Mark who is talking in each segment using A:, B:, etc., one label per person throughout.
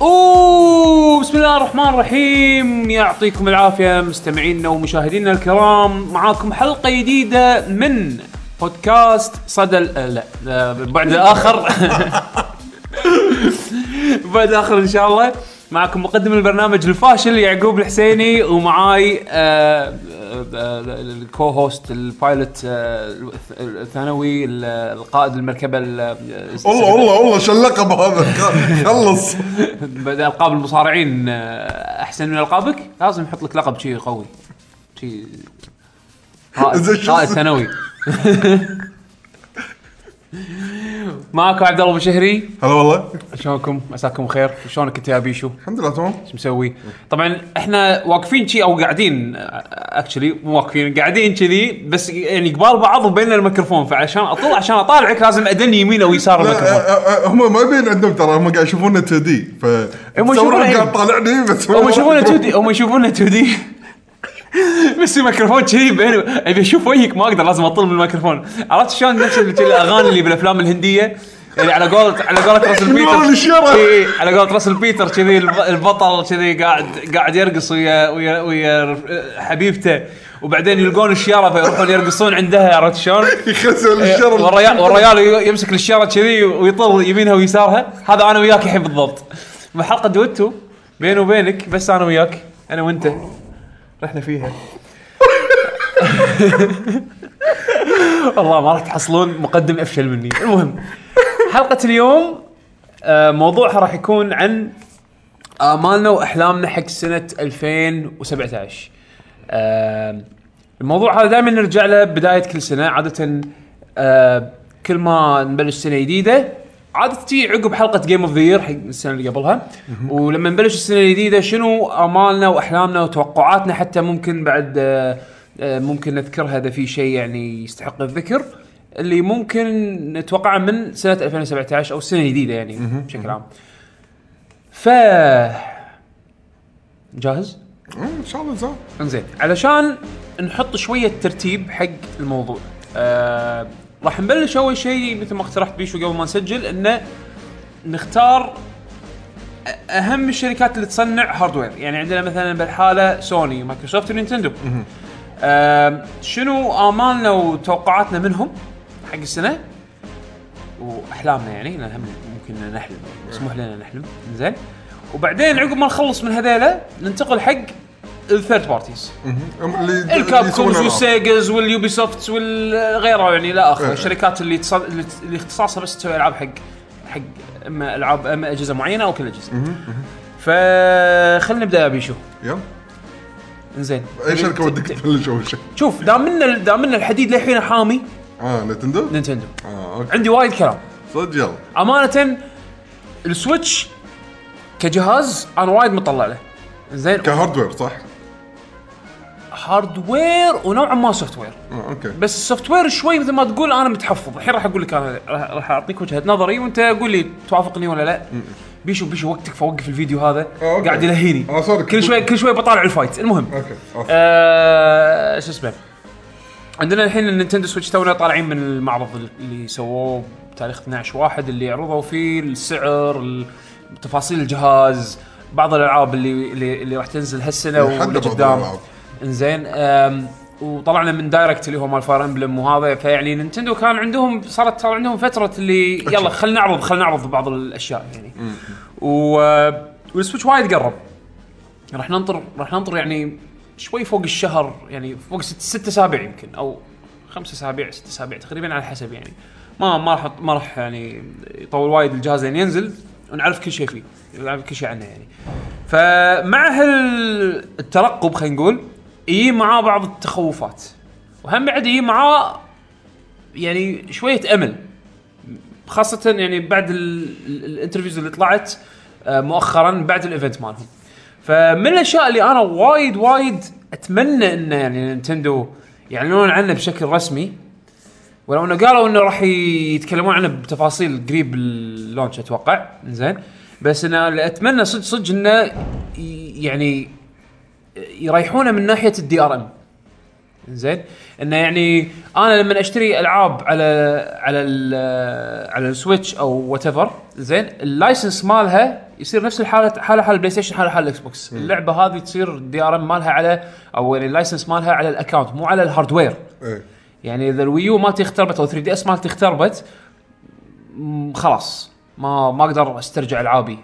A: اوه بسم الله الرحمن الرحيم يعطيكم العافيه مستمعينا ومشاهدينا الكرام معاكم حلقه جديده من بودكاست صدى ال- آه، لا آه، بعد اخر بعد اخر ان شاء الله معكم مقدم البرنامج الفاشل يعقوب الحسيني ومعاي آه، آه، آه، الكو هوست البايلوت آه، الثانوي ال- القائد المركبه ال-
B: والله والله والله شو اللقب هذا خلص
A: بدأ القاب المصارعين آه، احسن من القابك لازم يحط لك لقب شي قوي شي
B: زين
A: قائد
B: شو
A: قائد
B: اسم-
A: ثانوي معاكم عبد الله بشهري
B: هلا والله
A: شلونكم مساكم خير شلونك انت يا بيشو
B: الحمد لله تمام
A: شو مسوي طبعا احنا واقفين شي او قاعدين اكشلي مو واقفين قاعدين كذي بس يعني قبال بعض وبين الميكروفون فعشان اطلع عشان اطالعك لازم ادني يمين او يسار
B: لا،
A: الميكروفون
B: آه، آه، هم ما يبين عندهم ترى هم قاعد يشوفونا 2 دي ف
A: هم
B: تصورون
A: يشوفونا
B: قاعد طالعني بس
A: هم يشوفونا 2 دي هم يشوفونا 2 دي بس الميكروفون كذي بيني ابي اشوف وجهك ما اقدر لازم اطل من الميكروفون عرفت شلون نفس ال- الاغاني اللي بالافلام الهنديه يعني على قولة على قولة راسل
B: من ورا
A: بيتر
B: الشارع.
A: إي، على قولة راسل بيتر كذي الب- البطل كذي قاعد قاعد يرقص ويا ويا ويا رف- حبيبته وبعدين يلقون الشياره فيروحون يرقصون عندها عرفت شلون؟
B: يخسر الشر
A: والرجال والرجال ي- إيه، يمسك الشاره كذي ويطل يمينها ويسارها هذا انا وياك الحين بالضبط حلقه دوتو بيني وبينك بس انا وياك انا وانت رحنا فيها والله ما راح تحصلون مقدم افشل مني المهم حلقه اليوم آه، موضوعها راح يكون عن امالنا واحلامنا حق سنه 2017 آم، الموضوع هذا دائما نرجع له بدايه كل سنه عاده آه، كل ما نبلش سنه جديده عاده تجي عقب حلقه جيم اوف ذا يير حق السنه اللي قبلها ولما نبلش السنه الجديده شنو امالنا واحلامنا وتوقعاتنا حتى ممكن بعد آه، آه، ممكن نذكرها اذا في شيء يعني يستحق الذكر اللي ممكن نتوقعه من سنه 2017 او السنه الجديده يعني بشكل عام. ف جاهز؟
B: ان إيه، شاء الله زين
A: انزين علشان نحط شويه ترتيب حق الموضوع آه راح نبلش اول شيء مثل ما اقترحت بيشو قبل ما نسجل انه نختار أ- اهم الشركات اللي تصنع هاردوير يعني عندنا مثلا بالحاله سوني مايكروسوفت ونينتندو آه شنو امالنا وتوقعاتنا منهم حق السنه واحلامنا يعني لان هم ممكن إن نحلم مسموح لنا نحلم زين وبعدين عقب ما نخلص من هذيلا ننتقل حق الثيرد بارتيز الكاب كومز والسيجز واليوبي سوفت والغيره يعني لا اخر
B: إيه.
A: الشركات اللي تص- اللي ت- اللي اختصاصها بس تسوي العاب حق حق اما العاب اما اجهزه معينه او كل اجهزه فخلينا نبدا يا بيشو
B: يلا
A: انزين
B: اي شركه
A: ت-
B: ودك
A: ت-
B: تبلش اول شيء
A: شوف دامنا دامنا الحديد للحين حامي
B: اه نتندو
A: نينتندو
B: اه اوكي
A: عندي وايد كلام
B: صدق يلا
A: امانه السويتش كجهاز انا وايد مطلع له زين
B: كهاردوير صح؟
A: هاردوير ونوعا ما سوفت وير
B: اه اوكي
A: بس السوفت وير شوي مثل ما تقول انا متحفظ الحين راح اقول لك انا راح- راح اعطيك وجهه نظري وانت قول لي توافقني ولا لا بيشو بيشو وقتك فوقف الفيديو هذا
B: آه، أوكي.
A: قاعد يلهيني
B: آه، سوري.
A: كل شوي كل شوي بطالع الفايت المهم
B: اوكي عفو.
A: آه، شو اسمه عندنا الحين النينتندو سويتش تونا طالعين من المعرض اللي سووه بتاريخ 12 واحد اللي عرضوا فيه السعر ال- تفاصيل الجهاز بعض الالعاب اللي اللي, اللي راح تنزل هالسنه
B: حق
A: واللي
B: بعض
A: قدام
B: الألعاب.
A: انزين آم، وطلعنا من دايركت اللي هو مال فاير امبلم وهذا فيعني نينتندو كان عندهم صارت صار عندهم فتره اللي يلا خلينا نعرض خلينا نعرض بعض الاشياء يعني و آه، والسويتش وايد قرب راح ننطر راح ننطر يعني شوي فوق الشهر يعني فوق ست ست اسابيع يمكن او خمس اسابيع ست اسابيع تقريبا على حسب يعني ما ما راح ما راح يعني يطول وايد الجهاز لين ينزل ونعرف كل شيء فيه نعرف كل شيء عنه يعني فمع هالترقب خلينا نقول يجي معاه بعض التخوفات وهم بعد يجي معاه يعني شويه امل خاصة يعني بعد ال- ال- الانترفيوز اللي طلعت آه، مؤخرا بعد الايفنت مالهم. فمن الاشياء اللي انا وايد وايد اتمنى انه يعني نينتندو يعلنون عنه بشكل رسمي ولو انه قالوا انه راح يتكلمون عنه بتفاصيل قريب اللونش اتوقع زين بس انا اللي اتمنى صدق صدق انه ي- يعني يريحونه من ناحيه الدي ار ام زين انه يعني انا لما اشتري العاب على على ال على السويتش او وات ايفر زين اللايسنس مالها يصير نفس الحاله حاله حال البلاي ستيشن حاله حال الاكس بوكس اللعبه هذه تصير الدي ار ام مالها على او يعني اللايسنس مالها على الاكونت مو على الهاردوير
B: إيه.
A: يعني اذا الويو مالتي اختربت او 3 دي اس مالتي اختربت م- خلاص ما ما اقدر استرجع العابي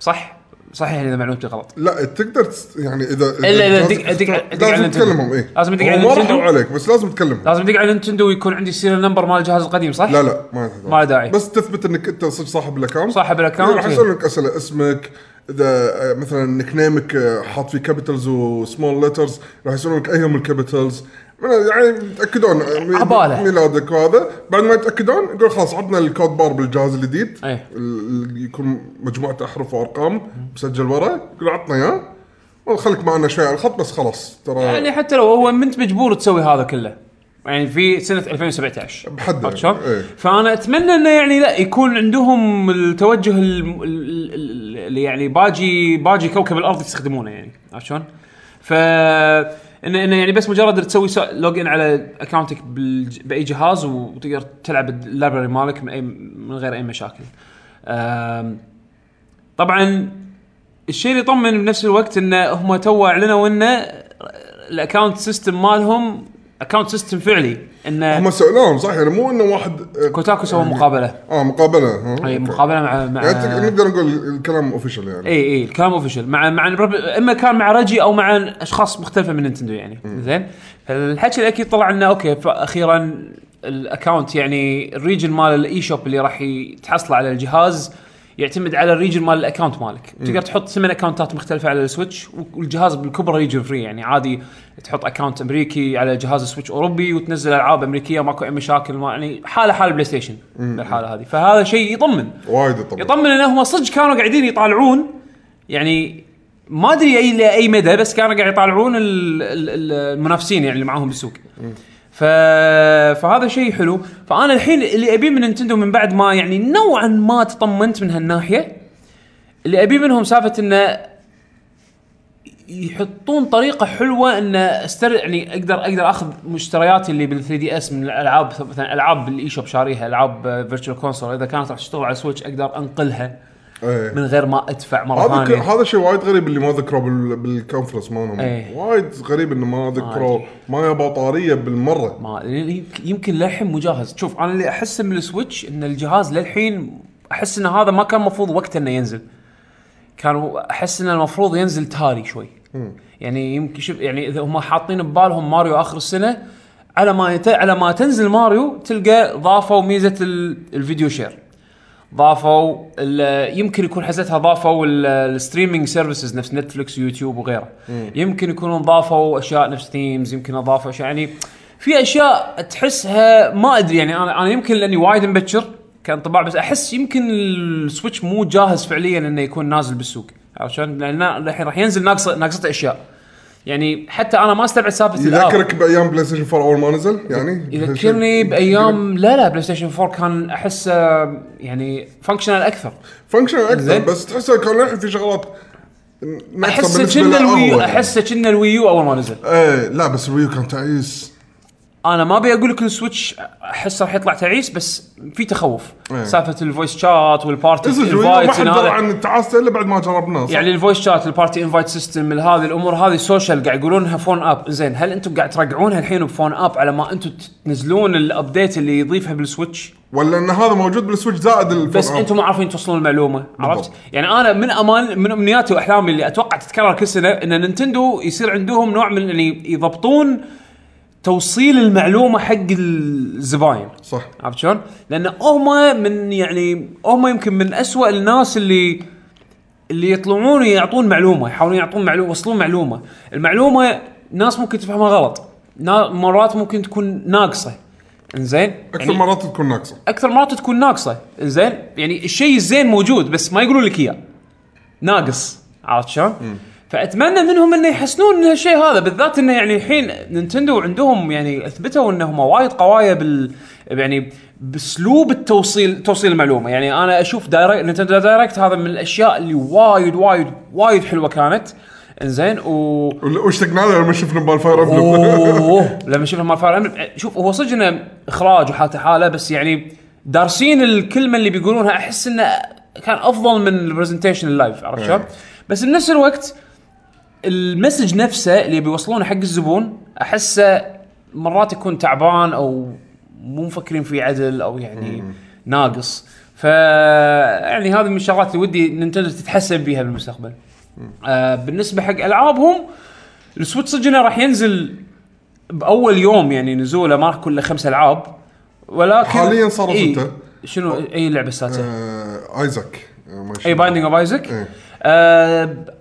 A: صح؟ صحيح اذا معلومتي غلط
B: لا تقدر تس- يعني اذا
A: الا اذا
B: لازم-
A: دق دق دق على
B: لازم
A: نينتندو.
B: تكلمهم اي
A: لازم ادق على
B: ما راحوا
A: نينتندو
B: عليك بس لازم تكلمهم
A: لازم ادق على نينتندو ويكون عندي السيريال نمبر مال الجهاز القديم صح؟
B: لا لا ما له داعي.
A: ما له داعي.
B: بس تثبت انك انت صدق صاحب الاكونت
A: صاحب الأكاونت،
B: راح
A: إيه.
B: يسالونك اسئله اسمك اذا آه، مثلا نيك نيمك آه، حاط فيه كابيتلز وسمول ليترز راح يسالونك ايهم الكابيتلز يعني يتاكدون آه، مي-
A: عبالة.
B: ميلادك وهذا بعد ما يتاكدون يقول خلاص عطنا الكود بار بالجهاز الجديد
A: إيه.
B: ال- ال- يكون مجموعه احرف وارقام مسجل ورا يقول عطنا اياه وخليك معنا شوي على الخط بس خلاص ترى
A: يعني حتى لو هو انت مجبور تسوي هذا كله يعني في سنه 2017
B: بحد
A: عرفت شلون؟
B: إيه.
A: فانا اتمنى انه يعني لا يكون عندهم التوجه الم- ال- ال- اللي يعني باجي باجي كوكب الارض يستخدمونه يعني عرفت شلون؟ ف انه انه يعني بس مجرد تسوي لوج ان على اكونتك بالج- باي جهاز وتقدر تلعب اللابراري مالك من اي من غير اي مشاكل. أم، طبعا الشيء اللي يطمن بنفس الوقت انه هم تو اعلنوا انه الاكونت سيستم مالهم اكونت سيستم فعلي انه
B: هم سالوهم صح يعني مو انه واحد آه،
A: كوتاكو سوى مقابله
B: اه مقابله ها
A: اي
B: أوكي.
A: مقابله مع مع
B: يعني تق- نقدر نقول الكلام اوفيشال يعني
A: اي اي إيه، الكلام اوفيشل مع مع الرب- اما كان مع رجي او مع اشخاص مختلفه من نينتندو يعني زين فالحكي الاكيد طلع انه اوكي فاخيرا الاكونت يعني الريجن مال الاي شوب اللي راح ي- تحصله على الجهاز يعتمد على الريجن مال الاكونت مالك تقدر تحط ثمان اكونتات مختلفه على السويتش والجهاز بالكبرى ريجن فري يعني عادي تحط اكونت امريكي على جهاز سويتش اوروبي وتنزل العاب امريكيه ماكو اي مشاكل ما يعني حاله حال بلاي ستيشن بالحاله هذه فهذا شيء يطمن
B: وايد طبعا
A: يطمن انهم صدق كانوا قاعدين يطالعون يعني ما ادري اي لاي مدى بس كانوا قاعد يطالعون ال- ال- ال- المنافسين يعني اللي معاهم بالسوق. ف... فهذا شيء حلو، فانا الحين اللي ابيه من نينتندو من بعد ما يعني نوعا ما تطمنت من هالناحيه اللي ابيه منهم سالفه انه يحطون طريقه حلوه ان استر يعني اقدر اقدر اخذ مشترياتي اللي بال 3 دي اس من الالعاب مثلا العاب بالاي شوب شاريها آه، العاب فيرتشوال كونسول اذا كانت راح تشتغل على سويتش اقدر انقلها
B: إيه.
A: من غير ما ادفع مره
B: هذا ك-
A: ثانيه
B: هذا شيء وايد غريب اللي ما ذكروه بال- بالكونفرنس مالهم
A: إيه.
B: وايد غريب انه ما ذكروا
A: أدري.
B: ما يبا طاريه بالمره
A: ما يمكن- يمكن للحين مو جاهز شوف انا اللي احسه من السويتش ان الجهاز للحين احس ان هذا ما كان المفروض وقته انه ينزل كان احس ان المفروض ينزل تالي شوي يعني يمكن شوف يعني اذا هم حاطين ببالهم ماريو اخر السنه على ما يت... على ما تنزل ماريو تلقى ضافوا ميزه ال... الفيديو شير ضافوا ال- يمكن يكون حزتها ضافوا ال- الستريمينج سيرفيسز نفس نتفلكس ويوتيوب وغيره يمكن يكونوا ضافوا اشياء نفس تيمز يمكن ضافوا اشياء يعني في اشياء تحسها ما ادري يعني انا انا يمكن لاني وايد مبكر كان طباع بس احس يمكن السويتش مو جاهز فعليا انه يكون نازل بالسوق عشان لان الحين راح ينزل ناقصه ناقصته اشياء يعني حتى انا ما استبعد سالفه الآب.
B: يذكرك بايام بلاي ستيشن 4 اول ما نزل يعني
A: يذكرني بايام لا لا بلاي ستيشن 4 كان احسه يعني فانكشنال اكثر
B: فانكشن اكثر
A: زين.
B: بس تحسه كان للحين في شغلات ن- ناقصة
A: احس
B: بالنسبة
A: كنا
B: لأول.
A: الويو احس كنا الويو اول ما نزل
B: ايه لا بس الويو كان
A: إيه،
B: تعيس
A: انا ما ابي اقول لك السويتش احس راح يطلع تعيس بس في تخوف
B: إيه.
A: سالفه الفويس شات والبارتي
B: بس الويو ما
A: invites
B: حد
A: إن
B: درى
A: هذا.
B: عن تعاسته الا بعد ما جربناه صح؟
A: يعني الفويس شات البارتي انفايت سيستم هذه الامور هذه سوشيال قاعد يقولونها فون اب زين هل انتم قاعد تراجعونها الحين بفون اب على ما انتم تنزلون الابديت اللي يضيفها بالسويتش
B: ولا ان هذا موجود بالسويتش زائد الفون
A: بس
B: آب.
A: انتم ما عارفين توصلون المعلومه عرفت
B: بالضبط.
A: يعني انا من امان من امنياتي واحلامي اللي اتوقع تتكرر كل سنه ان نينتندو يصير عندهم نوع من يعني يضبطون توصيل المعلومه حق الزباين
B: صح
A: عرفت شلون؟ لان هم من يعني هم يمكن من أسوأ الناس اللي اللي يطلعون يعطون معلومه يحاولون يعطون معلومه يوصلون معلومه، المعلومه ناس ممكن تفهمها غلط، نا مرات ممكن تكون يعني ناقصه. انزين؟
B: اكثر مرات تكون ناقصه
A: اكثر مرات تكون ناقصه زين يعني الشيء الزين موجود بس ما يقولون لك اياه ناقص عرفت شلون؟ فاتمنى منهم انه يحسنون من هالشيء هذا بالذات انه يعني الحين نينتندو عندهم يعني اثبتوا انهم وايد قوايا بال يعني باسلوب التوصيل توصيل المعلومه يعني انا اشوف دايركت نينتندو دايركت هذا من الاشياء اللي وايد وايد وايد حلوه كانت انزين و
B: واشتقنا له لما شفنا بالفاير
A: اوه لما شفنا مال فاير امبلم شوف هو صدق انه اخراج وحالته حاله بس يعني دارسين الكلمه اللي بيقولونها احس انه كان افضل من البرزنتيشن اللايف عرفت شلون؟ بس بنفس الوقت المسج نفسه اللي بيوصلونه حق الزبون احسه مرات يكون تعبان او مو مفكرين فيه عدل او يعني ناقص ف يعني هذه من الشغلات اللي ودي نينتندو تتحسن بيها بالمستقبل آه بالنسبه حق العابهم السويتش صدقنا راح ينزل باول يوم يعني نزوله ما راح يكون له خمس العاب ولكن
B: حاليا صاروا
A: إيه
B: ستة.
A: شنو اي لعبه السادسه؟
B: آه، ايزاك آه، ما شاء
A: اي
B: الله.
A: بايندينج اوف ايزك
B: إيه.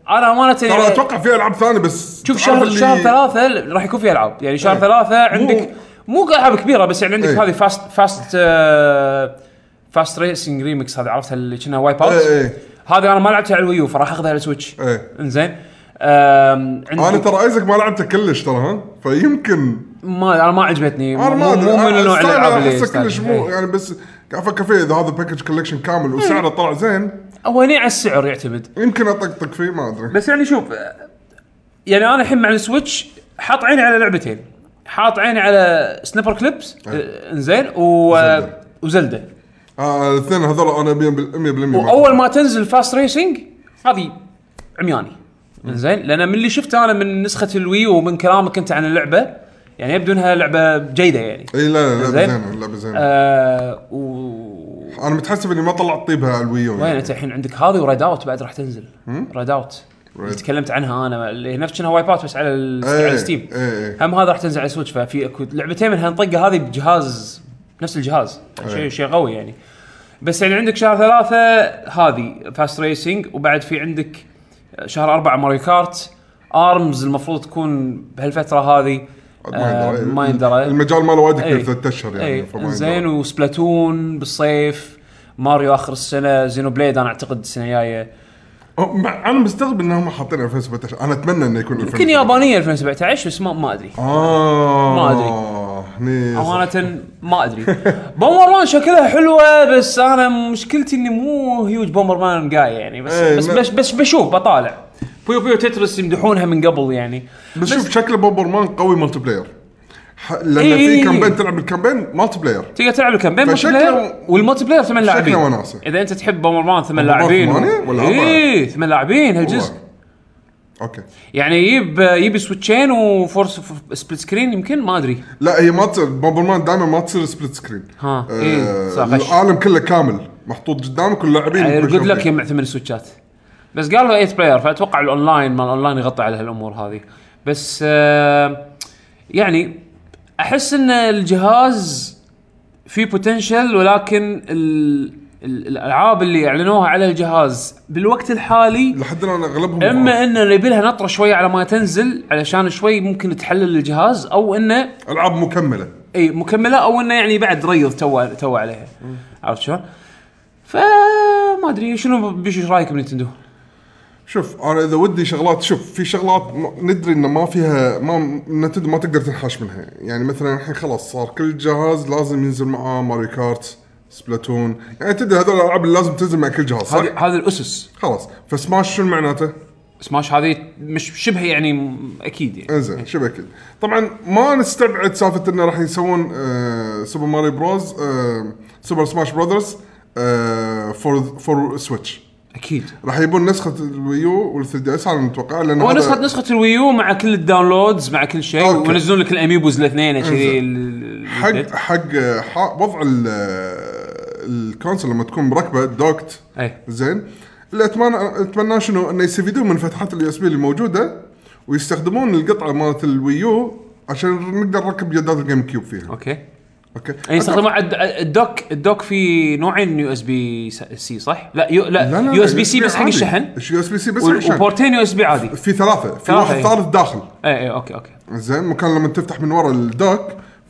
A: انا امانه
B: ترى
A: آه، يعني
B: اتوقع فيها العاب ثانيه بس
A: شوف
B: تعرف
A: شهر
B: اللي-
A: شهر ثلاثه راح يكون في العاب يعني شهر
B: إيه.
A: ثلاثه عندك مو العاب كبيره بس يعني عندك
B: إيه.
A: هذه آه، فاست فاست فاست ريسنج ريمكس هذه عرفتها اللي كانها وايب اوت
B: إيه، إيه.
A: هذه انا ما لعبتها على الويو فراح اخذها على السويتش
B: إيه.
A: انزين آم،
B: انا
A: عندك
B: ترى ايزاك ما لعبته كلش ترى ها فيمكن
A: ما انا ما عجبتني
B: انا ما
A: مو-
B: ادري
A: مو من
B: انا
A: نوع الالعاب
B: ستايله
A: اللي
B: احسه كلش
A: يستاهل.
B: مو
A: إيه.
B: يعني بس قاعد افكر فيه اذا هذا الباكج كولكشن كامل وسعره طلع زين
A: هو هني على السعر يعتمد
B: يمكن اطقطق فيه ما ادري
A: بس يعني شوف آه، يعني انا الحين مع السويتش حاط عيني على لعبتين حاط عيني على سنيبر كليبس آه، انزين و
B: إيه. وزلدة.
A: وزلدة
B: آه الاثنين هذول انا 100%
A: واول ما تنزل فاست ريسنج هذه عمياني
B: إيه.
A: انزين لان من اللي شفته انا من نسخه الوي ومن كلامك انت عن اللعبه يعني يبدو انها لعبه جيده يعني
B: اي إيه، لا لا
A: زين.
B: لا زين لا زين
A: آه و
B: انا متحسب اني ما طلعت طيبها على الويو
A: وين
B: يعني.
A: انت الحين عندك هذه وريد اوت بعد راح تنزل ريد اوت اللي
B: Red.
A: تكلمت عنها انا اللي هي نفس شنها وايب اوت بس على, ال... على
B: إيه،
A: ستيم
B: إيه، إيه.
A: هم هذا راح تنزل على سويتش ففي اكو لعبتين من هالطقه هذه بجهاز نفس الجهاز شيء
B: إيه.
A: شيء قوي يعني بس يعني عندك شهر ثلاثة هذه فاست ريسنج وبعد في عندك شهر أربعة ماريو كارت ارمز المفروض تكون بهالفترة هذه
B: عاد
A: آه،
B: يندرى.
A: ما يندرى
B: المجال ماله وايد كبير
A: إيه.
B: ثلاث اشهر يعني
A: اي
B: فما يندرى.
A: زين وسبلاتون بالصيف ماريو اخر السنه زينو بليد انا اعتقد السنه الجايه
B: أو مع- انا مستغرب انهم حاطين 2017 انا اتمنى انه يكون
A: يمكن يابانيه 2017 بس ما, ما ادري
B: اه
A: ما أدري.
B: هني صح.
A: امانه ما ادري بومر مان شكلها حلوه بس انا مشكلتي اني مو هيوج بومر مان جاي يعني بس
B: إيه،
A: بس,
B: ما-
A: بس بس بشوف بطالع بيو بيو تترس يمدحونها من قبل يعني
B: بس شوف شكله بوبر مان قوي مالتي بلاير ح- لان
A: إيه.
B: في كامبين تلعب الكامبين مالتي بلاير
A: تقدر تلعب الكامبين مالتي
B: فشكله-
A: بلاير والمالتي بلاير ثمان لاعبين
B: وناسة.
A: اذا انت تحب بومر مان ثمان
B: بومبر
A: لاعبين
B: ثمانية ولا أربعة؟
A: اي ثمان لاعبين هالجزء
B: والله. اوكي
A: يعني يجيب يجيب سويتشين وفورس سبليت سكرين يمكن ما ادري
B: لا هي ما تصير بوبر مان دائما ما تصير سبليت سكرين
A: ها،
B: آه،
A: إيه، صح، غش.
B: العالم كله كامل محطوط قدامك واللاعبين
A: جود يعني لك
B: يا
A: يجمع ثمان سويتشات بس قالوا 8 بلاير فاتوقع الاونلاين مال الاونلاين يغطي على هالامور هذه بس آه، يعني احس ان الجهاز في بوتنشل ولكن ال ال- الالعاب اللي اعلنوها على الجهاز بالوقت الحالي
B: لحد الان اغلبهم
A: اما انه يبي لها نطره شويه على ما تنزل علشان شوي ممكن تحلل الجهاز او انه
B: العاب مكمله
A: اي مكمله او انه يعني بعد ريض تو تو عليها عرفت شلون؟ فا ما ادري شنو بيشو ايش رايك بنتندو؟
B: شوف انا اذا ودي شغلات شوف في شغلات ما- ندري ان ما فيها ما نتد ما تقدر تنحاش منها يعني مثلا الحين خلاص صار كل جهاز لازم ينزل معاه ماريو كارت سبلاتون يعني تدري هذول الالعاب اللي لازم تنزل مع كل جهاز صح؟
A: هذه هذه الاسس
B: خلاص فسماش شنو معناته؟
A: سماش هذه مش شبه يعني م- اكيد يعني
B: انزين شبه كذا طبعا ما نستبعد سالفه انه راح يسوون آه سوبر ماريو بروز آه سوبر سماش براذرز آه فور فور سويتش
A: اكيد
B: راح يبون نسخه الويو وال 3 دي اس على المتوقع لان
A: هو
B: هذا-
A: نسخه نسخه الويو مع كل الداونلودز مع كل شيء
B: أوكي.
A: وينزلون لك الاميبوز الاثنين كذي
B: انزين.
A: ال-
B: حق
A: البيت.
B: حق ح- وضع ال- الكونسل لما تكون مركبه دوكت
A: اي
B: زين اللي اتمنى اتمنى شنو انه يستفيدون من فتحات اليو اس بي الموجوده ويستخدمون القطعه مالت الويو عشان نقدر نركب جدات الجيم كيوب فيها
A: اوكي
B: اوكي
A: اي يستخدمون عد- الدوك الدوك في نوعين يو اس بي سي صح؟ لا يو لا يو اس بي سي بس حق الشحن
B: يو اس بي سي بس حق
A: وال-
B: الشحن
A: وبورتين يو اس بي عادي
B: في ثلاثه في
A: ثلاثة،
B: واحد
A: إيه.
B: ثالث داخل
A: اي اي اوكي اوكي
B: زين مكان لما تفتح من ورا الداك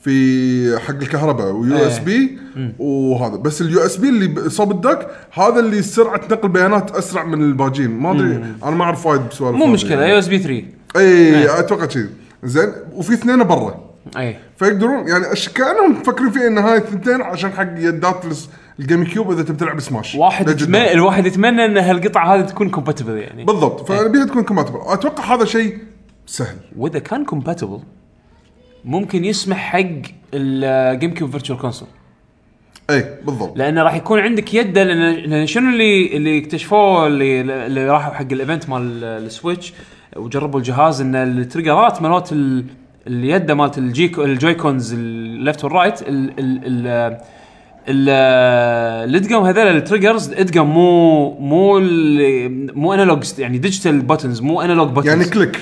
B: في حق الكهرباء ويو
A: إيه.
B: اس بي وهذا بس اليو اس بي اللي صوب الداك هذا اللي سرعه نقل بيانات اسرع من الباجين ما ادري انا ما اعرف وايد بسوالف
A: مو أيوة. إيه.
B: هذه.
A: مشكله يو اس بي 3
B: اي اتوقع كذي زين وفي اثنين برا
A: اي إيه.
B: فيقدرون يعني أش- كانهم مفكرين فيه ان هاي الثنتين عشان حق يدات الس- الجيم كيوب اذا تبي تلعب سماش
A: واحد
B: لا جد.
A: يتمنى الواحد يتمنى ان هالقطعه هذه تكون كومباتبل يعني
B: بالضبط فنبيها تكون كومباتبل اتوقع هذا شيء سهل
A: واذا كان كومباتبل ممكن يسمح حق الجيم كيوب فيرتشوال كونسول
B: اي بالضبط
A: لانه راح يكون عندك يده لان لأن شنو اللي اللي اكتشفوه اللي, اللي راحوا حق الايفنت مال السويتش وجربوا الجهاز ان التريجرات مالت ال- اليده مالت الجيك الجويكونز الليفت والرايت ال- ال- ال- ال- الادقم هذول التريجرز ادقم مو مو ال- مو انالوج يعني ديجيتال بوتنز مو انالوج بوتنز
B: يعني كليك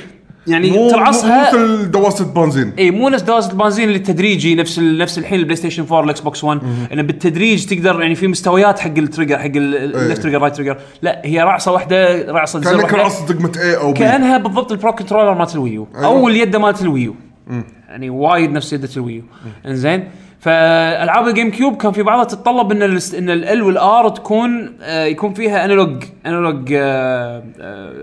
A: يعني
B: مو مو
A: ترعصها إيه،
B: مثل دواسه بنزين
A: اي مو نفس دواسه البنزين اللي تدريجي نفس ال- نفس الحين البلاي ستيشن 4 الاكس بوكس 1 انه بالتدريج تقدر يعني في مستويات حق التريجر حق الليفت تريجر رايت تريجر لا هي رعصه واحده رعصه زر
B: كانك
A: واحدة.
B: رأس دقمه اي او بي
A: كانها بالضبط البرو كنترولر مالت الويو
B: أيوه.
A: او اليد مالت الويو يعني وايد نفس يده الويو انزين فالعاب الجيم كيوب كان في بعضها تتطلب ان ال ان ال والار تكون آه يكون فيها آه، انالوج انالوج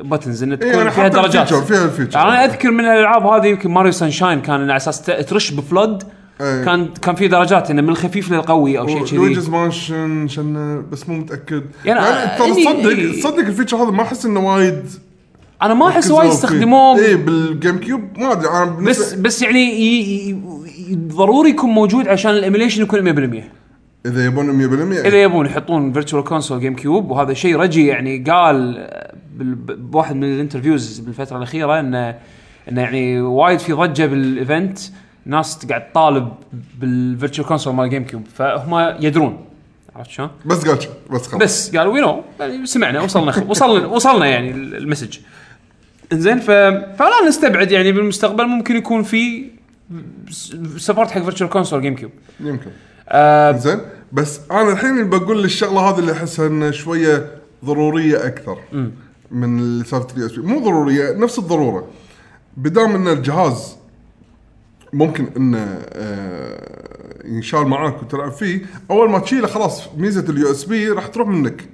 A: بتنز ان
B: إيه،
A: تكون
B: يعني
A: فيها
B: حتى
A: درجات
B: الفيتشر فيها الفيتشر
A: انا اذكر من الالعاب هذه يمكن ماريو سانشاين كان على اساس ت- ترش بفلود
B: إيه.
A: كان كان في درجات انه من الخفيف للقوي او شيء
B: لويجز
A: كذي
B: مانشن شنه بس مو متاكد
A: يعني
B: يعني ترى
A: إني-
B: تصدق
A: إي.
B: تصدق الفيتشر هذا ما احس انه وايد
A: انا ما احس وايد استخدموه
B: اي بالجيم كيوب ما ادري انا
A: بس
B: بالنسبه
A: بس يعني ي- ي- ي- ضروري يكون موجود عشان الايميليشن يكون 100%
B: اذا يبون 100%
A: اذا
B: إي.
A: يبون يحطون فيرتشوال كونسول جيم كيوب وهذا شيء رجي يعني قال آه، بال- ب- بواحد من الانترفيوز بالفتره الاخيره انه انه يعني وايد في ضجه بالايفنت ناس قاعد تطالب بالفيرتشوال كونسول مال جيم كيوب فهم يدرون عرفت شلون؟
B: بس قاتشا بس خلاص
A: بس قالوا وي نو يعني سمعنا وصلنا وصلنا وصلنا يعني ال- المسج انزين ف... فلا نستبعد يعني بالمستقبل ممكن يكون في سبورت حق فيرتشوال كونسول جيم كيوب
B: يمكن
A: آه
B: زين بس انا الحين اللي بقول الشغله هذه اللي احسها انه شويه ضروريه اكثر من اللي سالفه اليو اس بي مو ضروريه نفس الضروره بدام ان الجهاز ممكن انه آه، ينشال معاك وتلعب فيه اول ما تشيله خلاص ميزه اليو اس بي راح تروح منك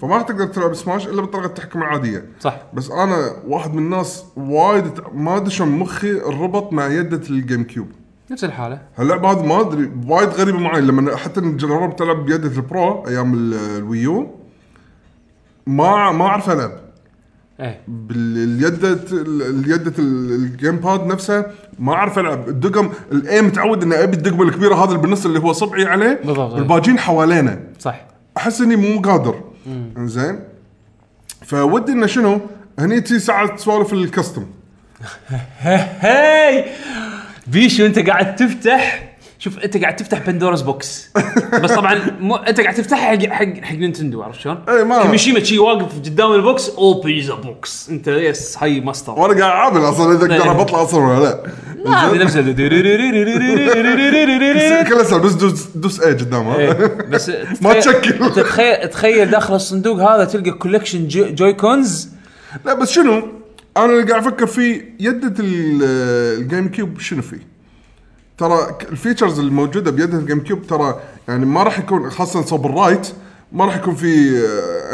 B: فما راح تقدر تلعب سماش الا بطريقه التحكم العاديه
A: صح.
B: بس انا واحد من الناس وايد تع- ما دشن مخي الربط مع يده الجيم كيوب
A: نفس الحاله
B: هاللعبه هذه ما ادري وايد غريبه معي لما حتى جربت العب بيدة البرو ايام ال- الويو ما ما اعرف العب
A: ايه
B: باليدة اليدة ال- الجيم باد نفسها ما اعرف العب الدقم الايم متعود اني ابي الدقمه الكبيره هذا اللي بالنص اللي هو صبعي عليه
A: بالضبط.
B: والباجين حوالينا
A: صح
B: احس اني مو قادر زين فودي انه شنو هني تي ساعه سوالف الكستم
A: هاي بيشو انت قاعد تفتح شوف انت قاعد تفتح بندورز بوكس بس طبعا مو انت قاعد تفتحها حق حق حق نينتندو عرفت شلون؟
B: اي ما-
A: كيميشيما شي واقف قدام البوكس او بيزا بوكس انت يس هاي ماستر
B: وانا قاعد اعابل اصلا اذا اقدر
A: إيه.
B: بطلع اصلا ولا لا
A: ما
B: زين؟
A: ادري نفس ال-
B: بس كل اسهل بس دوس دوس اي قدامها
A: بس
B: ما
A: تتخيل-
B: تشكل.
A: تتخيل تخيل داخل الصندوق هذا تلقى كولكشن جو- جويكونز
B: لا بس شنو انا اللي قاعد افكر فيه يدة ال- الجيم كيوب شنو فيه؟ ترى ك- الفيتشرز الموجوده بيدة الجيم كيوب ترى يعني ما راح يكون خاصه صوب الرايت ما راح يكون آه، في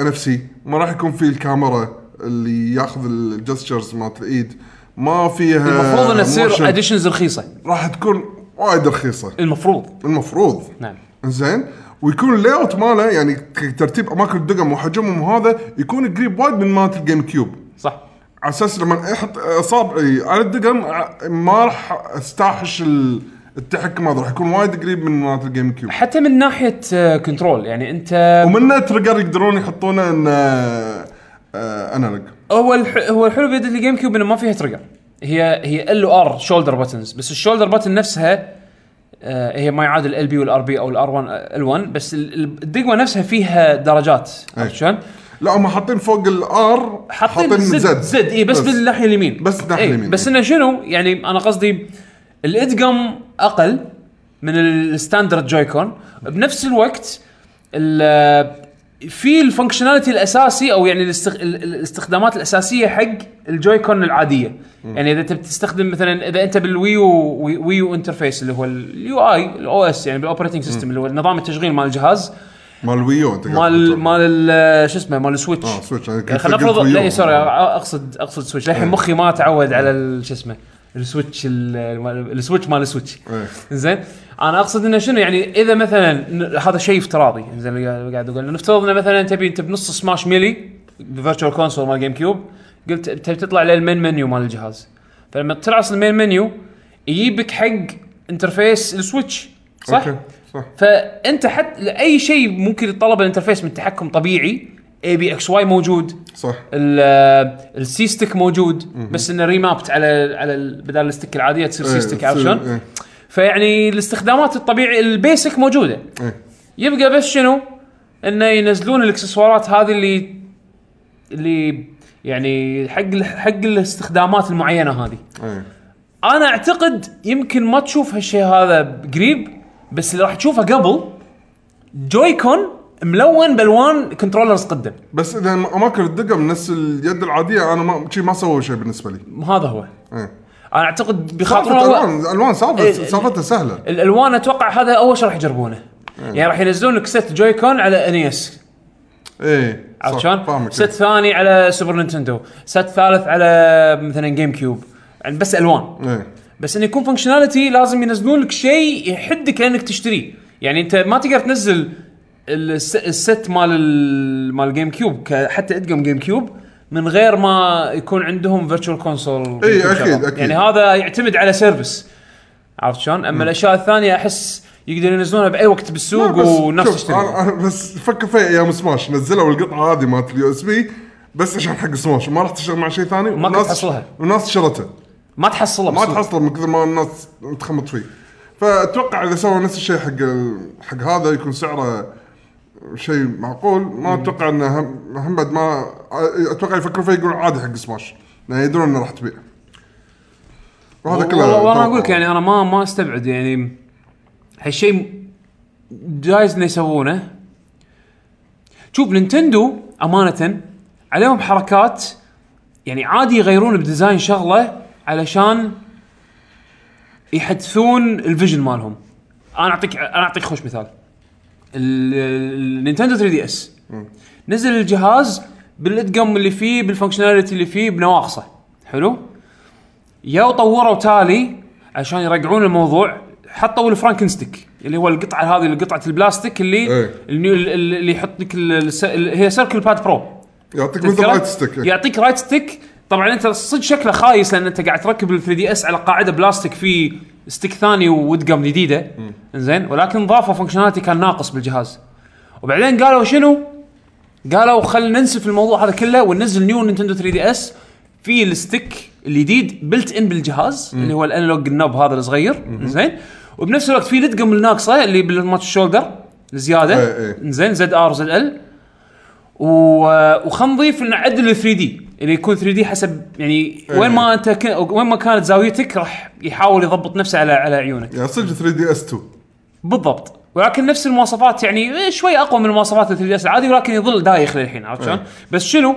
B: ان اف سي ما راح يكون في الكاميرا اللي ياخذ الجستشرز مالت الايد ما فيها
A: المفروض انها
B: آه، motion.
A: تصير اديشنز رخيصه
B: راح تكون وايد رخيصه
A: المفروض
B: المفروض
A: نعم
B: زين ويكون اللاي اوت ماله يعني ك- ترتيب اماكن الدقم وحجمهم وهذا يكون قريب وايد من مالت الجيم كيوب
A: صح
B: على اساس لما احط اصابعي على الدقم ع- ما راح استاحش ال- التحكم هذا راح يكون وايد قريب من مالت الجيم كيوب
A: حتى من ناحيه آه، كنترول يعني انت
B: ومنه تريجر يقدرون يحطونه ان آه، آه، انالوج
A: هو الح... هو الحلو بيد الجيم كيوب انه ما فيها تريجر هي هي ال ار شولدر بتنز بس الشولدر بتن نفسها آه هي ما يعادل ال بي والار بي او الار 1 ال 1 بس ال- ال- الدقمه نفسها فيها درجات عرفت شلون؟
B: لا هم حاطين فوق الار
A: حاطين زد زد اي بس, بالناحيه اليمين
B: بس الناحية
A: إيه،
B: اليمين.
A: بس انه شنو يعني انا قصدي الادقم اقل من الستاندرد جويكون بنفس الوقت ال- في الفانكشناليتي الاساسي او يعني الاستخ... ال- ال- الاستخدامات الاساسيه حق الجويكون العاديه يعني اذا تبي تستخدم مثلا اذا انت بالويو وي- ويو انترفيس اللي هو اليو اي الاو اس يعني بالاوبريتنج سيستم اللي هو نظام التشغيل مال الجهاز
B: مال الويو انت قاعد
A: مال
B: تقول.
A: مال ال- شو اسمه مال السويتش
B: اه سويتش انا كنت
A: يعني خلينا
B: قلت
A: نفرض
B: ويو.
A: لا سوري آه. اقصد اقصد سويتش للحين
B: إيه.
A: مخي ما تعود على ال- شو اسمه السويتش ال- السويتش مال السويتش
B: إيه.
A: زين انا اقصد انه شنو يعني اذا مثلا ن- هذا شيء افتراضي زين اللي قاعد قاعد اقول نفترض انه مثلا تبي انت بنص سماش ميلي بفيرتشوال كونسول مال جيم كيوب قلت تبي تطلع للمين منيو مال الجهاز فلما تلعص المين منيو يجيبك حق انترفيس السويتش صح؟
B: أوكي، صح
A: فانت حتى لاي شيء ممكن يتطلب الانترفيس من تحكم طبيعي اي بي اكس واي موجود
B: صح
A: ال- السي ستيك موجود بس انه ريمابت على على ال- بدل الستيك العاديه تصير سي ستيك عارف شلون؟
B: إيه.
A: فيعني الاستخدامات الطبيعي البيسك موجوده
B: إيه.
A: يبقى بس شنو؟ انه ينزلون الاكسسوارات هذه اللي اللي يعني حق ال- حق الاستخدامات المعينه هذه
B: إيه.
A: انا اعتقد يمكن ما تشوف هالشيء هذا قريب بس اللي راح تشوفه قبل جويكون ملون بالوان كنترولرز قدم
B: بس اذا اماكن الدقه من نفس اليد العاديه انا ما شي ما سووا شيء بالنسبه لي
A: هذا هو
B: إيه.
A: انا اعتقد بخاطر
B: سالفه
A: هو
B: الوان الوان
A: إيه.
B: سالفه سالفتها سهله
A: الالوان اتوقع هذا اول شيء راح يجربونه يعني راح ينزلون لك ست جويكون على انيس
B: ايه
A: عرفت
B: صح،
A: شلون؟
B: فاهمك
A: ست ثاني على سوبر نينتندو، ست ثالث على مثلا جيم كيوب يعني بس الوان
B: ايه
A: بس انه يكون فانكشناليتي لازم ينزلون لك شيء يحدك انك تشتريه يعني انت ما تقدر تنزل الس- الست مال ال- مال الجيم كيوب ك- حتى ادقم جيم كيوب من غير ما يكون عندهم فيرتشوال كونسول
B: إي، أكيد، أكيد.
A: يعني هذا يعتمد على سيرفس عرفت شلون؟ اما الاشياء الثانيه احس يقدرون ينزلونها باي وقت بالسوق
B: لا، بس
A: ونفس
B: شوف،
A: تشتري
B: أنا- أنا بس فكر فيها ايام سماش نزلوا القطعه هذه مالت اليو اس بي بس عشان حق سماش ما راح تشتغل مع شيء ثاني
A: ما كنت
B: والناس-
A: تحصلها.
B: والناس شرتها
A: ما تحصلها
B: ما
A: بالسوق.
B: تحصله من كثر ما الناس تخمط فيه فاتوقع اذا سووا نفس الشيء حق ال... حق هذا يكون سعره شيء معقول ما اتوقع انه هم... هم بعد ما اتوقع يفكروا فيه يقولون عادي حق سماش لان يدرون انه راح تبيع وهذا كله
A: والله والله
B: أتوقع.
A: اقول لك يعني انا ما ما استبعد يعني هالشيء جايز انه يسوونه شوف نينتندو امانه عليهم حركات يعني عادي يغيرون بديزاين شغله علشان يحدثون الفيجن مالهم انا اعطيك انا اعطيك خوش مثال النينتندو 3 دي اس نزل الجهاز بالادقم اللي فيه بالفانكشناليتي اللي فيه بنواقصه حلو يا طوروا تالي عشان يرجعون الموضوع حطوا الفرانكنستيك اللي هو القطعه هذه قطعه البلاستيك اللي
B: إيه.
A: النيو- ال- اللي يحط لك ال- الس- ال- هي سيركل باد برو
B: يعطيك مثل
A: تذكره؟
B: رايت ستيك إيه.
A: يعطيك رايت ستيك طبعا انت صدق شكله خايس لان انت قاعد تركب ال 3 دي اس على قاعده بلاستيك في ستيك ثاني وودقم جديده زين ولكن ضافوا فانكشناليتي كان ناقص بالجهاز وبعدين قالوا شنو؟ قالوا خل ننسف الموضوع هذا كله وننزل نيو نينتندو 3 دي اس في الستيك الجديد بلت ان بالجهاز اللي هو الانالوج النب هذا الصغير زين وبنفس الوقت في لدقم الناقصه اللي بالماتش شولدر الزياده
B: إيه، إيه.
A: زين زد ار زد ال و- وخلينا نضيف انه عدل ال 3 دي اللي يكون 3 دي حسب يعني
B: إيه.
A: وين ما انت ك... وين ما كانت زاويتك راح يحاول يضبط نفسه على على عيونك
B: يعني صدق 3 دي اس 2
A: بالضبط ولكن نفس المواصفات يعني إيه، شوي اقوى من مواصفات ال 3 دي اس العادي ولكن يظل دايخ للحين عرفت
B: إيه.
A: شلون؟ بس شنو؟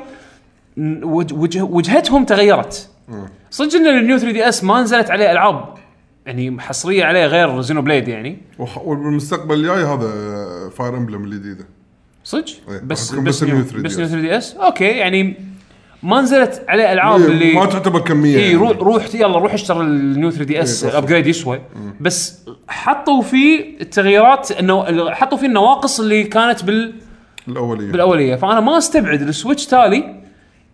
A: ن- وج- وجه... وجهتهم تغيرت
B: إيه.
A: صدق ان النيو 3 دي اس ما نزلت عليه العاب يعني حصريه عليه غير زينو بليد يعني
B: وح- والمستقبل الجاي هذا فاير امبلم الجديده
A: صدق
B: إيه، راح
A: بس
B: تكون
A: بس
B: بس
A: نيو
B: نيو 3DS.
A: بس نيو 3 دي اس اوكي يعني ما نزلت عليه العاب اللي
B: إيه،
A: إيه،
B: ما تعتبر كميه
A: اي
B: يعني.
A: روح روح يلا روح اشتري النيو 3 دي اس
B: إيه، صح.
A: ابجريد يسوى بس حطوا فيه التغييرات انه حطوا فيه النواقص اللي كانت بال
B: الاوليه
A: بالاوليه فانا ما استبعد السويتش تالي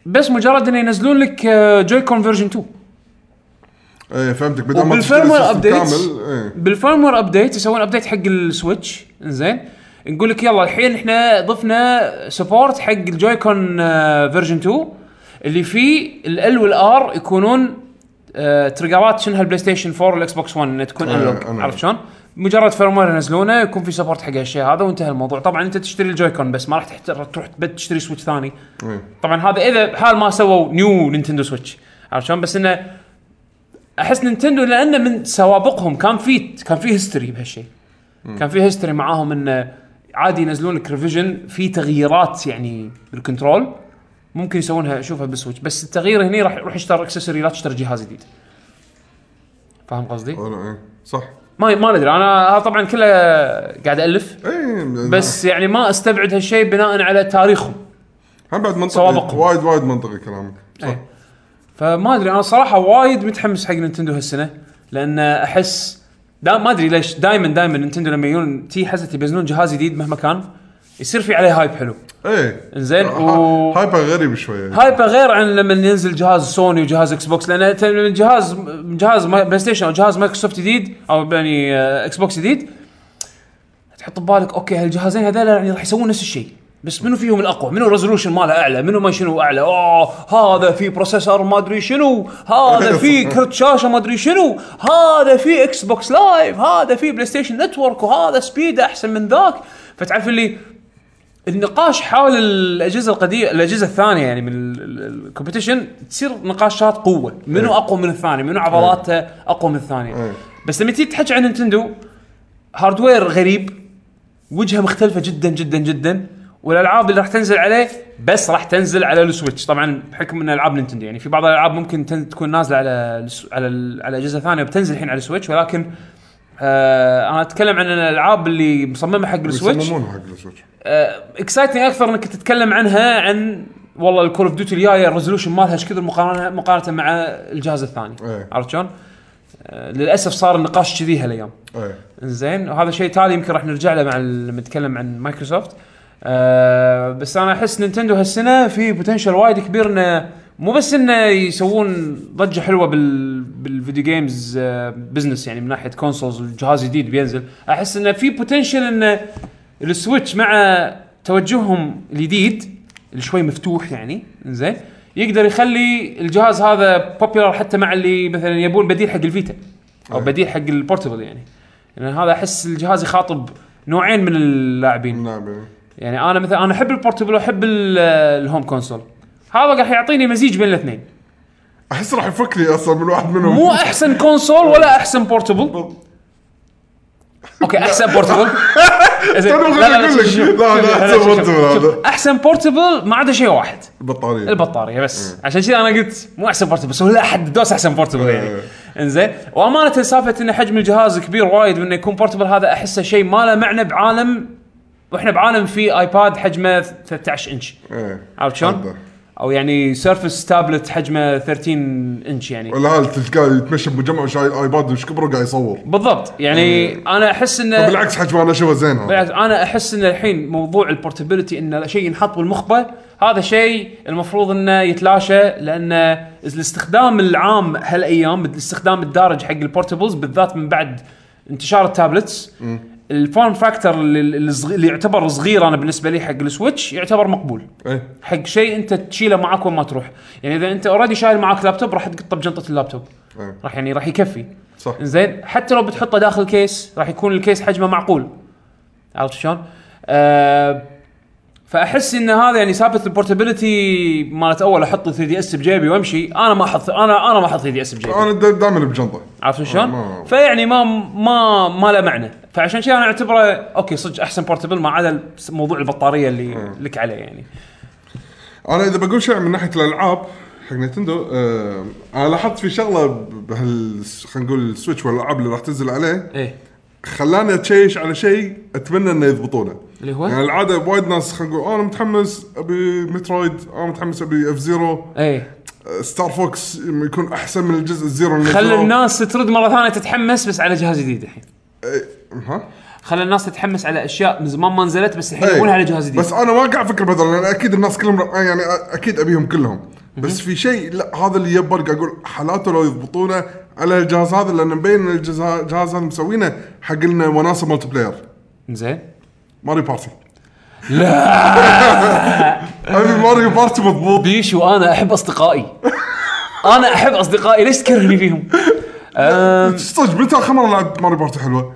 A: بس مجرد انه ينزلون لك آه، جوي كون فيرجن 2
B: ايه فهمتك بدل ما تشتري
A: وبالفيرموير
B: سيستم
A: ابديت
B: كامل ايه
A: إيه. بالفيرموير ابديت يسوون ابديت حق السويتش زين نقول لك يلا الحين احنا ضفنا سبورت حق الجويكون فيرجن 2 آه، اللي فيه ال والار يكونون آه، تريجرات شنها البلاي ستيشن 4 والاكس بوكس 1 انها تكون
B: آه،
A: انلوج
B: أنا-
A: عرفت شلون؟ مجرد فيرموير ينزلونه يكون في سبورت حق هالشيء هذا وانتهى الموضوع، طبعا انت تشتري الجويكون بس ما راح تحتر- تروح تبد- تشتري سويتش ثاني.
B: ايه
A: طبعا هذا اذا حال ما سووا نيو نينتندو سويتش عرفت شلون بس انه احس نينتندو لانه من سوابقهم كان في كان في هيستوري بهالشيء كان في هيستوري معاهم انه عادي ينزلون لك ريفيجن في تغييرات يعني بالكنترول ممكن يسوونها اشوفها بالسويتش بس التغيير هني راح روح اشتري اكسسوري لا تشتري جهاز جديد فاهم قصدي؟
B: أنا- ايه صح
A: ما ما ندري انا هذا طبعا كله قاعد الف
B: ايه
A: بس يعني ما استبعد هالشيء بناء على تاريخهم
B: هم بعد منطقي
A: سوابقهم.
B: وايد وايد منطقي كلامك صح
A: إيه. فما ادري انا صراحه وايد متحمس حق نينتندو هالسنه لان احس دا ما ادري ليش دائما دائما نينتندو لما يجون تي حزتي يبزنون جهاز جديد مهما كان يصير في عليه هايب حلو
B: ايه
A: إنزين، و-
B: هايبر غريب شويه
A: هايبه غير عن لما ينزل جهاز سوني وجهاز اكس بوكس لان أنت من جهاز من جهاز ما- بلاي ستيشن او جهاز مايكروسوفت جديد او يعني آه، اكس بوكس جديد تحط ببالك اوكي هالجهازين هذول يعني راح يسوون نفس الشيء بس منو فيهم الاقوى؟ منو الريزولوشن ماله اعلى؟ منو ما شنو اعلى؟ اوه هذا في بروسيسور ما ادري شنو، هذا في كرت شاشه ما ادري شنو، هذا في اكس بوكس لايف، هذا في بلاي ستيشن نتورك وهذا سبيد احسن من ذاك، فتعرف اللي النقاش حول الاجهزه القديمه الاجهزه الثانيه يعني من الكومبيتيشن تصير نقاشات قوه منو اقوى من الثاني منو عضلاته اقوى من الثاني
B: إيه.
A: بس لما تيجي تحكي عن نينتندو هاردوير غريب وجهه مختلفه جدا جدا جدا والالعاب اللي راح تنزل عليه بس راح تنزل على السويتش طبعا بحكم ان العاب نينتندو يعني في بعض الالعاب ممكن تن- تكون نازله على الس- على ال- على اجهزه ثانيه وبتنزل الحين على السويتش ولكن آه انا اتكلم عن الالعاب اللي مصممه حق السويتش
B: يصممونها حق السويتش
A: آه، اكسايتنج اكثر انك تتكلم عنها عن والله الكول اوف ديوتي الجايه الريزولوشن مالها ايش كثر مقارنه مقارنه مع الجهاز الثاني
B: إيه.
A: عرفت شلون؟ آه، للاسف صار النقاش كذي هالايام
B: ايه
A: زين وهذا شيء تالي يمكن راح نرجع له مع ال- لما نتكلم عن مايكروسوفت أه بس انا احس نينتندو هالسنه في بوتنشل وايد كبير انه مو بس انه يسوون ضجه حلوه بال بالفيديو جيمز آه، بزنس يعني من ناحيه كونسولز وجهاز جديد بينزل احس انه في بوتنشل انه السويتش مع توجههم الجديد اللي شوي مفتوح يعني زين يقدر يخلي الجهاز هذا بوبيلر حتى مع اللي مثلا يبون بديل حق الفيتا او بديل حق البورتبل يعني لان هذا احس الجهاز يخاطب نوعين من اللاعبين
B: نعم
A: يعني انا مثلا انا احب البورتبل واحب ال- الهوم كونسول هذا راح يعطيني مزيج بين الاثنين
B: احس راح يفك لي اصلا من واحد منهم
A: مو احسن كونسول ولا احسن بورتبل اوكي احسن بورتبل إيه، زين،
B: أنا بغيت طيب، أقول لك.
A: شوف- شوف-
B: لا، لا،
A: شوف-
B: أحسن
A: شوف-
B: بورتبل
A: شوف.
B: هذا.
A: احسن بورتبل ما عدا شيء واحد
B: البطاريه
A: البطاريه بس عشان كذا انا قلت مو احسن بورتبل بس هو لا احد دوس احسن بورتبل يعني
B: إيه.
A: انزين وامانه سالفه ان حجم الجهاز كبير وايد وانه يكون بورتبل هذا احسه شيء ما له معنى بعالم واحنا بعالم في ايباد حجمه 13 انش
B: ايه
A: عرفت شلون؟
B: هذا.
A: او يعني سيرفس تابلت حجمه 13 انش يعني
B: ولا هذا تلقاه يتمشى بمجمع وشايل ايباد وش كبره قاعد يصور
A: إيه. بالضبط يعني انا احس انه
B: بالعكس حجمه انا اشوفه زين هذا
A: بالعكس انا احس ان الحين موضوع البورتبيلتي انه شيء ينحط بالمخبه هذا شيء المفروض انه يتلاشى لان الاستخدام العام هالايام الاستخدام الدارج حق البورتبلز بالذات من بعد انتشار التابلتس الفون فاكتور اللي, اللي صغ- اللي يعتبر صغير انا بالنسبه لي حق السويتش يعتبر مقبول
B: ايه
A: حق شيء انت تشيله معاك وما تروح يعني اذا انت اوريدي شايل معاك لابتوب راح تقطه بجنطه اللابتوب
B: ايه
A: راح يعني راح يكفي
B: صح
A: زين حتى لو بتحطه داخل كيس راح يكون الكيس حجمه معقول عرفت شلون؟ أه فاحس ان هذا يعني سالفه البورتابيلتي مالت اول احط 3 دي اس بجيبي وامشي انا ما احط انا انا ما احط 3 دي اس بجيبي
B: انا دا- دائما بجنطه
A: عرفت شلون؟
B: ما-
A: فيعني ما ما ما له معنى فعشان كذا انا اعتبره اوكي صدق احسن بورتبل ما عدا موضوع البطاريه
B: إيه.
A: اللي لك عليه يعني
B: انا اذا بقول شيء من ناحيه الالعاب حق نتندو آه انا لاحظت في شغله ب- بهال خلينا نقول السويتش والالعاب اللي راح تنزل عليه
A: ايه
B: خلاني اتشيش على شيء اتمنى انه يضبطونه
A: اللي هو؟
B: يعني العاده وايد ناس خلينا نقول انا متحمس ابي مترويد انا متحمس ابي اف زيرو
A: ايه
B: ستار فوكس يكون احسن من الجزء الزيرو اللي
A: خلي
B: نزلوه.
A: الناس ترد مره ثانيه تتحمس بس على جهاز جديد الحين
B: إيه، ها
A: خلى الناس تتحمس على اشياء من زمان ما نزلت بس الحين
B: إيه.
A: يبونها على جهاز جديد
B: بس انا ما قاعد افكر بهذول لان اكيد الناس كلهم رأ- يعني أ- اكيد ابيهم كلهم بس في شيء لا هذا اللي يبر قاعد اقول حالاته لو يضبطونه على الجهاز هذا لان مبين ان الجهاز الجهاز هذا مسوينه حق لنا وناسه مالتي بلاير
A: زين
B: ماريو بارتي لا ابي ماريو بارتي مضبوط
A: بيش وانا احب اصدقائي انا احب اصدقائي ليش تكرهني فيهم؟ آه، أم،
B: صدق متى اخر مره لعبت ماريو بارتي حلوه؟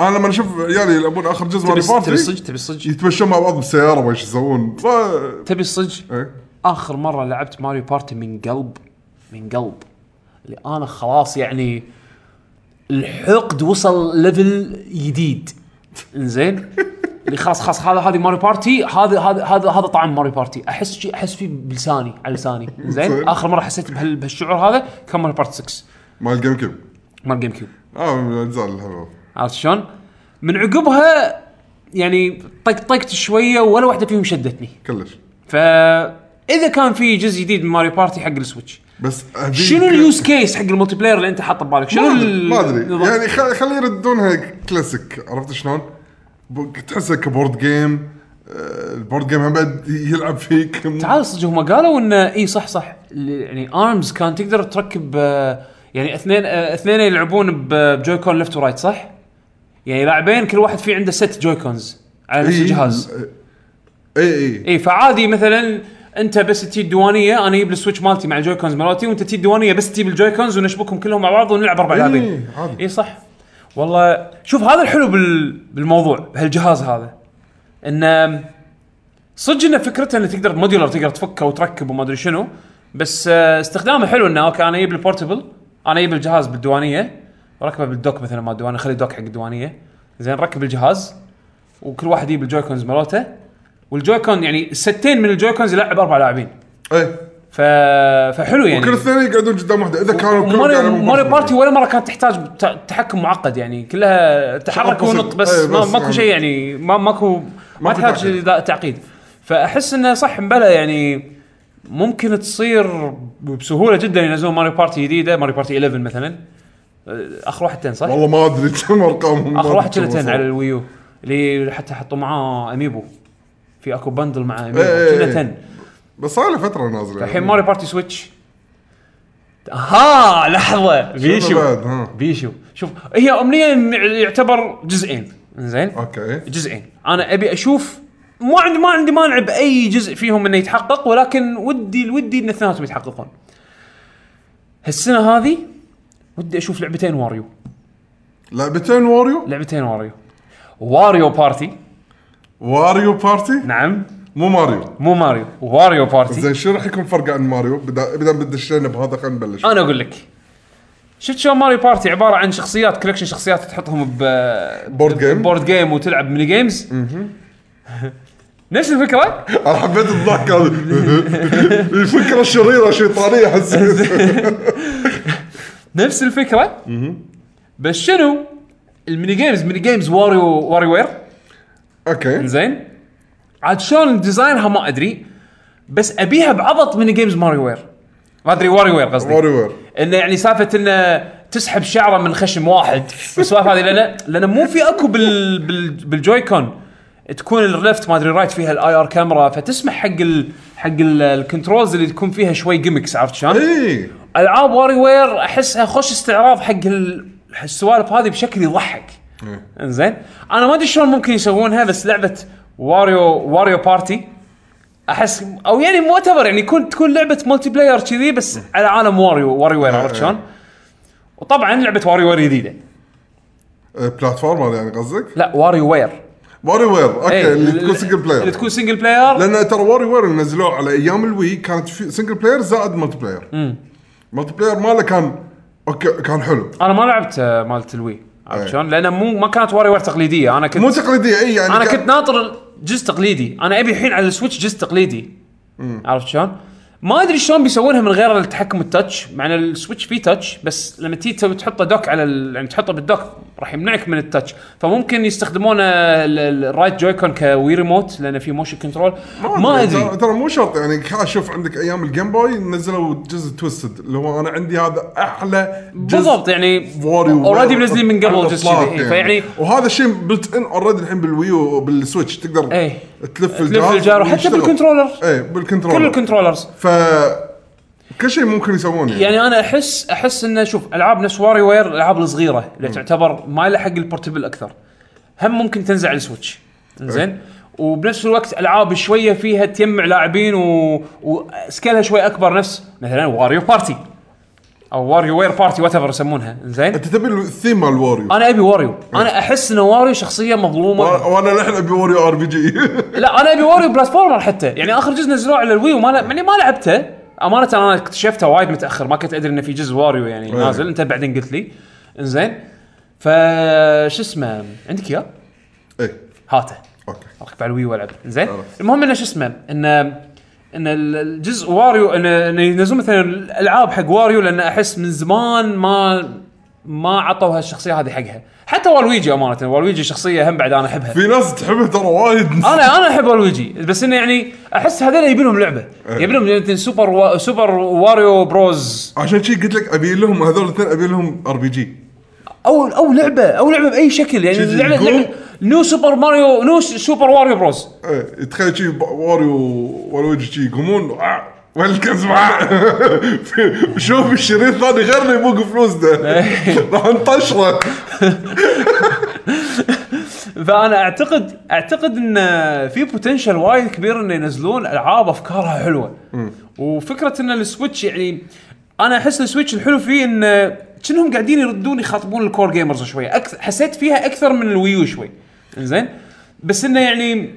B: انا لما اشوف عيالي يلعبون اخر جزء
A: تبي
B: ماريو
A: الصج- تبي
B: بارتي
A: الصج تبي الصج
B: يتمشون مع بعض بالسياره ما إيش يسوون ما-
A: تبي الصج
B: إيه.
A: اخر مره لعبت ماريو بارتي من قلب من قلب اللي انا خلاص يعني الحقد وصل ليفل جديد انزين اللي خلاص خلاص هذا هذه ماريو بارتي هذا هذا هذا هذا طعم ماريو بارتي احس شي- احس فيه بلساني على لساني زين
B: زين.
A: اخر مره حسيت بهال- بهالشعور هذا كان ماريو بارتي 6
B: مال جيم كيوب
A: مال جيم كيوب
B: اه من الاجزاء الحلوه
A: عرفت شلون؟ من عقبها يعني طقطقت شويه ولا واحده فيهم شدتني
B: كلش
A: فاذا كان في جزء جديد من ماريو بارتي حق السويتش
B: بس أبيك-
A: شنو اليوز كيس حق الملتي بلاير اللي انت حاطه ببالك؟ شنو
B: ما أدري- ما ادري
A: النظام؟
B: يعني خل- خليه يردونها كلاسيك عرفت شلون؟ ب- تحسه كبورد جيم آه، البورد جيم هم بعد يلعب فيك
A: تعال صدق هم قالوا انه اي صح صح ال- يعني ارمز كان تقدر تركب آه، يعني اثنين آه، اثنين يلعبون ب- بجويكون ليفت ورايت صح؟ يعني لاعبين كل واحد فيه عنده ست جويكونز على نفس
B: إي،
A: الجهاز
B: اي اي
A: اي إيه، فعادي مثلا انت بس تجي الديوانيه انا اجيب السويتش مالتي مع الجويكونز مالتي وانت تجي الديوانيه بس تجيب الجويكونز ونشبكهم كلهم مع بعض ونلعب اربع لاعبين
B: عادي.
A: اي صح والله شوف هذا الحلو بال... بالموضوع بهالجهاز هذا انه صدق انه فكرته انه تقدر موديولر تقدر تفكه وتركب وما ادري شنو بس آه، استخدامه حلو انه اوكي انا اجيب البورتبل انا اجيب الجهاز بالديوانيه وركبه بالدوك مثلا ما الديوانيه خلي الدوك حق الديوانيه زين ركب الجهاز وكل واحد يجيب الجويكونز مالته والجويكون يعني ستين من الجويكونز يلعب اربع لاعبين
B: اي
A: ف... فحلو يعني
B: كل الاثنين إيه. يقعدون قدام واحده اذا كانوا كلهم
A: ماريو
B: قاعدين
A: ماريو
B: بمفرد.
A: بارتي ولا مره كانت تحتاج ت- تحكم معقد يعني كلها تحرك
B: بسيط.
A: ونط بس,
B: إيه،
A: ما
B: بس
A: ماكو
B: يعني-
A: شيء يعني ما ماكو ما
B: ماكو
A: تحتاج
B: تعقيد.
A: إذا- تعقيد فاحس انه صح مبلا يعني ممكن تصير بسهوله جدا ينزلون ماريو بارتي جديده ماريو بارتي 11 مثلا أه، اخر واحدتين صح؟
B: والله ما ادري كم ارقامهم ما
A: اخر
B: أدري
A: واحد
B: كم
A: شلتين
B: وصل.
A: على الويو اللي حتى حطوا معاه اميبو في اكو بندل مع اميبو
B: إيه، إيه، إيه.
A: شلتين
B: بس صار له فتره نازله
A: الحين ماري بارتي سويتش ها لحظه بيشو
B: بعد، ها.
A: بيشو شوف هي امنيه يعتبر جزئين زين
B: اوكي
A: جزئين انا ابي اشوف ما عندي ما عندي مانع باي جزء فيهم انه يتحقق ولكن ودي ودي ان اثنيناتهم يتحققون هالسنه هذه ودي اشوف لعبتين واريو
B: لعبتين واريو
A: لعبتين واريو واريو بارتي
B: واريو بارتي
A: نعم
B: مو ماريو
A: مو ماريو واريو بارتي
B: زين شو راح يكون فرق عن ماريو بدا بدا بدشينا بهذا خلينا نبلش
A: انا اقول لك شفت شلون ماريو بارتي عباره عن شخصيات كولكشن شخصيات تحطهم ب
B: بورد جيم.
A: بورد جيم وتلعب ميني جيمز نفس الفكره
B: انا حبيت الضحك هذا الفكره الشريره شيطانيه احس
A: نفس الفكره بس شنو الميني جيمز ميني جيمز واريو واري وير
B: اوكي
A: زين عاد شلون ديزاينها ما ادري بس ابيها بعبط ميني جيمز ماريو وير ما ادري واري وير قصدي
B: واريو وير
A: انه يعني سالفه انه تسحب شعره من خشم واحد والسوالف هذه لان لان مو في اكو بال بال بالجويكون تكون الليفت ما ادري رايت فيها الاي ار كاميرا فتسمح حق ال حق ال- الكنترولز اللي تكون فيها شوي جيمكس عرفت شلون؟
B: اي
A: العاب واري وير احسها خوش استعراض حق ال- السوالف هذه بشكل يضحك
B: إيه.
A: انزين انا ما ادري شلون ممكن يسوونها بس لعبه واريو واريو بارتي احس او يعني معتبر يعني يكون تكون لعبه ملتي بلاير كذي بس على عالم واريو واري وير عرفت شلون؟ وطبعا لعبه واري وير جديده
B: بلاتفورمر يعني قصدك
A: لا واري وير
B: واريو وير اوكي إيه، اللي تكون سنجل
A: إيه، اللي
B: بلاير
A: تكون سنجل بلاير
B: لان ترى واري وير اللي نزلوه على ايام الوي كانت في سنجل بلاير زائد ملتي بلاير ملتي بلاير ماله كان اوكي كان حلو
A: انا ما لعبت آه، مالت الوي عرفت
B: إيه.
A: شلون؟ لانه مو ما كانت واري وير تقليديه انا كنت
B: مو تقليديه اي يعني
A: انا
B: كان-
A: كنت ناطر جزء تقليدي انا ابي الحين على السويتش جزء تقليدي عرفت شلون ما ادري شلون بيسوونها من غير التحكم التاتش مع ان السويتش فيه تاتش بس لما تيجي تسوي تحطه دوك على ال... يعني تحطه بالدوك راح يمنعك من التاتش فممكن يستخدمون ال- ال- الرايت جويكون كوي ريموت لانه في موشن كنترول ما ادري
B: ترى- ترى مو شرط يعني خلاص شوف عندك ايام الجيم بوي نزلوا جزء توستد اللي هو انا عندي هذا احلى جزء
A: بالضبط يعني
B: واري
A: اوريدي منزلين من قبل جزء كذي إيه، فيعني
B: يعني. وهذا الشيء بلت ان اوريدي الحين بالويو وبالسويتش تقدر
A: إيه.
B: تلف
A: تلف الجار وحتى
B: ويشتغل.
A: بالكنترولر
B: ايه بالكنترولر
A: كل الكنترولرز
B: ف كل شيء ممكن يسوونه
A: يعني انا احس احس انه شوف العاب نفس واري وير الالعاب الصغيره اللي تعتبر مايله حق البورتبل اكثر هم ممكن تنزع على السويتش زين وبنفس الوقت العاب شويه فيها تجمع لاعبين و... وسكيلها شوي اكبر نفس مثلا واريو بارتي او واريو وير بارتي وات يسمونها زين
B: انت تبي الثيم مال واريو
A: انا ابي واريو انا احس ان واريو شخصيه مظلومه
B: و- وانا لحن ابي واريو ار بي جي
A: لا انا ابي واريو بلاتفورمر حتى يعني اخر جزء نزلوه على الوي وما يعني ما لعبته امانه انا اكتشفته وايد متاخر ما كنت ادري انه في جزء واريو يعني نازل انت بعدين قلت لي انزين ف شو اسمه عندك اياه؟
B: ايه
A: هاته
B: اوكي
A: اركب على الوي والعب زين
B: عرفت.
A: المهم انه شو اسمه انه ان ال- الجزء واريو انه إنه ينزلون مثلا الالعاب حق واريو لان احس من زمان ما ما عطوا هالشخصيه هذه حقها حتى والويجي امانه والويجي شخصيه هم بعد انا احبها
B: في ناس تحبه ترى وايد
A: انا انا احب الويجي بس انه يعني احس هذول يبي لهم لعبه يبي لهم يمكن سوبر وا... سوبر واريو بروز
B: عشان شي قلت لك ابي لهم هذول الاثنين ابي لهم ار بي جي
A: او او لعبه او لعبه باي شكل يعني
B: جي جي
A: اللعبه
B: جو.
A: لعبة نو سوبر ماريو نو س- سوبر واريو بروز
B: إيه، تخيل شي ب- واريو والويجي شي يقومون آه، ويلكمز معاه شوف الشريط الثاني غيرنا يبوق فلوس ده راح نطشره
A: فانا اعتقد اعتقد ان في بوتنشل وايد كبير انه ينزلون العاب افكارها حلوه وفكره ان السويتش يعني انا احس السويتش الحلو فيه ان كأنهم قاعدين يردون يخاطبون الكور جيمرز شويه أكثر حسيت فيها اكثر من الويو شوي زين بس انه يعني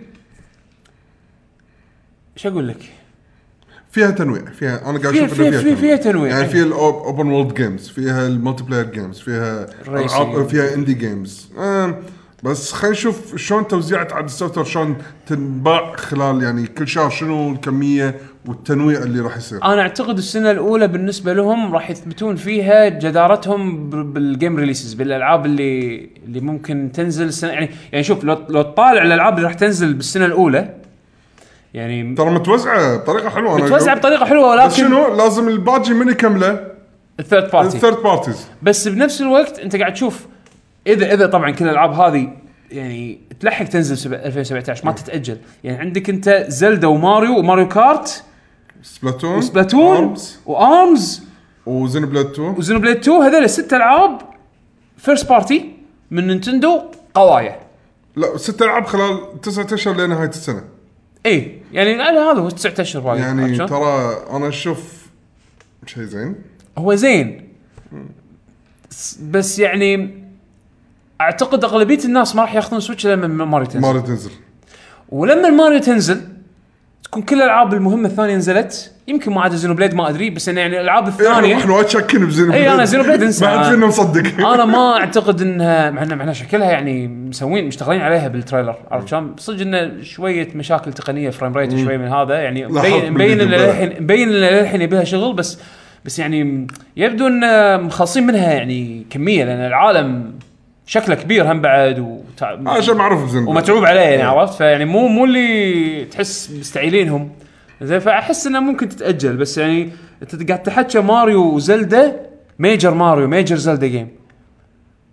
A: شو اقول لك؟
B: فيها تنويع فيها انا قاعد
A: فيها-
B: اشوف إنه
A: فيها- فيها- فيها تنويع. إيه.
B: يعني فيها الاوبن وورلد جيمز فيها الملتي بلاير جيمز فيها ألعاب- فيها اندي جيمز آم، بس خلينا نشوف شلون توزيعة عاد السوفتوير شلون تنباع خلال يعني كل شهر شنو الكميه والتنويع اللي راح يصير
A: انا اعتقد السنه الاولى بالنسبه لهم راح يثبتون فيها جدارتهم ب- بالجيم ريليسز بالالعاب اللي اللي ممكن تنزل السنه يعني يعني شوف لو لو تطالع الالعاب اللي راح تنزل بالسنه الاولى يعني
B: ترى متوزعه بطريقه حلوه انا
A: متوزعه بطريقه حلوه
B: بس
A: ولكن
B: شنو لازم الباجي من يكمله
A: الثيرد بارتي
B: الثيرد بارتيز
A: بس بنفس الوقت انت قاعد تشوف اذا اذا طبعا كل الالعاب هذه يعني تلحق تنزل سب- 2017
B: نعم.
A: ما تتاجل يعني عندك انت زلدا وماريو وماريو كارت
B: سبلاتون
A: وسبلاتون وارمز
B: وزين بلاد 2
A: وزينو بليد 2 هذول ست العاب فيرست بارتي من نينتندو قوايا
B: لا ست العاب خلال تسعة اشهر لنهايه السنه
A: اي يعني على هذا هو تسعة اشهر باقي
B: يعني
A: عرفت شلون؟
B: ترى انا اشوف شيء زين
A: هو زين س- بس يعني اعتقد اغلبيه الناس ما راح ياخذون سويتش الا لما ماريو تنزل
B: ما راح تنزل
A: ولما الماريو تنزل تكون كل الالعاب المهمه الثانيه نزلت يمكن ما عدا زينو بليد ما ادري بس إنه يعني الالعاب
B: يعني
A: الثانيه
B: احنا وايد شاكين بزينو
A: إي، أنا زينو بليد انسى.
B: ما حد فينا مصدق
A: انا ما اعتقد انها مع انه مع إنه شكلها يعني مسوين مشتغلين عليها بالتريلر عرفت شلون؟ صدق انه شويه مشاكل تقنيه فريم ريت شويه من هذا يعني مبين مبين إن
B: بالفيديو بقى.
A: للحين مبين إن للحين يبيها شغل بس بس يعني يبدو ان مخلصين منها يعني كميه لان العالم شكله كبير هم بعد وتع...
B: آه، شيء معروف بزينو بليد.
A: ومتعوب عليه يعني عرفت فيعني مو مو اللي تحس مستعيلينهم زين فاحس انه ممكن تتاجل بس يعني انت قاعد تحكي ماريو وزلدا ميجر ماريو ميجر زلدا جيم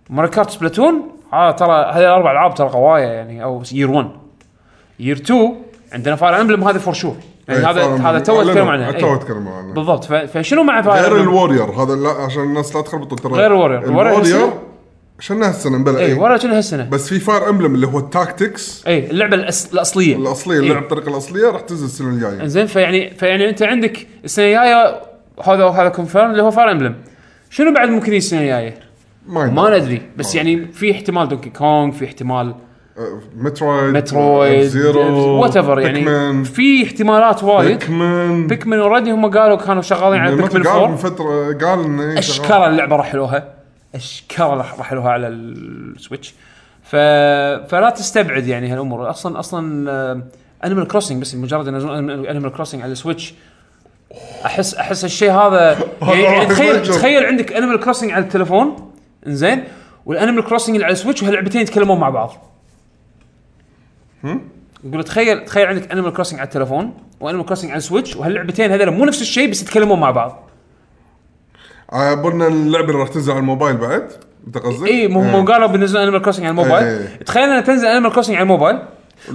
A: ماريو كارت سبلاتون اه ترى هذه الاربع العاب ترى قوايا يعني او يير 1 يير 2 عندنا فاير امبلم هذا فور شور يعني
B: إي،
A: هذا
B: فعلاً.
A: هذا تو
B: إيه، أعلنوا.
A: تكلموا عنها
B: تو
A: إي.
B: تكلموا عنه
A: بالضبط ف- فشنو مع
B: غير
A: فاير امبلم؟
B: الوارير هذا لا عشان الناس لا تخربط ترى
A: غير الوارير. الوارير
B: الوارير
A: هالسنة؟
B: شلناها السنه مبلا
A: اي
B: اي
A: ولا كنا هالسنه
B: بس في فاير امبلم اللي هو التاكتكس
A: اي اللعبه الأس... الاصليه
B: الاصليه
A: إي.
B: اللعب الطريقه الاصليه راح تنزل السنه الجايه
A: زين فيعني فيعني انت عندك السنه الجايه هذا هذا كونفيرم اللي هو فاير امبلم شنو بعد ممكن يجي السنه الجايه؟ ما ندري بس يعني في احتمال دونكي كونغ في احتال
B: أه، مترويد
A: مترويد
B: زيرو
A: وات ايفر يعني
B: بيكمان
A: في احتمالات وايد
B: بيكمان
A: بيكمان اوريدي هم قالوا كانوا شغالين على
B: يعني
A: بيكمان
B: مثل قال من
A: 4
B: فتره قال انه إيه، شغال.
A: اشكال اللعبه رحلوها اشكال رحلوها على السويتش ف... فلا تستبعد يعني هالامور اصلا اصلا انيمال كروسنج آه، بس مجرد ان انيمال كروسنج على السويتش احس احس الشيء هذا يعني,
B: راح
A: يعني تخيل
B: يفجر.
A: تخيل عندك انيمال كروسنج على التليفون انزين والانيمال كروسنج اللي على السويتش وهاللعبتين يتكلمون مع بعض يقول تخيل تخيل عندك انيمال كروسنج على التليفون وانيمال كروسنج على السويتش وهاللعبتين هذول مو نفس الشيء بس يتكلمون مع بعض
B: على بالنا اللعبه اللي راح تنزل على الموبايل بعد انت قصدك؟
A: اي إيه، مو هم قالوا بينزلون انيمال كروسنج على الموبايل
B: إيه.
A: تخيل انها تنزل انيمال كروسنج على الموبايل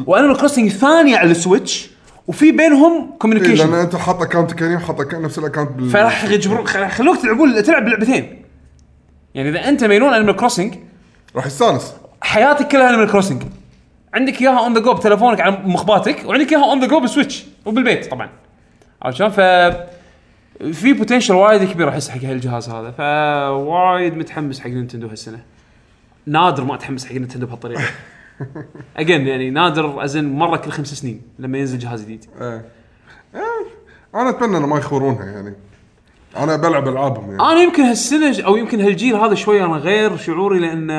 A: وانيمال كروسنج الثانيه على السويتش وفي بينهم
B: إيه، لان
A: كوميونيكيشن
B: انت حاط اكونت كريم حاط account- نفس الاكونت بال
A: فراح يجبرون خلوك تلعبون تلعب لعبتين يعني اذا انت مجنون انيمال كروسنج
B: راح يستانس
A: حياتك كلها انيمال كروسنج عندك اياها اون ذا جو بتلفونك على مخباتك وعندك اياها اون ذا جو بالسويتش وبالبيت طبعا عرفت شلون؟ ف في بوتنشل وايد كبير احس حق هالجهاز هذا فوايد متحمس حق نينتندو هالسنه نادر ما اتحمس حق نينتندو بهالطريقه اجين يعني نادر ازن مره كل خمس سنين لما ينزل جهاز جديد
B: إيه. إيه، انا اتمنى انه ما يخورونها يعني انا بلعب العابهم يعني
A: انا يمكن هالسنه ج- او يمكن هالجيل هذا شوي انا غير شعوري لان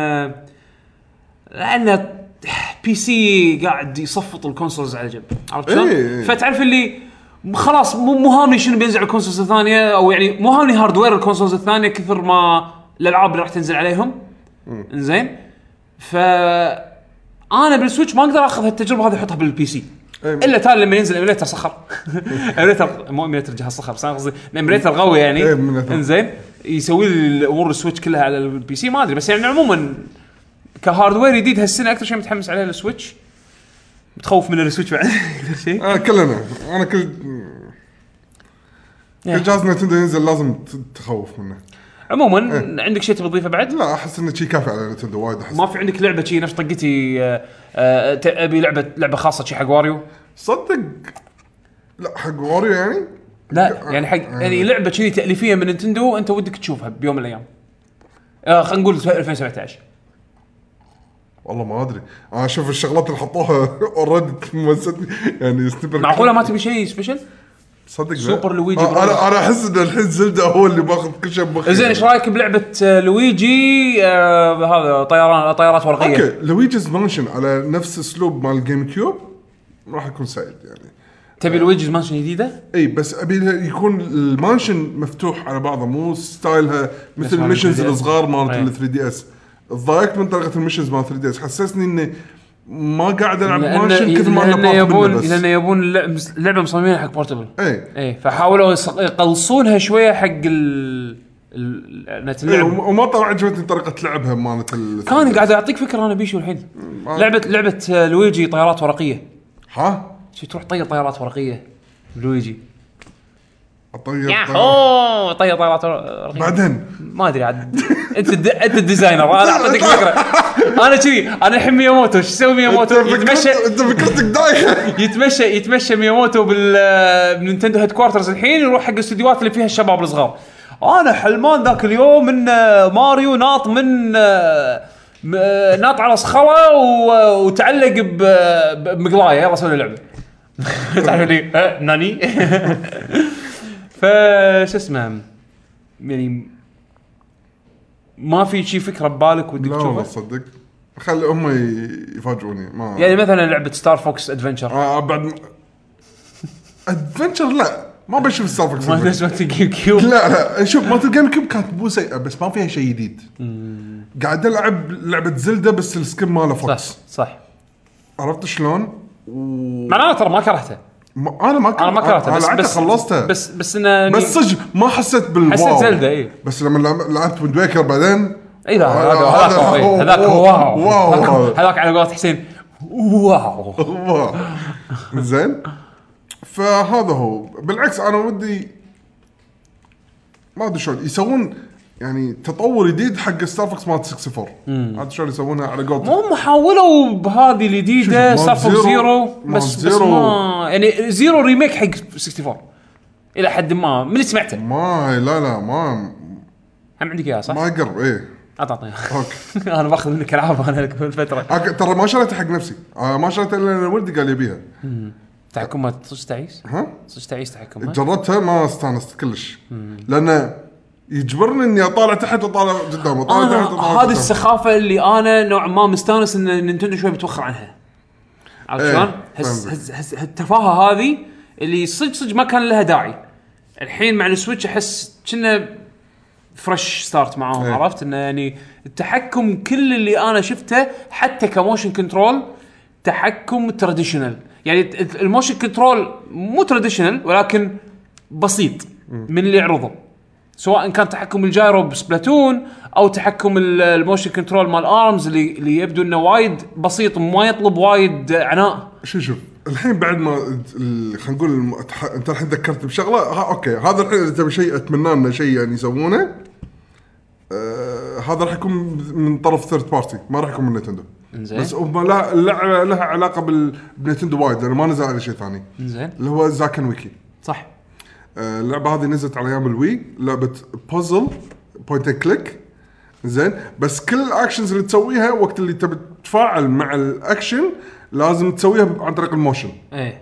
A: لان بي سي قاعد يصفط الكونسولز على جنب عرفت شلون؟
B: إيه، إيه.
A: فتعرف اللي م- خلاص مو مو هامني شنو بينزل على الكونسولز الثانيه او يعني مو هامني هاردوير الكونسولز الثانيه كثر ما الالعاب اللي راح تنزل عليهم زين ف انا بالسويتش ما اقدر اخذ هالتجربه هذه احطها بالبي سي
B: أي.
A: الا تالي لما ينزل ايميليتر صخر ايميليتر مو ايميليتر جهاز صخر بس انا قصدي ايميليتر قوي يعني
B: إيه، emulator.
A: انزين يسوي لي الامور السويتش كلها على البي سي ما ادري بس يعني عموما كهاردوير جديد هالسنه اكثر شيء متحمس عليه السويتش متخوف من السويتش بعد اكثر شيء
B: آه كلنا انا كل
A: إيه.
B: كل جهاز نتندو ينزل لازم ت- تخوف منه
A: عموما عندك شيء تبي تضيفه بعد؟
B: لا احس انه شي كافي على نتندو وايد احس
A: ما في عندك لعبه شي نفس طقتي آه، آه، ت- ابي لعبه لعبه خاصه شي حق واريو
B: صدق لا حق واريو يعني
A: لا يعني حق يعني لعبه كذي تاليفيه من نينتندو انت ودك تشوفها بيوم من الايام آه خلينا نقول 2017
B: والله ما ادري انا اشوف الشغلات اللي حطوها اوريدي ممسدني يعني سنيبر
A: معقوله ما تبي شيء سبيشل؟
B: صدق لا.
A: سوبر لويجي
B: آه،
A: برادر.
B: انا انا احس ان الحين زلدا هو اللي باخذ كل شيء بمخي
A: زين ايش رايك بلعبه آه، لويجي آه هذا طيران طيارات ورقيه
B: اوكي لويجيز مانشن على نفس اسلوب مال جيم كيوب راح اكون سعيد يعني
A: تبي لويجيز مانشن جديده؟
B: اي بس ابي لها يكون المانشن مفتوح على بعضه مو ستايلها مثل
A: مال
B: الميشنز
A: 3DS.
B: الصغار مالت
A: أي.
B: ال 3 دي اس تضايقت من طريقه الميشنز مال 3 دي اس حسسني اني ما قاعد العب مانشن كثر نعم، ما انا
A: لأن
B: باخذ منه
A: يبون
B: بس
A: لان يبون اللعبة- لعبه مصممينها حق بورتبل
B: اي
A: ايه فحاولوا يص- يقلصونها شويه حق ال ال- نت
B: إي،
A: اللعب
B: إيه، وما وما طبعا عجبتني طريقه لعبها مالت ال
A: كان قاعد اعطيك فكره انا بيشو الحين
B: آه.
A: لعبه لعبه آه، لويجي طيارات ورقيه
B: ها
A: شي تروح طير طيارات ورقيه لويجي
B: الطريقه الطريقة.
A: ياهو طير طيارات ورقيه
B: بعدين
A: ما ادري عاد انت الد... انت الديزاينر انا اعطيتك فكره انا كذي انا الحين مياموتو شو يسوي
B: انت
A: مياموتو يتمشى
B: فكرت- انت فكرتك دايخه
A: يتمشى يتمشى مياموتو بال بالنينتندو هيد كوارترز الحين يروح حق الاستديوهات اللي فيها الشباب الصغار انا حلمان ذاك اليوم ان آه، ماريو ناط من آه، م- آه، ناط على صخره و- وتعلق ب- بمقلايه يلا سوي لعبه تعرف لي آه، ناني فش اسمه يعني ما في شي فكره ببالك ودك
B: لا والله
A: تشوفها
B: صدق خلي هم ي- يفاجئوني ما
A: يعني مثلا لعبه ستار فوكس ادفنشر
B: آه بعد ادفنشر لا ما بشوف السالفه
A: ما
B: كثير.
A: نسمه جيم كيوب
B: لا لا شوف مالت الجيم كيوب كانت مو سيئه بس ما فيها شيء جديد قاعد العب لعبه زلدة بس السكن ماله
A: صح
B: فوكس
A: صح
B: عرفت شلون؟ و...
A: مع إن انا ترى ما كرهته
B: ما انا ما كنت
A: انا ما كرهته بس
B: لعبتها
A: بس
B: خلصتها بس
A: بس بس انه
B: بس صدق ما حسيت بالواو
A: حسيت زلدة، إيه.
B: بس لما لعب- لعبت ويند ويكر بعدين
A: اي إيه، لا هذا
B: هذا-
A: هذاك
B: هذا
A: هو إيه،
B: هو-
A: هذاك هو واو
B: واو
A: هذاك-
B: هذا.
A: هذاك على قولة حسين واو
B: الله. زين فهذا هو بالعكس انا ودي ما ادري شلون يسوون يعني تطور جديد حق ستار فوكس مالت 64 عاد شلون يسوونها على قولتك
A: هم حاولوا بهذه الجديده
B: شوف، مال
A: صفوا
B: زيرو-
A: زيرو
B: مال
A: بس بس
B: زيرو.
A: ما يعني زيرو ريميك حق 64 الى حد ما من اللي سمعته هم
B: ما لا لا ما
A: عندك اياها صح؟
B: ما يقرب ايه
A: اعطيني إياها.
B: اوكي
A: انا باخذ منك العاب انا قبل فتره
B: أك- ترى ما شريتها حق نفسي آه، ما شريتها الا لأن ولدي قال يبيها
A: تحكمها صدق تعيس؟
B: ها
A: صدق تعيس تحكمها؟
B: جربتها ما استانست كلش لان يجبرني اني اطالع تحت واطالع قدام اطالع
A: انا
B: تحت واطالع
A: آه، هذه
B: قدام.
A: السخافه اللي انا نوعا ما مستانس ان نينتندو شوي بتوخر عنها عرفت
B: إيه،
A: شلون؟ هس-
B: فهمت.
A: هس- هس- هالتفاهه هذه اللي صدق صدق ما كان لها داعي الحين مع السويتش احس كنا فرش ستارت معاهم
B: إيه.
A: عرفت انه يعني التحكم كل اللي انا شفته حتى كموشن كنترول تحكم تراديشنال يعني ت- ت- الموشن كنترول مو تراديشنال ولكن بسيط من اللي يعرضه سواء كان تحكم الجايرو بسبلاتون او تحكم ال- الموشن كنترول مال ارمز اللي اللي يبدو انه وايد بسيط وما يطلب وايد عناء
B: شو شوف الحين بعد ما ال- خلينا نقول الم- اتح- انت الحين ذكرت بشغله ها اوكي هذا الحين اذا تبي شيء اتمنى انه شيء يعني يسوونه آه هذا راح يكون من طرف ثيرد بارتي ما راح يكون من نتندو
A: إنزين.
B: بس هم لا لا- لها علاقه بال- بنتندو وايد لانه ما نزل على شيء ثاني
A: زين
B: اللي هو زاكن ويكي
A: صح
B: آه، اللعبه هذه نزلت على ايام الوي لعبه بازل بوينت اند كليك زين بس كل الاكشنز اللي تسويها وقت اللي تبي تتفاعل مع الاكشن لازم تسويها عن طريق الموشن
A: ايه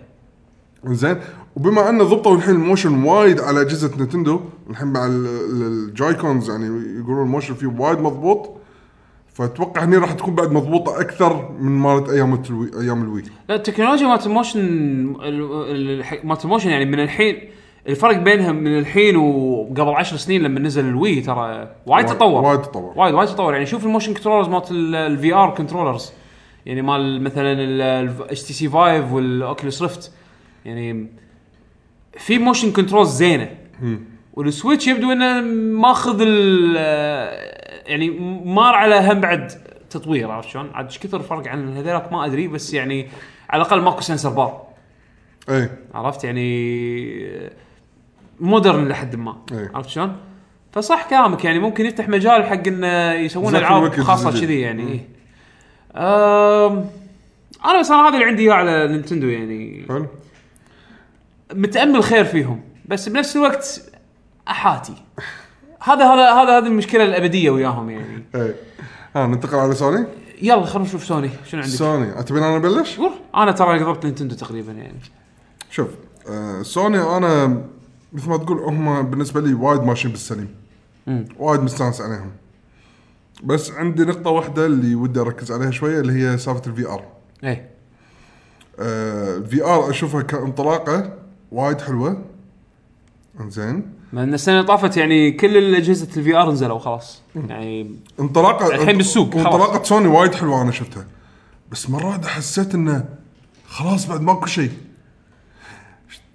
B: زين وبما انه ضبطوا الحين الموشن وايد على اجهزه نتندو الحين مع ال- ال- الجايكونز يعني يقولون الموشن فيه وايد مضبوط فاتوقع هني راح تكون بعد مضبوطه اكثر من مالت ايام التلوي ايام الوي
A: لا التكنولوجيا مالت الموشن ال- ال- الح- مالت الموشن يعني من الحين الفرق بينهم من الحين وقبل عشر سنين لما نزل الوي ترى وايد تطور
B: وايد تطور.
A: وايد وايد تطور يعني شوف الموشن كنترولرز مالت الفي ار كنترولرز يعني مال مثلا الاتش تي سي فايف والاوكيوليس ريفت يعني في موشن كنترول زينه والسويتش يبدو انه ماخذ ال يعني مار على هم بعد تطوير عرفت شلون؟ عاد ايش كثر فرق عن هذيلاك ما ادري بس يعني على الاقل ماكو سنسر بار
B: اي
A: عرفت يعني مودرن لحد ما
B: إيه.
A: عرفت شلون؟ فصح كلامك يعني ممكن يفتح مجال حق انه يسوون
B: يزكي
A: العاب
B: الوقت
A: خاصه
B: الجديد.
A: كذي يعني إيه. أم، انا بس انا هذا اللي عندي اياه على نينتندو يعني
B: حلو
A: متامل خير فيهم بس بنفس الوقت احاتي هذا هذا هذا هذه المشكله الابديه وياهم يعني
B: اي إيه. ها ننتقل على سوني
A: يلا خلينا نشوف سوني شنو عندك
B: سوني تبين انا ابلش؟
A: روح. انا ترى ضربت نينتندو تقريبا يعني
B: شوف آه سوني انا مثل ما تقول هم بالنسبه لي وايد ماشيين بالسليم
A: مم.
B: وايد مستانس عليهم بس عندي نقطه واحده اللي ودي اركز عليها شويه اللي هي سالفه الفي ار
A: ايه
B: الفي ار اشوفها كانطلاقه وايد حلوه انزين
A: لان السنه اللي طافت يعني كل الاجهزه الفي ار نزلوا خلاص يعني
B: انطلاقه
A: الحين بالسوق، خلاص.
B: انطلاقه سوني وايد حلوه انا شفتها بس مره واحده حسيت انه خلاص بعد ماكو شيء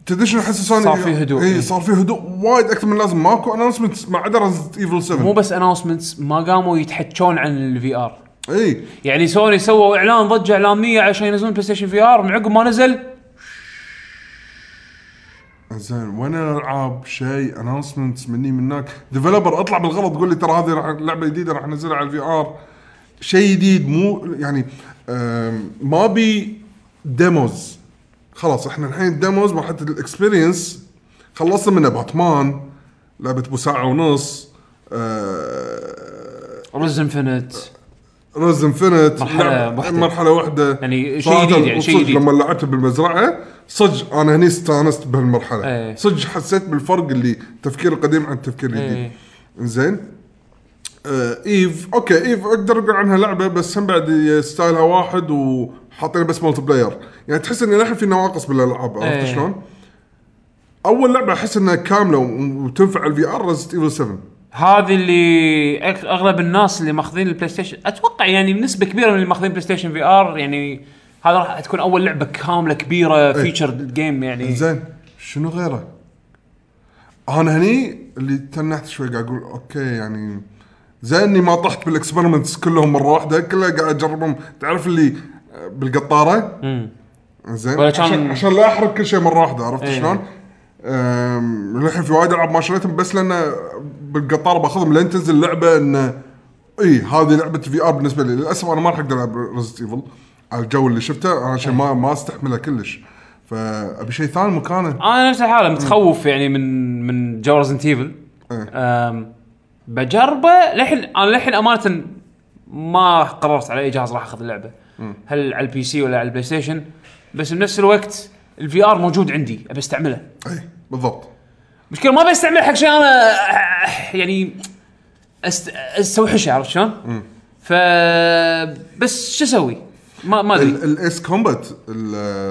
B: تدري شنو احس سوني
A: صار في هدوء، إيه.
B: اي صار في هدوء وايد اكثر من لازم ماكو اناونسمنت ما عدا ايفل 7
A: مو بس اناونسمنتس ما قاموا يتحكون عن الفي ار
B: اي
A: يعني سوني سووا اعلان ضجه اعلاميه عشان ينزلون بلاي ستيشن في ار من عقب ما نزل
B: زين وين الالعاب شيء اناونسمنت مني من هناك ديفلوبر اطلع بالغلط تقول لي ترى هذه راح- لعبه جديده راح ننزلها على الفي ار شيء جديد مو يعني أم، ما بي ديموز خلاص احنا الحين الديموز مرحله الاكسبيرينس خلصنا منه باتمان لعبه ابو ساعه ونص آه،
A: رز انفنت
B: رز انفنت نعم،
A: مرحلة واحدة.
B: مرحله واحده
A: يعني شيء
B: صراحة
A: جديد يعني، شيء
B: وصدق
A: جديد.
B: لما لعبت بالمزرعه صدق انا هني استانست بهالمرحله
A: ايه.
B: صدق حسيت بالفرق اللي التفكير القديم عن التفكير الجديد
A: ايه.
B: زين آه ايف اوكي ايف اقدر اقول عنها لعبه بس هم بعد ستايلها واحد وحاطين بس مولتي بلاير يعني تحس ان للحين في نواقص بالالعاب عرفت
A: ايه.
B: شلون؟ اول لعبه احس انها كامله وتنفع الفي ار ريزنت ايفل 7
A: هذه اللي أك- اغلب الناس اللي ماخذين البلاي ستيشن اتوقع يعني بنسبه كبيره من اللي ماخذين بلاي ستيشن في ار يعني هذا راح تكون اول لعبه كامله كبيره فيتشر جيم يعني
B: زين شنو غيره؟ انا هني اللي تنحت شوي قاعد اقول اوكي يعني زي اني ما طحت بالاكسبيرمنتس كلهم مره واحده كلها قاعد اجربهم تعرف اللي آه، بالقطاره
A: مم.
B: زين
A: ولا كان-
B: عشان, عشان لا احرق كل شيء مره واحده عرفت
A: إيه.
B: شلون؟ أم، للحين في وايد العاب ما شريتهم بس لان بالقطار باخذهم لين تنزل لعبه انه اي هذه لعبه في ار بالنسبه لي للاسف انا ما راح اقدر العب ريزنت ايفل على الجو اللي شفته انا شيء ما ما استحمله كلش فابي شيء ثاني مكانه
A: انا نفس الحاله متخوف يعني من من جو ريزنت ايفل
B: إيه.
A: بجربه للحين انا للحين امانه ما قررت على اي جهاز راح اخذ اللعبه هل على البي سي ولا على البلاي ستيشن بس بنفس الوقت الفي ار موجود عندي ابي استعمله
B: اي بالضبط
A: مشكلة ما بستعمل حق شيء انا يعني أست... استوحشه عرفت شلون؟ ف بس شو اسوي؟ ما ما ادري
B: الاس كومبات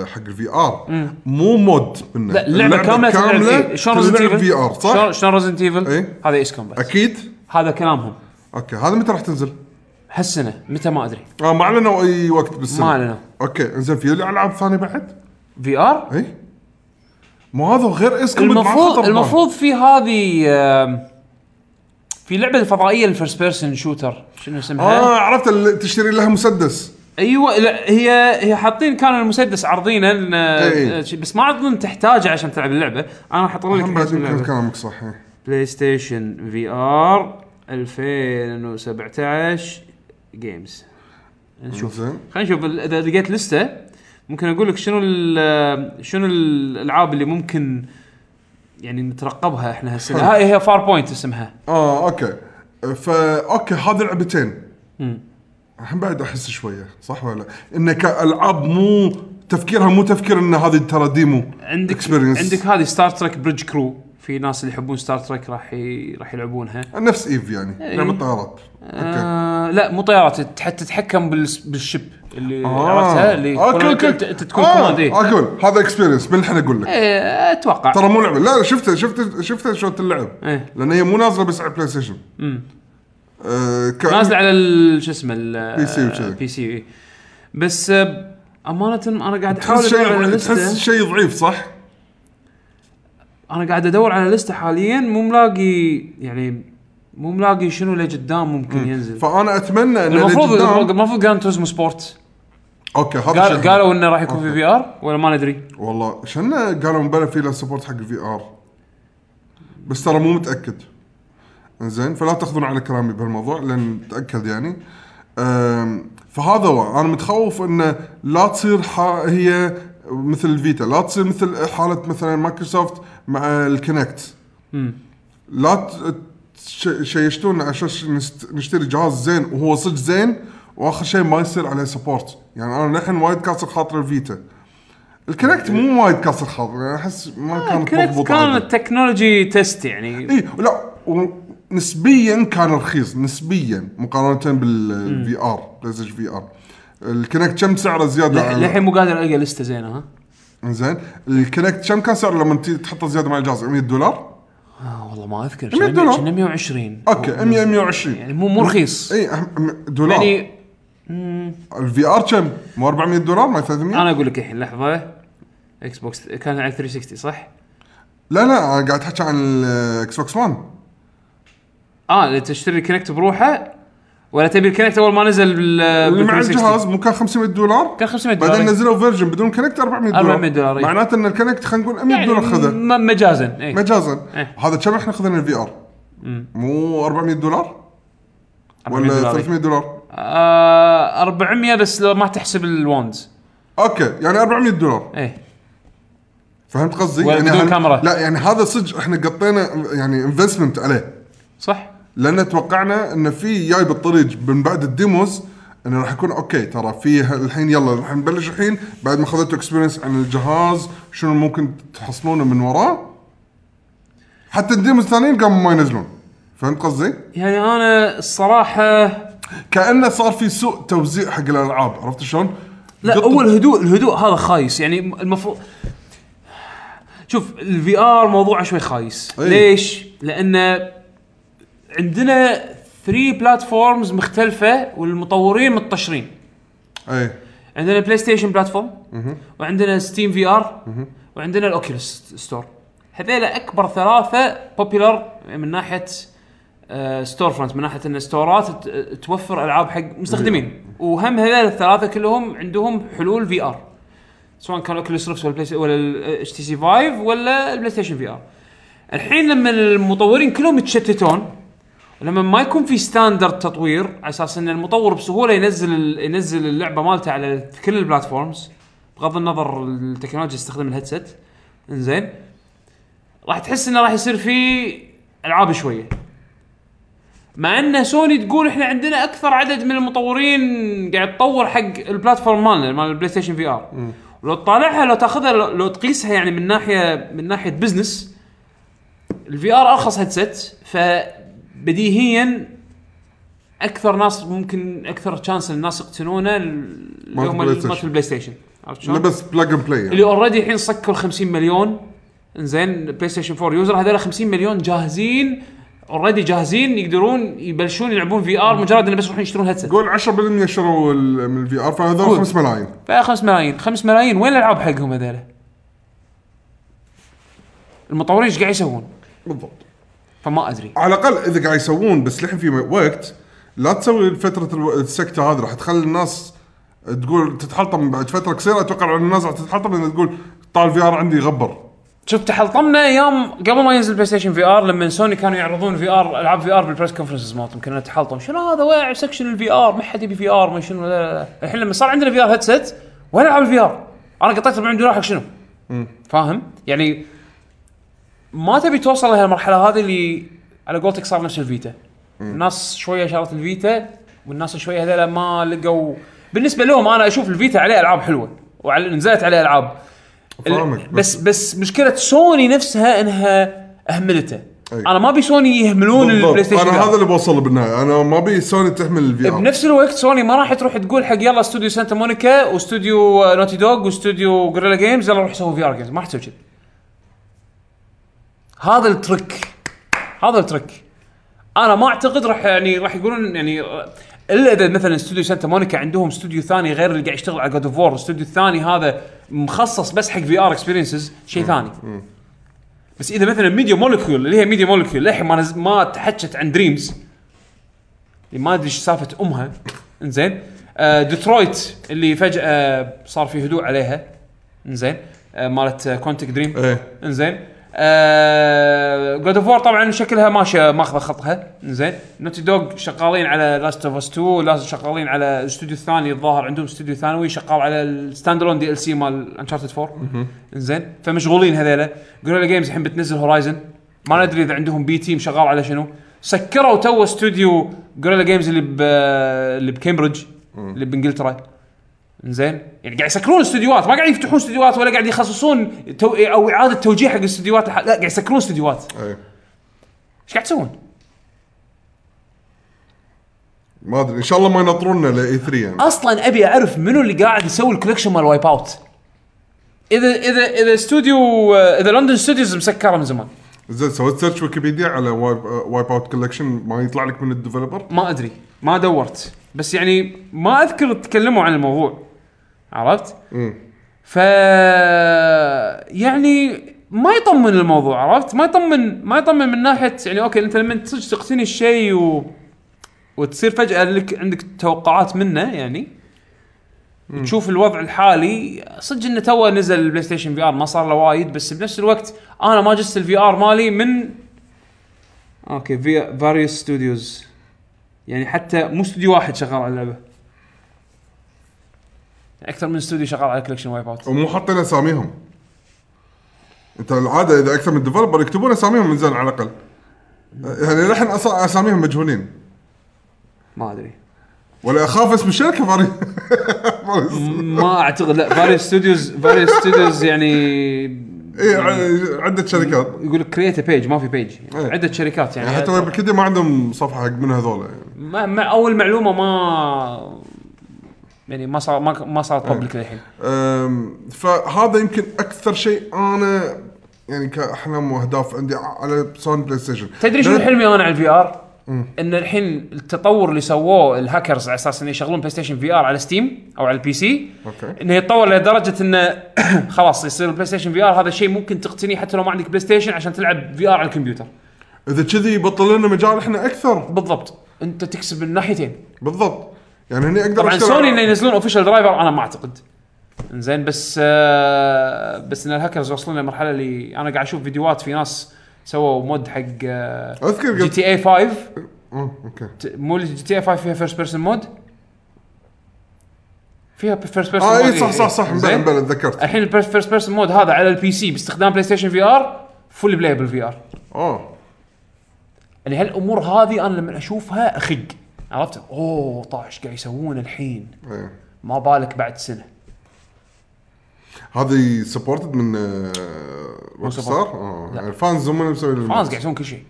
B: حق الفي ار مو مود منه
A: لا اللعبه كامله تلعب فيه. شلون ريزنت ايفل؟
B: في ار صح؟
A: شلون ريزنت ايفل؟
B: إيه.
A: هذا ايس كومبات
B: اكيد
A: هذا كلامهم
B: اوكي هذا متى راح تنزل؟
A: هالسنه متى ما ادري
B: اه ما اعلنوا اي وقت بالسنه
A: ما أعلنوا.
B: اوكي انزين في العاب ثانيه بعد؟
A: في ار
B: اي مو هذا غير اس كومبات
A: المفروض المفروض في هذه آم، في لعبه فضائيه الفيرست بيرسون شوتر شنو اسمها؟
B: اه عرفت اللي تشتري لها مسدس
A: ايوه لا هي هي حاطين كان المسدس عارضينه إن-
B: إي.
A: آه، بس ما اظن تحتاجه عشان تلعب اللعبه انا حاطين لك
B: هم
A: اسم
B: بعد يمكن
A: اللعبة.
B: كلامك صح إيه.
A: بلاي ستيشن في ار 2017 جيمز نشوف
B: زين
A: خلينا نشوف ال- اذا لقيت لسته ممكن اقول لك شنو ال- آه، شنو الالعاب اللي ممكن يعني نترقبها احنا هالسنه
B: حلو.
A: هاي هي فار بوينت اسمها
B: اه اوكي فا اوكي هذه لعبتين
A: مم.
B: الحين بعد احس شويه صح ولا لا؟ انه كالعاب مو تفكيرها مو تفكير ان هذه ترى ديمو
A: عندك
B: Experience.
A: عندك هذه ستار تريك بريدج كرو في ناس اللي يحبون ستار تريك راح ي... راح يلعبونها
B: نفس ايف
A: إيه.
B: يعني لعبه طيارات اوكي
A: آه لا مو طيارات حتى تتحكم بالس... بالشب اللي
B: آه.
A: إيه، عرفتها اللي
B: آه،
A: يكون-
B: أوكي،
A: ت-
B: أوكي.
A: ت- تكون
B: آه،
A: كوماند إيه.
B: آه، اقول هذا اكسبيرينس من الحين اقول لك
A: إيه، اتوقع
B: ترى مو لعبه لا شفته شفته شفته شلون تلعب
A: إيه.
B: لان هي مو نازله بس على بلاي ستيشن آه، ك-
A: نازل على ال- شو اسمه ال-
B: بي سي وكذا.
A: بي سي إيه. بس آه، امانه انا قاعد احاول
B: تحس
A: ادور على
B: شيء تحس
A: لسته
B: شيء ضعيف صح؟
A: انا قاعد ادور على لسته حاليا مو ملاقي يعني مو ملاقي شنو اللي قدام ممكن ينزل
B: فانا اتمنى ان
A: المفروض
B: قدام
A: المفروض جراند توزمو سبورت
B: اوكي هذا
A: قال
B: شيء.
A: قالوا انه راح يكون في في ار ولا ما ندري
B: والله شنا قالوا مبلا في له سبورت حق الفي ار بس ترى مو متاكد زين فلا تاخذون على كلامي بهالموضوع لان متاكد يعني أم، فهذا هو انا متخوف انه لا تصير حا- هي مثل الفيتا لا تصير مثل حاله مثلا مايكروسوفت مع الكونكت لا ت- ش- شيشتون عشان ش- نست- نشتري جهاز زين وهو صدق زين واخر شيء ما يصير عليه سبورت يعني انا للحين وايد كاسر خاطر الفيتا الكونكت مو وايد كاسر خاطر يعني احس ما كانت
A: كانت
B: مضبوطه
A: آه، كان
B: عدل.
A: التكنولوجي تيست يعني
B: اي إيه، لا نسبيا كان رخيص نسبيا مقارنه بالفي ار بلاي ستيشن في ار الكونكت كم سعره زياده
A: لح-
B: عن-
A: للحين مو قادر الاقي لسته زينه ها
B: زين الكونكت كم كان سعره لما تي- تحطه زياده مع الجهاز 100 دولار
A: آه والله ما اذكر
B: 100
A: كنا-
B: دولار.
A: كنا 120
B: اوكي 100 120
A: يعني مو مو رخيص
B: اي إيه، أهم- أم- دولار يعني
A: يعني
B: الفي ار كم؟ مو 400 دولار ما 300
A: انا اقول لك الحين لحظه اكس بوكس كان على 360 صح؟
B: لا لا انا قاعد احكي عن الاكس بوكس 1
A: اه اللي تشتري الكونكت بروحه ولا تبي الكونكت اول ما نزل بال
B: اللي
A: آه، بال
B: مع
A: 360.
B: الجهاز مو كان 500 دولار
A: كان 500 دولار
B: بعدين
A: إيه.
B: نزلوا فيرجن بدون كونكت 400 دولار
A: 400 دولار، إيه.
B: معناته ان الكونكت خلينا نقول 100
A: يعني
B: دولار خذه
A: م- مجازا اي
B: مجازا
A: إيه.
B: هذا كم احنا خذنا الفي ار مو 400 دولار
A: 400
B: ولا
A: دولار، إيه.
B: 300 دولار
A: آه 400 بس لو ما تحسب الواندز
B: اوكي يعني 400 دولار
A: ايه
B: فهمت قصدي
A: ولا
B: يعني
A: بدون
B: هن-
A: كاميرا.
B: لا يعني هذا صدق احنا قطينا يعني انفستمنت عليه
A: صح
B: لان توقعنا ان في جاي بالطريق من بعد الديموز انه راح يكون اوكي ترى في ه- الحين يلا راح نبلش الحين بعد ما اخذتوا اكسبيرينس عن الجهاز شنو ممكن تحصلونه من وراه حتى الديموز الثانيين قاموا ما ينزلون فهمت قصدي؟
A: يعني انا الصراحه
B: كانه صار في سوء توزيع حق الالعاب عرفت شلون؟
A: لا
B: قط-
A: اول هدوء الهدوء هذا خايس يعني المفروض شوف الفي ار موضوعه شوي خايس
B: أي.
A: ليش؟ لان عندنا ثري بلاتفورمز مختلفه والمطورين متطشرين
B: اي
A: عندنا بلاي ستيشن بلاتفورم وعندنا ستيم في ار وعندنا الاوكيولس ستور هذيلا اكبر ثلاثه بوبيلر من ناحيه آه، ستور فرونت من ناحيه ان ستورات ت- توفر العاب حق مستخدمين وهم هذيلا الثلاثه كلهم عندهم حلول في ار سواء كان اوكيولس ريفت ولا بلاي ولا الاتش تي سي 5 ولا البلاي ستيشن في ار الحين لما المطورين كلهم يتشتتون لما ما يكون في ستاندرد تطوير على اساس ان المطور بسهوله ينزل ال- ينزل اللعبه مالته على كل البلاتفورمز بغض النظر التكنولوجيا اللي تستخدم الهيدسет انزين راح تحس انه راح يصير في العاب شويه مع ان سوني تقول احنا عندنا اكثر عدد من المطورين قاعد تطور حق البلاتفورم مالنا مال البلاي ستيشن في ار ولو تطالعها لو تاخذها لو- لو تقيسها يعني من ناحيه من ناحيه بزنس الفي ار ارخص هيدسيت فبديهيا اكثر ناس ممكن اكثر تشانس الناس يقتنونه اللي
B: مالت
A: هم
B: البلاي
A: مالت
B: ستيشن.
A: البلاي ستيشن عرفت شلون؟
B: لبس بلاج اند بلاي يعني.
A: اللي اوريدي الحين سكروا 50 مليون انزين بلاي ستيشن 4 يوزر هذول 50 مليون جاهزين اوريدي جاهزين يقدرون يبلشون يلعبون في ار مجرد انه بس يروحون يشترون هيدسيت
B: قول 10% شروا ال- من الفي ار فهذول
A: قول.
B: 5 ملايين
A: ف 5 ملايين 5 ملايين وين الالعاب حقهم هذول؟ المطورين ايش قاعد يسوون؟
B: بالضبط
A: فما ادري
B: على الاقل اذا قاعد يسوون بس لحين في وقت لا تسوي فتره الو- السكته هذه راح تخلي الناس تقول تتحلطم بعد فتره قصيره اتوقع ان الناس راح تتحلطم لان تقول طال في ار عندي غبر
A: شوف تحلطمنا ايام قبل ما ينزل بلاي ستيشن في ار لما سوني كانوا يعرضون في ار العاب في ار بالبريس كونفرنسز مالتهم كنا نتحلطم شنو هذا واع سكشن الفي ار ما حد يبي في ار ما شنو لا لا لا. الحين لما صار عندنا في ار هيدسيت وين العاب الفي ار؟ انا قطيت 40 دولار حق شنو؟ فاهم؟ يعني ما تبي توصل لهالمرحله هذه اللي على قولتك صار نفس الفيتا الناس شويه شارت الفيتا والناس شويه هذول ما لقوا بالنسبه لهم انا اشوف الفيتا عليه العاب حلوه وعلى نزلت عليه العاب ال-
B: فاهمك
A: بس بس مشكله سوني نفسها انها اهملته
B: أي.
A: انا ما ابي سوني يهملون
B: بالضبط.
A: البلاي ستيشن
B: انا
A: VR.
B: هذا اللي بوصله بالنهايه انا ما ابي سوني تحمل الفي ار
A: بنفس الوقت سوني ما راح تروح تقول حق يلا استوديو سانتا مونيكا واستوديو آه، نوتي دوغ واستوديو غوريلا جيمز يلا روح سووا في ار جيمز ما راح تسوي كذي هذا الترك هذا الترك انا ما اعتقد راح يعني راح يقولون يعني آه، الا اذا مثلا استوديو سانتا مونيكا عندهم استوديو ثاني غير اللي قاعد يشتغل على جود اوف وور الاستوديو الثاني هذا مخصص بس حق في ار اكسبيرينسز شيء ثاني بس اذا مثلا ميديا مولكيول اللي هي ميديا مولكيول للحين ما نز- ما تحكت عن دريمز اللي ما ادري ايش سالفه امها انزين آه، ديترويت اللي فجاه صار في هدوء عليها انزين آه، مالت كونتك دريم
B: ايه
A: انزين جود اوف وور طبعا شكلها ماشيه ماخذه خطها انزين نوتي دوغ شغالين على لاست اوف اس 2 لازم شغالين على الاستوديو الثاني الظاهر عندهم استوديو ثانوي شغال على الستاند الون دي ال سي مال انشارتد 4 انزين فمشغولين هذيلا جوريلا جيمز الحين بتنزل هورايزن ما ندري اذا عندهم بي تيم شغال على شنو سكروا تو استوديو جوريلا جيمز اللي ب اللي بكامبريدج اللي بانجلترا زين يعني قاعد يسكرون استديوهات ما قاعد يفتحون استديوهات ولا قاعد يخصصون تو... او اعاده توجيه حق الاستديوهات لح- لا قاعد يسكرون استديوهات
B: ايه
A: ايش قاعد تسوون؟
B: ما ادري ان شاء الله ما ينطرونا لاي 3 يعني
A: اصلا ابي اعرف منو اللي قاعد يسوي الكوليكشن مال وايب اوت اذا اذا اذا استوديو اذا لندن ستوديوز مسكره من زمان
B: زين سويت سيرش ويكيبيديا على آه، وايب, وايب اوت كولكشن ما يطلع لك من الديفلوبر
A: ما ادري ما دورت بس يعني ما اذكر تكلموا عن الموضوع عرفت؟
B: امم
A: ف يعني ما يطمن الموضوع عرفت؟ ما يطمن ما يطمن من ناحيه يعني اوكي انت لما صدق تقتني الشيء و... وتصير فجاه لك عندك توقعات منه يعني تشوف الوضع الحالي صدق انه تو نزل البلاي ستيشن في ار ما صار له وايد بس بنفس الوقت انا ما جست الفي ار مالي من اوكي في فاريوس ستوديوز يعني حتى مو استوديو واحد شغال على اللعبه اكثر من استوديو شغال على كولكشن وايب اوت
B: ومو حاطين اساميهم انت العاده اذا اكثر من ديفلوبر يكتبون اساميهم من زين على الاقل يعني للحين أص- اساميهم مجهولين
A: ما ادري
B: ولا اخاف اسم الشركه فاري
A: ما اعتقد لا فاريوس ستوديوز فاريوس ستوديوز يعني
B: اي إيه، ع- عده شركات
A: يقول لك كريت بيج ما في بيج
B: إيه.
A: عده شركات يعني
B: يعني حتى ويكيبيديا ما عندهم صفحه حق من هذول يعني
A: ما ما اول معلومه ما يعني ما صار ما, ما صارت بابليك للحين
B: أم، فهذا يمكن اكثر شيء انا يعني كاحلام واهداف عندي على سوني بلاي ستيشن
A: تدري شنو
B: لأن-
A: حلمي انا على الفي ار؟ ان الحين التطور اللي سووه الهاكرز على اساس انه يشغلون بلاي ستيشن في ار على ستيم او على البي سي
B: اوكي
A: انه يتطور لدرجه انه خلاص يصير البلاي ستيشن في ار هذا شيء ممكن تقتنيه حتى لو ما عندك بلاي ستيشن عشان تلعب في ار على الكمبيوتر
B: اذا كذي يبطل لنا مجال احنا اكثر
A: بالضبط انت تكسب من ناحيتين
B: بالضبط يعني هني اقدر
A: طبعا
B: أشتغل
A: سوني انه
B: على-
A: ينزلون اوفيشال درايفر انا ما اعتقد زين بس آه بس ان الهاكرز وصلنا لمرحله اللي انا قاعد اشوف فيديوهات في ناس سووا مود حق آه،
B: اذكر
A: جي
B: قلت
A: تي اي 5
B: آه، اوكي
A: ت- مو جي تي اي 5 فيها فيرست بيرسون مود فيها فيرست بيرسون
B: اه اي صح صح صح بلى بلى تذكرت
A: الحين الفيرست بيرسون مود هذا على البي سي باستخدام بلاي ستيشن في ار فول بلايبل في ار
B: اه
A: يعني هالامور هذه انا لما اشوفها اخق عرفت اوه طاش قاعد يسوون الحين
B: إيه.
A: ما بالك بعد سنه
B: هذه سبورتد من آه، روك
A: supported.
B: ستار
A: لا.
B: اه الفانز هم اللي مسوين المود.
A: فرانس قاعد يسوون كل شيء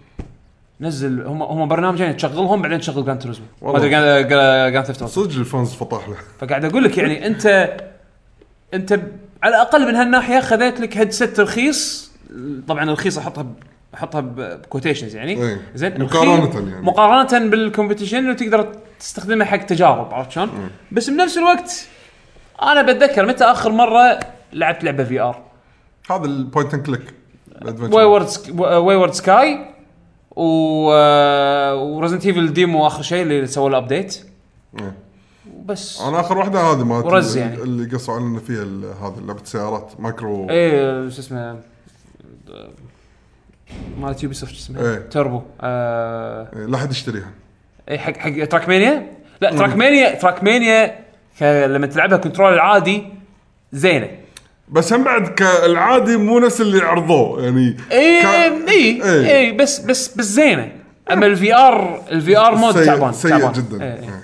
A: نزل هم هم برنامجين تشغلهم بعدين تشغل جان توريزمو ما
B: والله.
A: ادري جان- جان جان ثيفت أوتو.
B: صدق الفانز فطاح له
A: فقاعد اقول لك يعني انت انت ب- على الاقل من هالناحيه خذيت لك هيدسيت رخيص طبعا الرخيص احطها ب- احطها ب- بكوتيشنز يعني
B: إيه.
A: زين
B: مقارنة
A: الرخيص-
B: يعني.
A: مقارنه بالكومبيتيشن وتقدر تستخدمه حق تجارب عرفت شلون؟
B: إيه.
A: بس بنفس الوقت انا بتذكر متى اخر مره لعبت لعبه في ار
B: هذا البوينت اند كليك
A: وايورد سك... وايورد سكاي و e, ورزنت ايفل ديمو اخر شيء اللي سووا له ابديت وبس
B: انا اخر واحده هذه مالت
A: ورز
B: اللي-
A: يعني.
B: اللي قصوا علينا فيها ال- هذا لعبه سيارات مايكرو
A: ايه شو اسمه e, مالت يوبي سوفت شو اسمها؟
B: إيه.
A: توربو آه...
B: لا حد يشتريها
A: اي حق حق تراك مانيا لا تراك مانيا تراك مانيا ك- لما تلعبها كنترول العادي زينه
B: بس هم بعد كالعادي مو نفس اللي عرضوه يعني إيه.
A: اي
B: كان-
A: اي اي بس بس بس زينه اما الفي ار الفي ار مود
B: سيء-
A: تعبان
B: سيء
A: تعبان.
B: جدا
A: إيه، إيه.
B: إيه.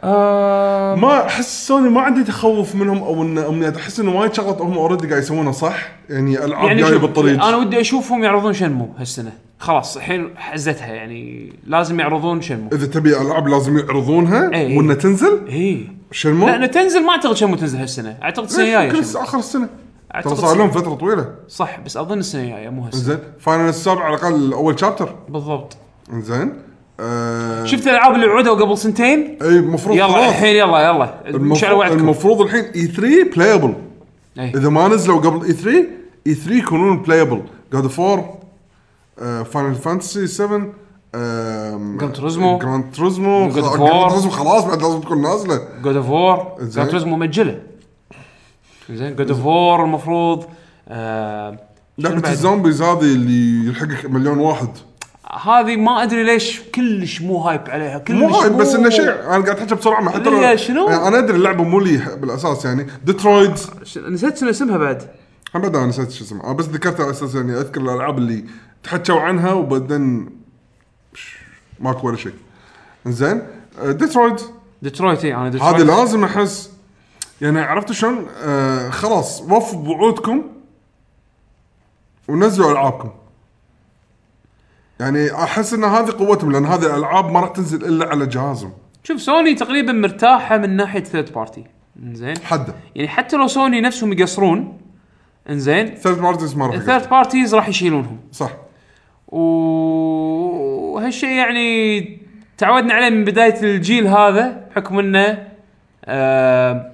A: آه
B: ما احس سوني ما عندي تخوف منهم او ان امنيه احس انه وايد شغلات هم اوريدي قاعد يسوونها صح يعني
A: يعني
B: العاب يعني جايه
A: شوف،
B: بالطريق
A: انا ودي اشوفهم يعرضون شنمو هالسنه خلاص الحين حزتها يعني لازم يعرضون شنمو
B: اذا تبي العاب لازم يعرضونها
A: إيه.
B: وانها تنزل
A: اي
B: شنمو
A: لان تنزل ما اعتقد شنمو تنزل هالسنه اعتقد السنه
B: إيه،
A: الجايه
B: كل
A: شنمو.
B: اخر السنه
A: أعتقد
B: ترى صار لهم فتره طويله
A: صح بس اظن السنه الجايه مو هالسنه
B: زين فاينل السابع على الاقل اول شابتر
A: بالضبط
B: زين آه
A: شفت الالعاب اللي عودوا قبل سنتين
B: اي المفروض
A: يلا
B: خلاص.
A: الحين يلا يلا مش على
B: المفروض,
A: وعدكم
B: المفروض الحين E اي 3 بلايبل
A: إيه.
B: اذا ما نزلوا قبل E اي 3 اي 3 يكونون بلايبل جود اوف 4 فاينل فانتسي 7
A: Gran Turismo.
B: جراند تريزمو
A: God of War.
B: خلاص بعد لازم تكون نازله
A: جود اوف وور
B: زين.
A: جراتوز ممجله زين جود اوف وور المفروض آه، شنو
B: لعبه
A: بعد؟
B: الزومبيز هذه اللي يلحقك مليون واحد
A: هذه ما ادري ليش كلش مو هايب عليها كلش
B: مو هاي بس انه شيء انا قاعد احكي بسرعه ما حتى يعني
A: اللي هي إيه، شنو؟
B: انا ادري اللعبه مو لي بالاساس يعني ديترويد
A: ش- نسيت شنو اسمها بعد
B: هم بعد انا نسيت شو اسمها أنا بس ذكرتها على اساس يعني اذكر الالعاب اللي تحكوا عنها وبعدين ش- ماكو ولا شيء آه، زين ديترويد
A: ديترويت اي انا ديترويت
B: هذه لازم احس يعني عرفت شلون آه خلاص وفوا بوعودكم ونزلوا العابكم يعني احس ان هذه قوتهم لان هذه الالعاب ما راح تنزل الا على جهازهم
A: شوف سوني تقريبا مرتاحه من ناحيه ثيرد بارتي زين
B: حده
A: يعني حتى لو سوني نفسهم يقصرون انزين
B: ثيرد بارتيز ما راح
A: الثيرد
B: يقدر.
A: بارتيز راح يشيلونهم
B: صح
A: و- وهالشيء يعني تعودنا عليه من بدايه الجيل هذا بحكم انه آه،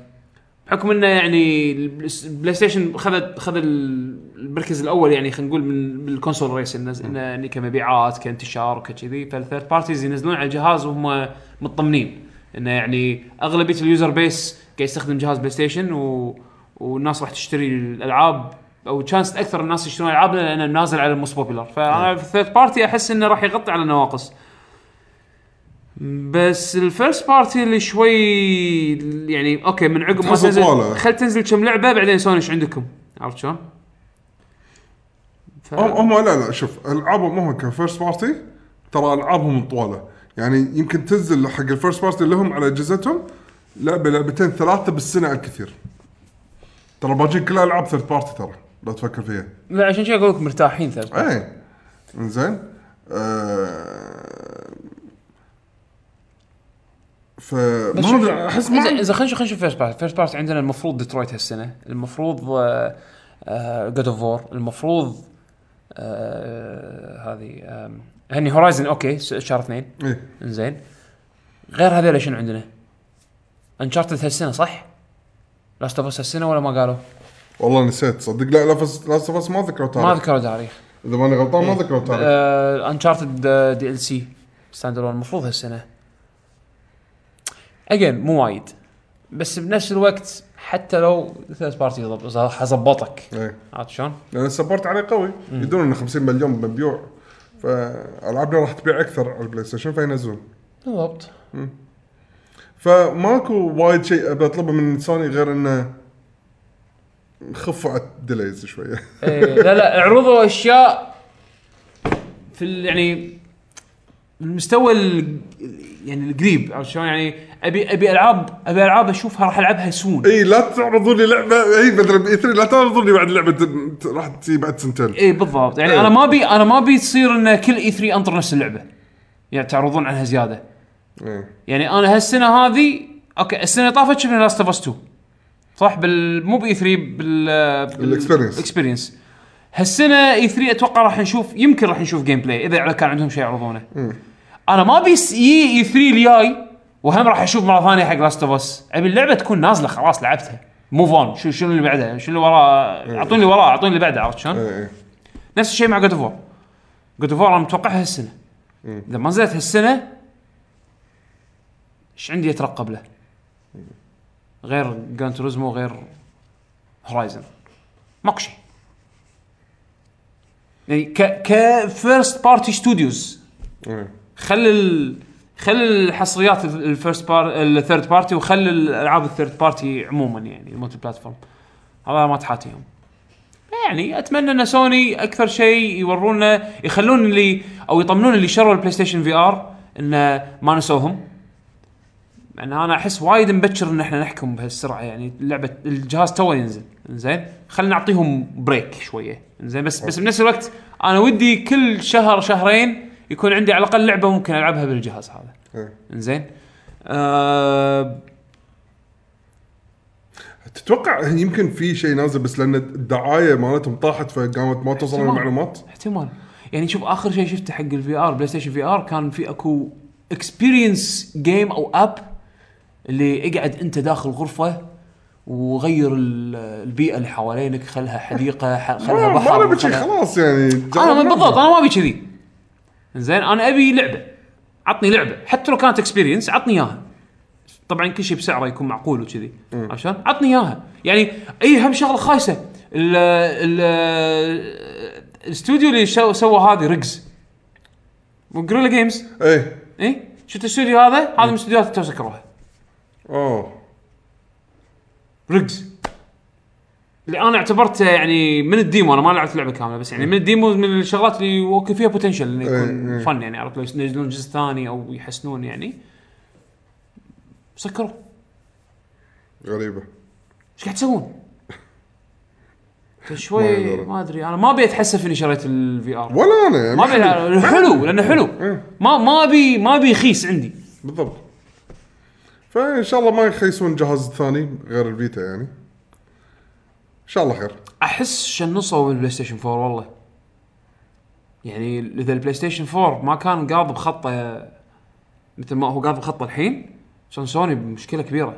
A: بحكم انه يعني البلاس- البلاي ستيشن خذ خذ ال- المركز الاول يعني خلينا نقول من من الكونسول ريس انه إنه يعني كمبيعات كانتشار وكذي فالثيرد بارتيز ينزلون على الجهاز وهم مطمنين انه يعني اغلبيه اليوزر بيس قاعد يستخدم جهاز بلاي ستيشن و... والناس راح تشتري الالعاب او تشانس اكثر الناس يشترون العاب لانه نازل على الموست بوبيلر فانا في الثيرد بارتي احس انه راح يغطي على النواقص بس الفيرست بارتي اللي شوي يعني اوكي من عقب ما
B: تحس
A: تنزل
B: طوالة.
A: خل تنزل كم لعبه بعدين سوني ايش عندكم عرفت شلون؟ ف...
B: هم هم لا لا شوف العابهم هم كفيرست بارتي ترى العابهم طواله يعني يمكن تنزل حق الفيرست بارتي لهم على اجهزتهم لعبه لعبتين ثلاثه بالسنه على الكثير ترى الباجين كلها العاب ثيرد بارتي ترى لا تفكر فيها
A: لا عشان كذا اقول لك مرتاحين ثيرد بارتي
B: اي ايه، انزين آه فما
A: بس شوف-
B: أدري، احس ما
A: إذا- اذا خلينا نشوف خلينا نشوف فيرست بارت فيرست بارت عندنا المفروض ديترويت هالسنه المفروض آه، جود اوف وور المفروض آه، هذه آم، هني هورايزن اوكي س- شهر اثنين
B: إيه.
A: زين غير هذول شنو عندنا؟ انشارتد هالسنه صح؟ لاست اوف اس هالسنه ولا ما قالوا؟
B: والله نسيت صدق لا لا فس لا فس ما ذكروا
A: ما إيه. آه.
B: تاريخ
A: ذكروا تاريخ آه،
B: اذا ماني غلطان ما ذكروا تاريخ
A: انشارتد دي ال سي ستاند المفروض هالسنه اجين مو وايد بس بنفس الوقت حتى لو ثيرد بارتي حظبطك
B: إيه.
A: عرفت شلون؟
B: لان السبورت عليه قوي يدرون انه 50 مليون مبيوع فالعابنا راح تبيع اكثر على البلاي ستيشن فينزلون
A: بالضبط
B: فماكو وايد شيء ابي اطلبه من سوني غير انه خفوا على الديليز شويه
A: إيه، لا لا عرضوا اشياء في ال- يعني المستوى ال- يعني القريب عرفت شلون يعني ابي ابي العاب ابي العاب اشوفها راح العبها سون
B: اي لا تعرضوا لي لعبه اي مثلا باي 3 لا تعرضوا لي بعد لعبه ت- راح تجي بعد سنتين
A: اي بالضبط يعني
B: إيه.
A: انا ما ابي انا ما ابي تصير ان كل اي 3 انطر نفس اللعبه يعني تعرضون عنها زياده
B: إيه.
A: يعني انا هالسنه هذه اوكي السنه اللي طافت شفنا لاست اوف اس 2 صح بال مو باي 3 بال
B: بالإكسبيرينس.
A: اكسبيرينس هالسنه اي 3 اتوقع راح نشوف يمكن راح نشوف جيم بلاي اذا على- كان عندهم شيء يعرضونه انا ما ابي س- يي اي 3 الجاي وهم راح اشوف مره ثانيه حق لاست اوف اس ابي اللعبه تكون نازله خلاص لعبتها موف اون شو شنو اللي بعدها شنو اللي وراه اعطوني اللي وراه اعطوني اللي بعده عرفت شلون؟
B: إيه، إيه.
A: نفس الشيء مع جود اوف وور جود اوف وور انا متوقعها هالسنه اذا ما نزلت هالسنه ايش عندي اترقب له؟ غير جران توريزمو غير هورايزن ماكو شيء يعني ك كفيرست بارتي ستوديوز
B: إيه.
A: خل ال خل الحصريات الفيرست بار الثيرد بارتي وخل الالعاب الثيرد بارتي عموما يعني الملتي بلاتفورم هذا ما تحاتيهم يعني اتمنى ان سوني اكثر شيء يورونا يخلون اللي او يطمنون اللي شروا البلاي ستيشن في ار انه ما نسوهم يعني انا احس وايد مبكر ان احنا نحكم بهالسرعه يعني اللعبه الجهاز تو ينزل زين خلينا نعطيهم بريك شويه زين بس بس بنفس الوقت انا ودي كل شهر شهرين يكون عندي على الاقل لعبه ممكن العبها بالجهاز هذا
B: إيه.
A: زين آه
B: تتوقع يمكن في شيء نازل بس لان الدعايه مالتهم طاحت فقامت ما توصل
A: احتمال.
B: المعلومات
A: احتمال يعني شوف اخر شيء شفته حق الفي ار بلاي ستيشن في ار كان في اكو اكسبيرينس جيم او اب اللي اقعد انت داخل غرفه وغير ال- البيئه اللي حوالينك خلها حديقه ح- خلها
B: آه، ما ما
A: بحر
B: انا بشي
A: وخلها-
B: خلاص يعني
A: انا
B: جربنا.
A: ما- بالضبط انا ما ابي كذي زين انا ابي لعبه عطني لعبه حتى لو كانت اكسبيرينس عطني اياها طبعا كل شيء بسعره يكون معقول وكذي عشان عطني اياها يعني اي هم شغله خايسه ال ال الاستوديو اللي شو- سوى هذه ريجز جوريلا جيمز
B: ايه
A: اي إيه؟ شفت الاستوديو هذا هذا من الاستوديوهات اللي تو سكروها
B: اه
A: ريجز اللي انا اعتبرته يعني من الديمو انا ما لعبت اللعبه كامله بس يعني من الديمو من الشغلات اللي اوكي فيها بوتنشل انه
B: إيه،
A: يكون
B: إيه.
A: فن يعني عرفت لو ينزلون جزء ثاني او يحسنون يعني سكروا
B: غريبه
A: ايش قاعد تسوون؟ أنت
B: ما
A: شوي
B: يدري.
A: ما ادري انا ما ابي اتحسف اني شريت الفي ار
B: ولا انا يعني
A: ما ابي حلو لانه حلو
B: إيه.
A: ما ما ابي ما ابي يخيس عندي
B: بالضبط فان شاء الله ما يخيسون جهاز ثاني غير الفيتا يعني ان شاء الله خير
A: احس شنصوا بالبلاي ستيشن 4 والله يعني اذا البلاي ستيشن 4 ما كان قاض بخطه مثل ما هو قاض بخطه الحين كان سوني بمشكله كبيره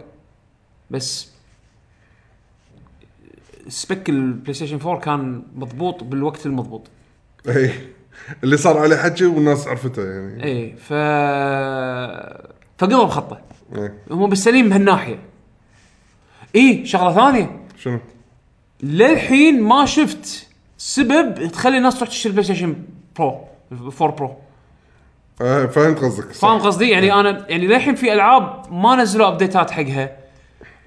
A: بس سبك البلاي ستيشن 4 كان مضبوط بالوقت المضبوط
B: اي اللي صار عليه حكي والناس عرفته يعني
A: ايه ف فقضوا بخطه
B: ايه
A: هم بالسليم من هالناحيه ايه شغله ثانيه
B: شنو
A: للحين ما شفت سبب تخلي الناس تروح تشتري بلاي ستيشن برو 4 برو
B: آه فهمت قصدك صح. إيه.
A: فاهم قصدي يعني انا يعني للحين في العاب ما نزلوا ابديتات حقها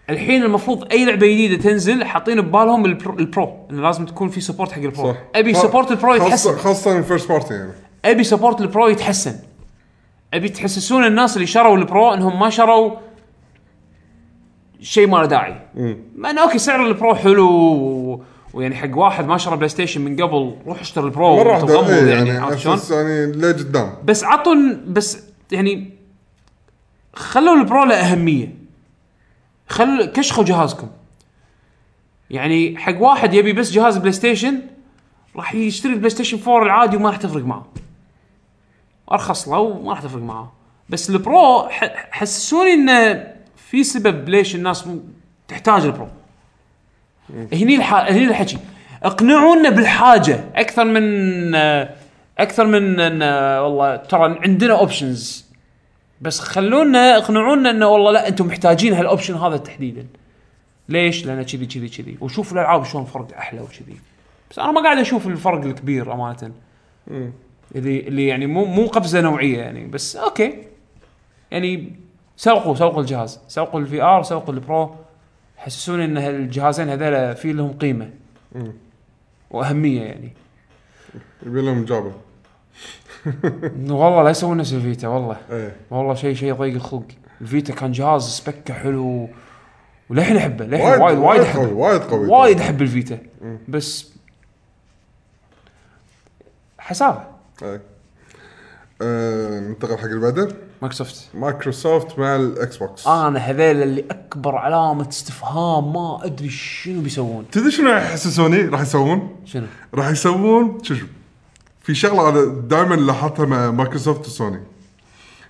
A: الحين المفروض اي لعبه جديده تنزل حاطين ببالهم البرو, البرو. انه لازم تكون في سبورت حق البرو
B: صح
A: ابي
B: خا-
A: سبورت البرو
B: خاصة-
A: يتحسن
B: خاصة الفيرست بارتي يعني
A: ابي سبورت البرو يتحسن ابي تحسسون الناس اللي شروا البرو انهم ما شروا شيء ما له داعي
B: مم.
A: ما انا اوكي سعر البرو حلو و... ويعني حق واحد ما شرى بلاي ستيشن من قبل روح اشتري البرو
B: مرة واحدة
A: وتغمض
B: إيه،
A: يعني,
B: يعني
A: عرفت شلون؟
B: اساس يعني لقدام
A: بس عطن بس يعني خلوا البرو له اهميه خل كشخوا جهازكم يعني حق واحد يبي بس جهاز بلاي ستيشن راح يشتري البلاي ستيشن 4 العادي وما راح تفرق معه ارخص له وما راح تفرق معه بس البرو ح- حسسوني انه في سبب ليش الناس م- تحتاج البرو هني الح... هني الحكي اقنعونا بالحاجه اكثر من اكثر من ان والله ترى عندنا اوبشنز بس خلونا اقنعونا انه والله لا انتم محتاجين هالاوبشن هذا تحديدا ليش؟ لان كذي كذي كذي وشوف الالعاب شلون فرق احلى وكذي بس انا ما قاعد اشوف الفرق الكبير امانه اللي اللي يعني مو مو قفزه نوعيه يعني بس اوكي يعني سوقوا سوقوا الجهاز سوقوا الفي ار سوقوا البرو حسسوني ان هالجهازين هذول في لهم قيمه
B: مم.
A: واهميه يعني
B: يبي لهم اجابة
A: والله لا يسوون نفس الفيتا والله
B: ايه
A: والله شيء شيء ضيق الخلق الفيتا كان جهاز سبكه حلو وللحين احبه للحين
B: وايد
A: وايد وايد
B: قوي
A: احبه
B: وايد قوي
A: وايد احب الفيتا بس حسابه
B: إيه. آه، ننتقل حق اللي بعده
A: مايكروسوفت
B: مايكروسوفت مع الاكس بوكس
A: انا هذيل اللي اكبر علامه استفهام ما ادري شنو بيسوون
B: تدري شنو راح يحسسوني راح يسوون؟
A: شنو
B: راح يسوون شو شو في شغله انا دائما لاحظتها مع مايكروسوفت وسوني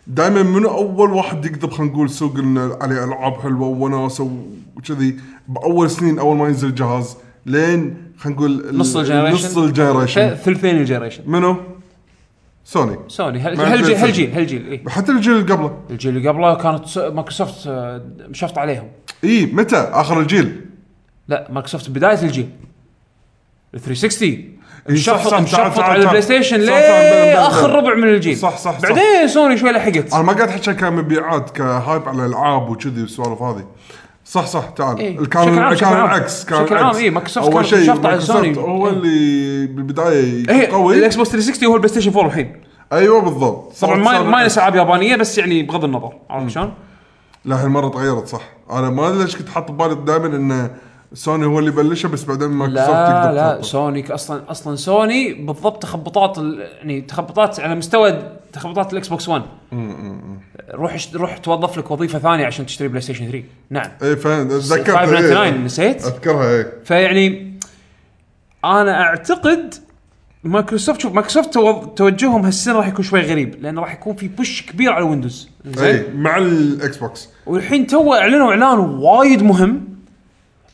B: دائما منو اول واحد يقدر خلينا نقول سوق ان عليه العاب حلوه ووناسه وكذي باول سنين اول ما ينزل الجهاز لين خلينا نقول ال-
A: نص الجنريشن
B: نص الجنريشن
A: ثلثين الجنريشن
B: منو؟ سوني
A: سوني هل- إيه.
B: ما
A: هالجيل
B: عندنا
A: هالجيل هالجيل اي
B: حتى الجيل اللي قبله
A: الجيل اللي قبله كانت س- مايكروسوفت آه، مشفط عليهم
B: اي إيه، متى اخر الجيل
A: لا مايكروسوفت بدايه الجيل ال 360
B: إي صح،
A: مشفط
B: صح، تعال،
A: مشفط
B: تعال،
A: على
B: تعال.
A: البلاي ستيشن
B: صح، صح، بلى، بلى،
A: ليه اخر
B: بلى.
A: ربع من الجيل
B: صح، صح، آه، صح.
A: بعدين سوني شوي لحقت
B: انا ما قاعد احكي كمبيعات كهايب على الالعاب وكذي والسوالف هذه صح صح تعال
A: إيه.
B: إيه؟ كان
A: بشكل عام- بشكل
B: كان
A: عام.
B: العكس كان
A: بشكل عام
B: العكس.
A: إيه، مايكروسوفت
B: اول
A: كانت
B: شيء
A: مشفطة على
B: مايكروسوفت
A: سوني.
B: هو
A: إيه.
B: اللي بالبدايه
A: ايه
B: قوي
A: الاكس بوكس 360 هو البلاي ستيشن 4 الحين
B: ايوه بالضبط
A: طبعا
B: صار-
A: ما
B: صار-
A: ما ينسى العاب يابانيه بس يعني بغض النظر عرفت شلون؟
B: لا هالمره تغيرت صح انا ما ادري ليش كنت حاط ببالي دائما ان سوني هو اللي بلشها بس بعدين مايكروسوفت
A: لا
B: تقدر
A: لا
B: تحطه.
A: سوني اصلا اصلا سوني بالضبط تخبطات ال- يعني تخبطات على مستوى تخبطات الاكس بوكس 1 روح اشت- روح توظف لك وظيفه ثانيه عشان تشتري بلاي ستيشن 3 نعم
B: اي فاهم تذكرت
A: 599
B: إيه.
A: نسيت؟
B: اذكرها اي
A: فيعني انا اعتقد مايكروسوفت شوف مايكروسوفت تو- توجههم هالسنه راح يكون شوي غريب لان راح يكون في بوش كبير على ويندوز زين
B: اي إيه، مع الاكس بوكس
A: والحين تو اعلنوا اعلان وايد مهم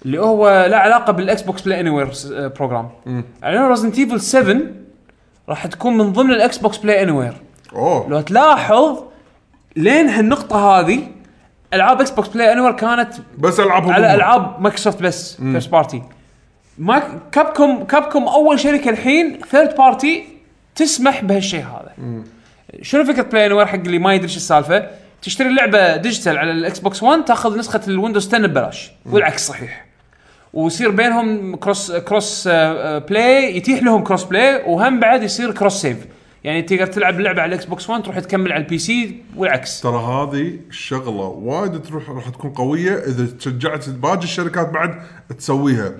A: اللي هو له علاقه بالاكس بوكس بلاي اني وير بروجرام اعلنوا ريزنت ايفل 7 راح تكون من ضمن الاكس بوكس بلاي اني وير
B: اوه
A: لو تلاحظ لين هالنقطه هذه العاب اكس بوكس بلاي اني وير كانت
B: بس العبهم
A: على
B: هم.
A: العاب مايكروسوفت بس فيرست بارتي ما كابكوم كابكوم اول شركه الحين ثيرد بارتي تسمح بهالشيء هذا شنو فكره بلاي انوير حق اللي ما يدري شو السالفه تشتري اللعبه ديجيتال على الاكس بوكس 1 تاخذ نسخه الويندوز 10 ببلاش والعكس صحيح ويصير بينهم كروس كروس آه، آه، بلاي يتيح لهم كروس بلاي وهم بعد يصير كروس سيف يعني تقدر تلعب اللعبه على الاكس بوكس 1 تروح تكمل على البي سي والعكس
B: ترى هذه الشغله وايد تروح راح تكون قويه اذا تشجعت باقي الشركات بعد تسويها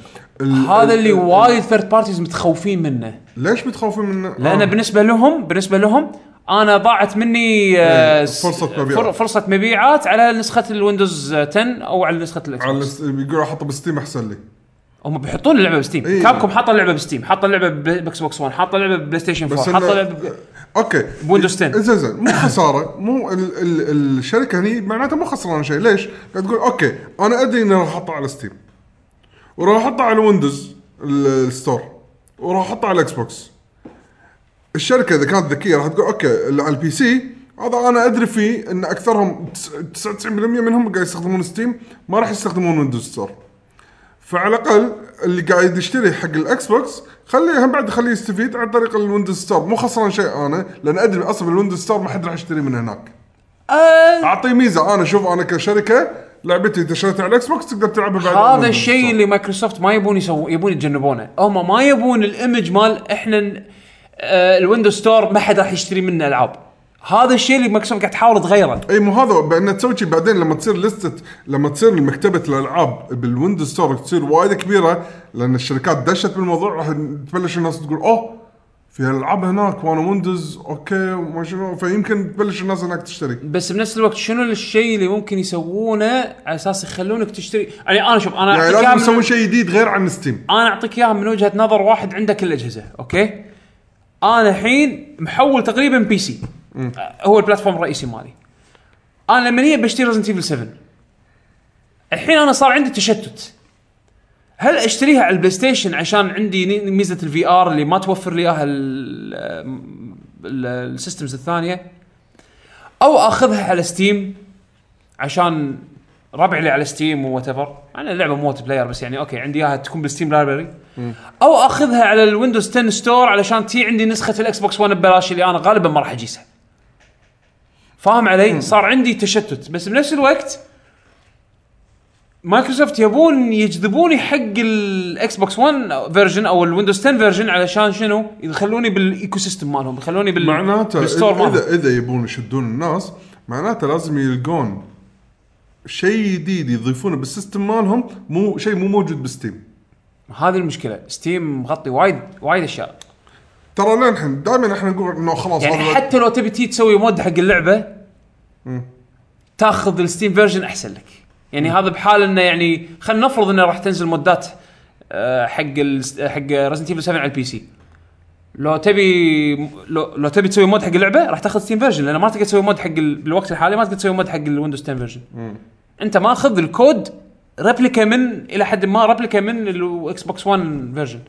B: ال-
A: هذا
B: ال-
A: اللي
B: ال-
A: وايد ثيرد بارتيز متخوفين منه
B: ليش متخوفين منه؟
A: لان
B: آه.
A: بالنسبه لهم بالنسبه لهم انا ضاعت مني آه،
B: إيه، فرصة
A: س-
B: مبيعات.
A: فر- فرصه مبيعات على نسخه الويندوز 10 او على نسخه الاكس
B: على
A: بوكس
B: الس- يقولوا احطه بستيم احسن لي
A: هم بيحطون اللعبه بستيم
B: إيه.
A: كابكم حاطه اللعبه بستيم حاطه اللعبه باكس بوكس 1 حاطه اللعبه بلاي ستيشن
B: بس إيه.
A: 4 حاطه
B: إنه-
A: لعبه ب-
B: اوكي
A: بويندوز 10.
B: زين زين مو خساره مو ال ال الشركه هني معناتها مو خسرانه شيء ليش؟ قاعد تقول اوكي انا ادري اني راح احطه على ستيم وراح احطه على ويندوز ال- الستور وراح احطه على الاكس بوكس الشركه اذا كانت ذكيه راح تقول اوكي اللي على البي سي هذا انا ادري فيه ان اكثرهم تس- 99% منهم قاعد يستخدمون ستيم ما راح يستخدمون ويندوز ستور فعلى الاقل اللي قاعد يشتري حق الاكس بوكس خليه هم بعد خليه يستفيد عن طريق الويندوز ستور مو خسران شيء انا لان ادري اصلا الويندوز ستور ما حد راح يشتري من هناك
A: آه،
B: اعطيه ميزه انا شوف انا كشركه لعبتي اذا شريتها على الاكس بوكس تقدر تلعبها بعد على
A: هذا
B: الويندوز ستور.
A: الشيء اللي مايكروسوفت ما يبون يسوون يبون يتجنبونه هم ما يبون الايمج مال احنا ن- آه، الويندوز ستور ما حد راح يشتري منه العاب هذا الشيء اللي مايكروسوفت قاعد تحاول تغيره
B: اي مو هذا بان تسوي شي بعدين لما تصير لستة لما تصير مكتبه الالعاب بالويندوز ستور تصير وايد كبيره لان الشركات دشت بالموضوع راح تبلش الناس تقول اوه في العاب هناك وانا ويندوز اوكي وما شنو فيمكن تبلش الناس هناك تشتري
A: بس بنفس الوقت شنو الشيء اللي ممكن يسوونه على اساس يخلونك تشتري يعني انا شوف انا
B: يعني
A: أعطيك إياها
B: لازم
A: من-
B: يسوون شيء جديد غير عن ستيم
A: انا اعطيك اياها من وجهه نظر واحد عنده كل الاجهزه اوكي انا الحين محول تقريبا بي سي هو البلاتفورم الرئيسي مالي انا لما نيجي بشتري ريزنت ايفل 7 الحين انا صار عندي تشتت هل اشتريها على البلاي ستيشن عشان عندي ني- ميزه الفي ار اللي ما توفر لي اياها ال- ال- السيستمز الثانيه او اخذها على ستيم عشان ربع لي على ستيم وات ايفر انا لعبه موت بلاير بس يعني اوكي عندي اياها تكون بالستيم لايبرري او اخذها على الويندوز 10 ستور علشان تي عندي نسخه الاكس بوكس 1 ببلاش اللي انا غالبا ما راح اجيسها فاهم علي؟ صار عندي تشتت بس بنفس الوقت مايكروسوفت يبون يجذبوني حق الاكس بوكس 1 فيرجن او الويندوز 10 فيرجن علشان شنو؟ يخلوني بالايكو سيستم مالهم يخلوني بال
B: معناته
A: بالستور
B: إذا-
A: مالهم
B: اذا اذا يبون يشدون الناس معناته لازم يلقون شيء جديد يضيفونه بالسيستم مالهم مو شيء مو موجود بستيم
A: هذه المشكله ستيم مغطي وايد وايد اشياء
B: ترى لين الحين دائما احنا نقول انه خلاص
A: يعني
B: هذا-
A: حتى لو تبي تي تسوي مود حق اللعبه تاخذ الستيم فيرجن احسن لك يعني هذا بحال انه يعني خلينا نفرض انه راح تنزل مودات آه، حق ال حق ريزنت ايفل 7 على البي سي لو تبي لو, لو تبي تسوي مود حق اللعبه راح تاخذ ستيم فيرجن لان ما تقدر تسوي مود حق ال- بالوقت الحالي ما تقدر تسوي مود حق الويندوز 10 فيرجن انت ماخذ الكود ريبليكا من الى حد ما ريبليكا من الاكس بوكس 1 فيرجن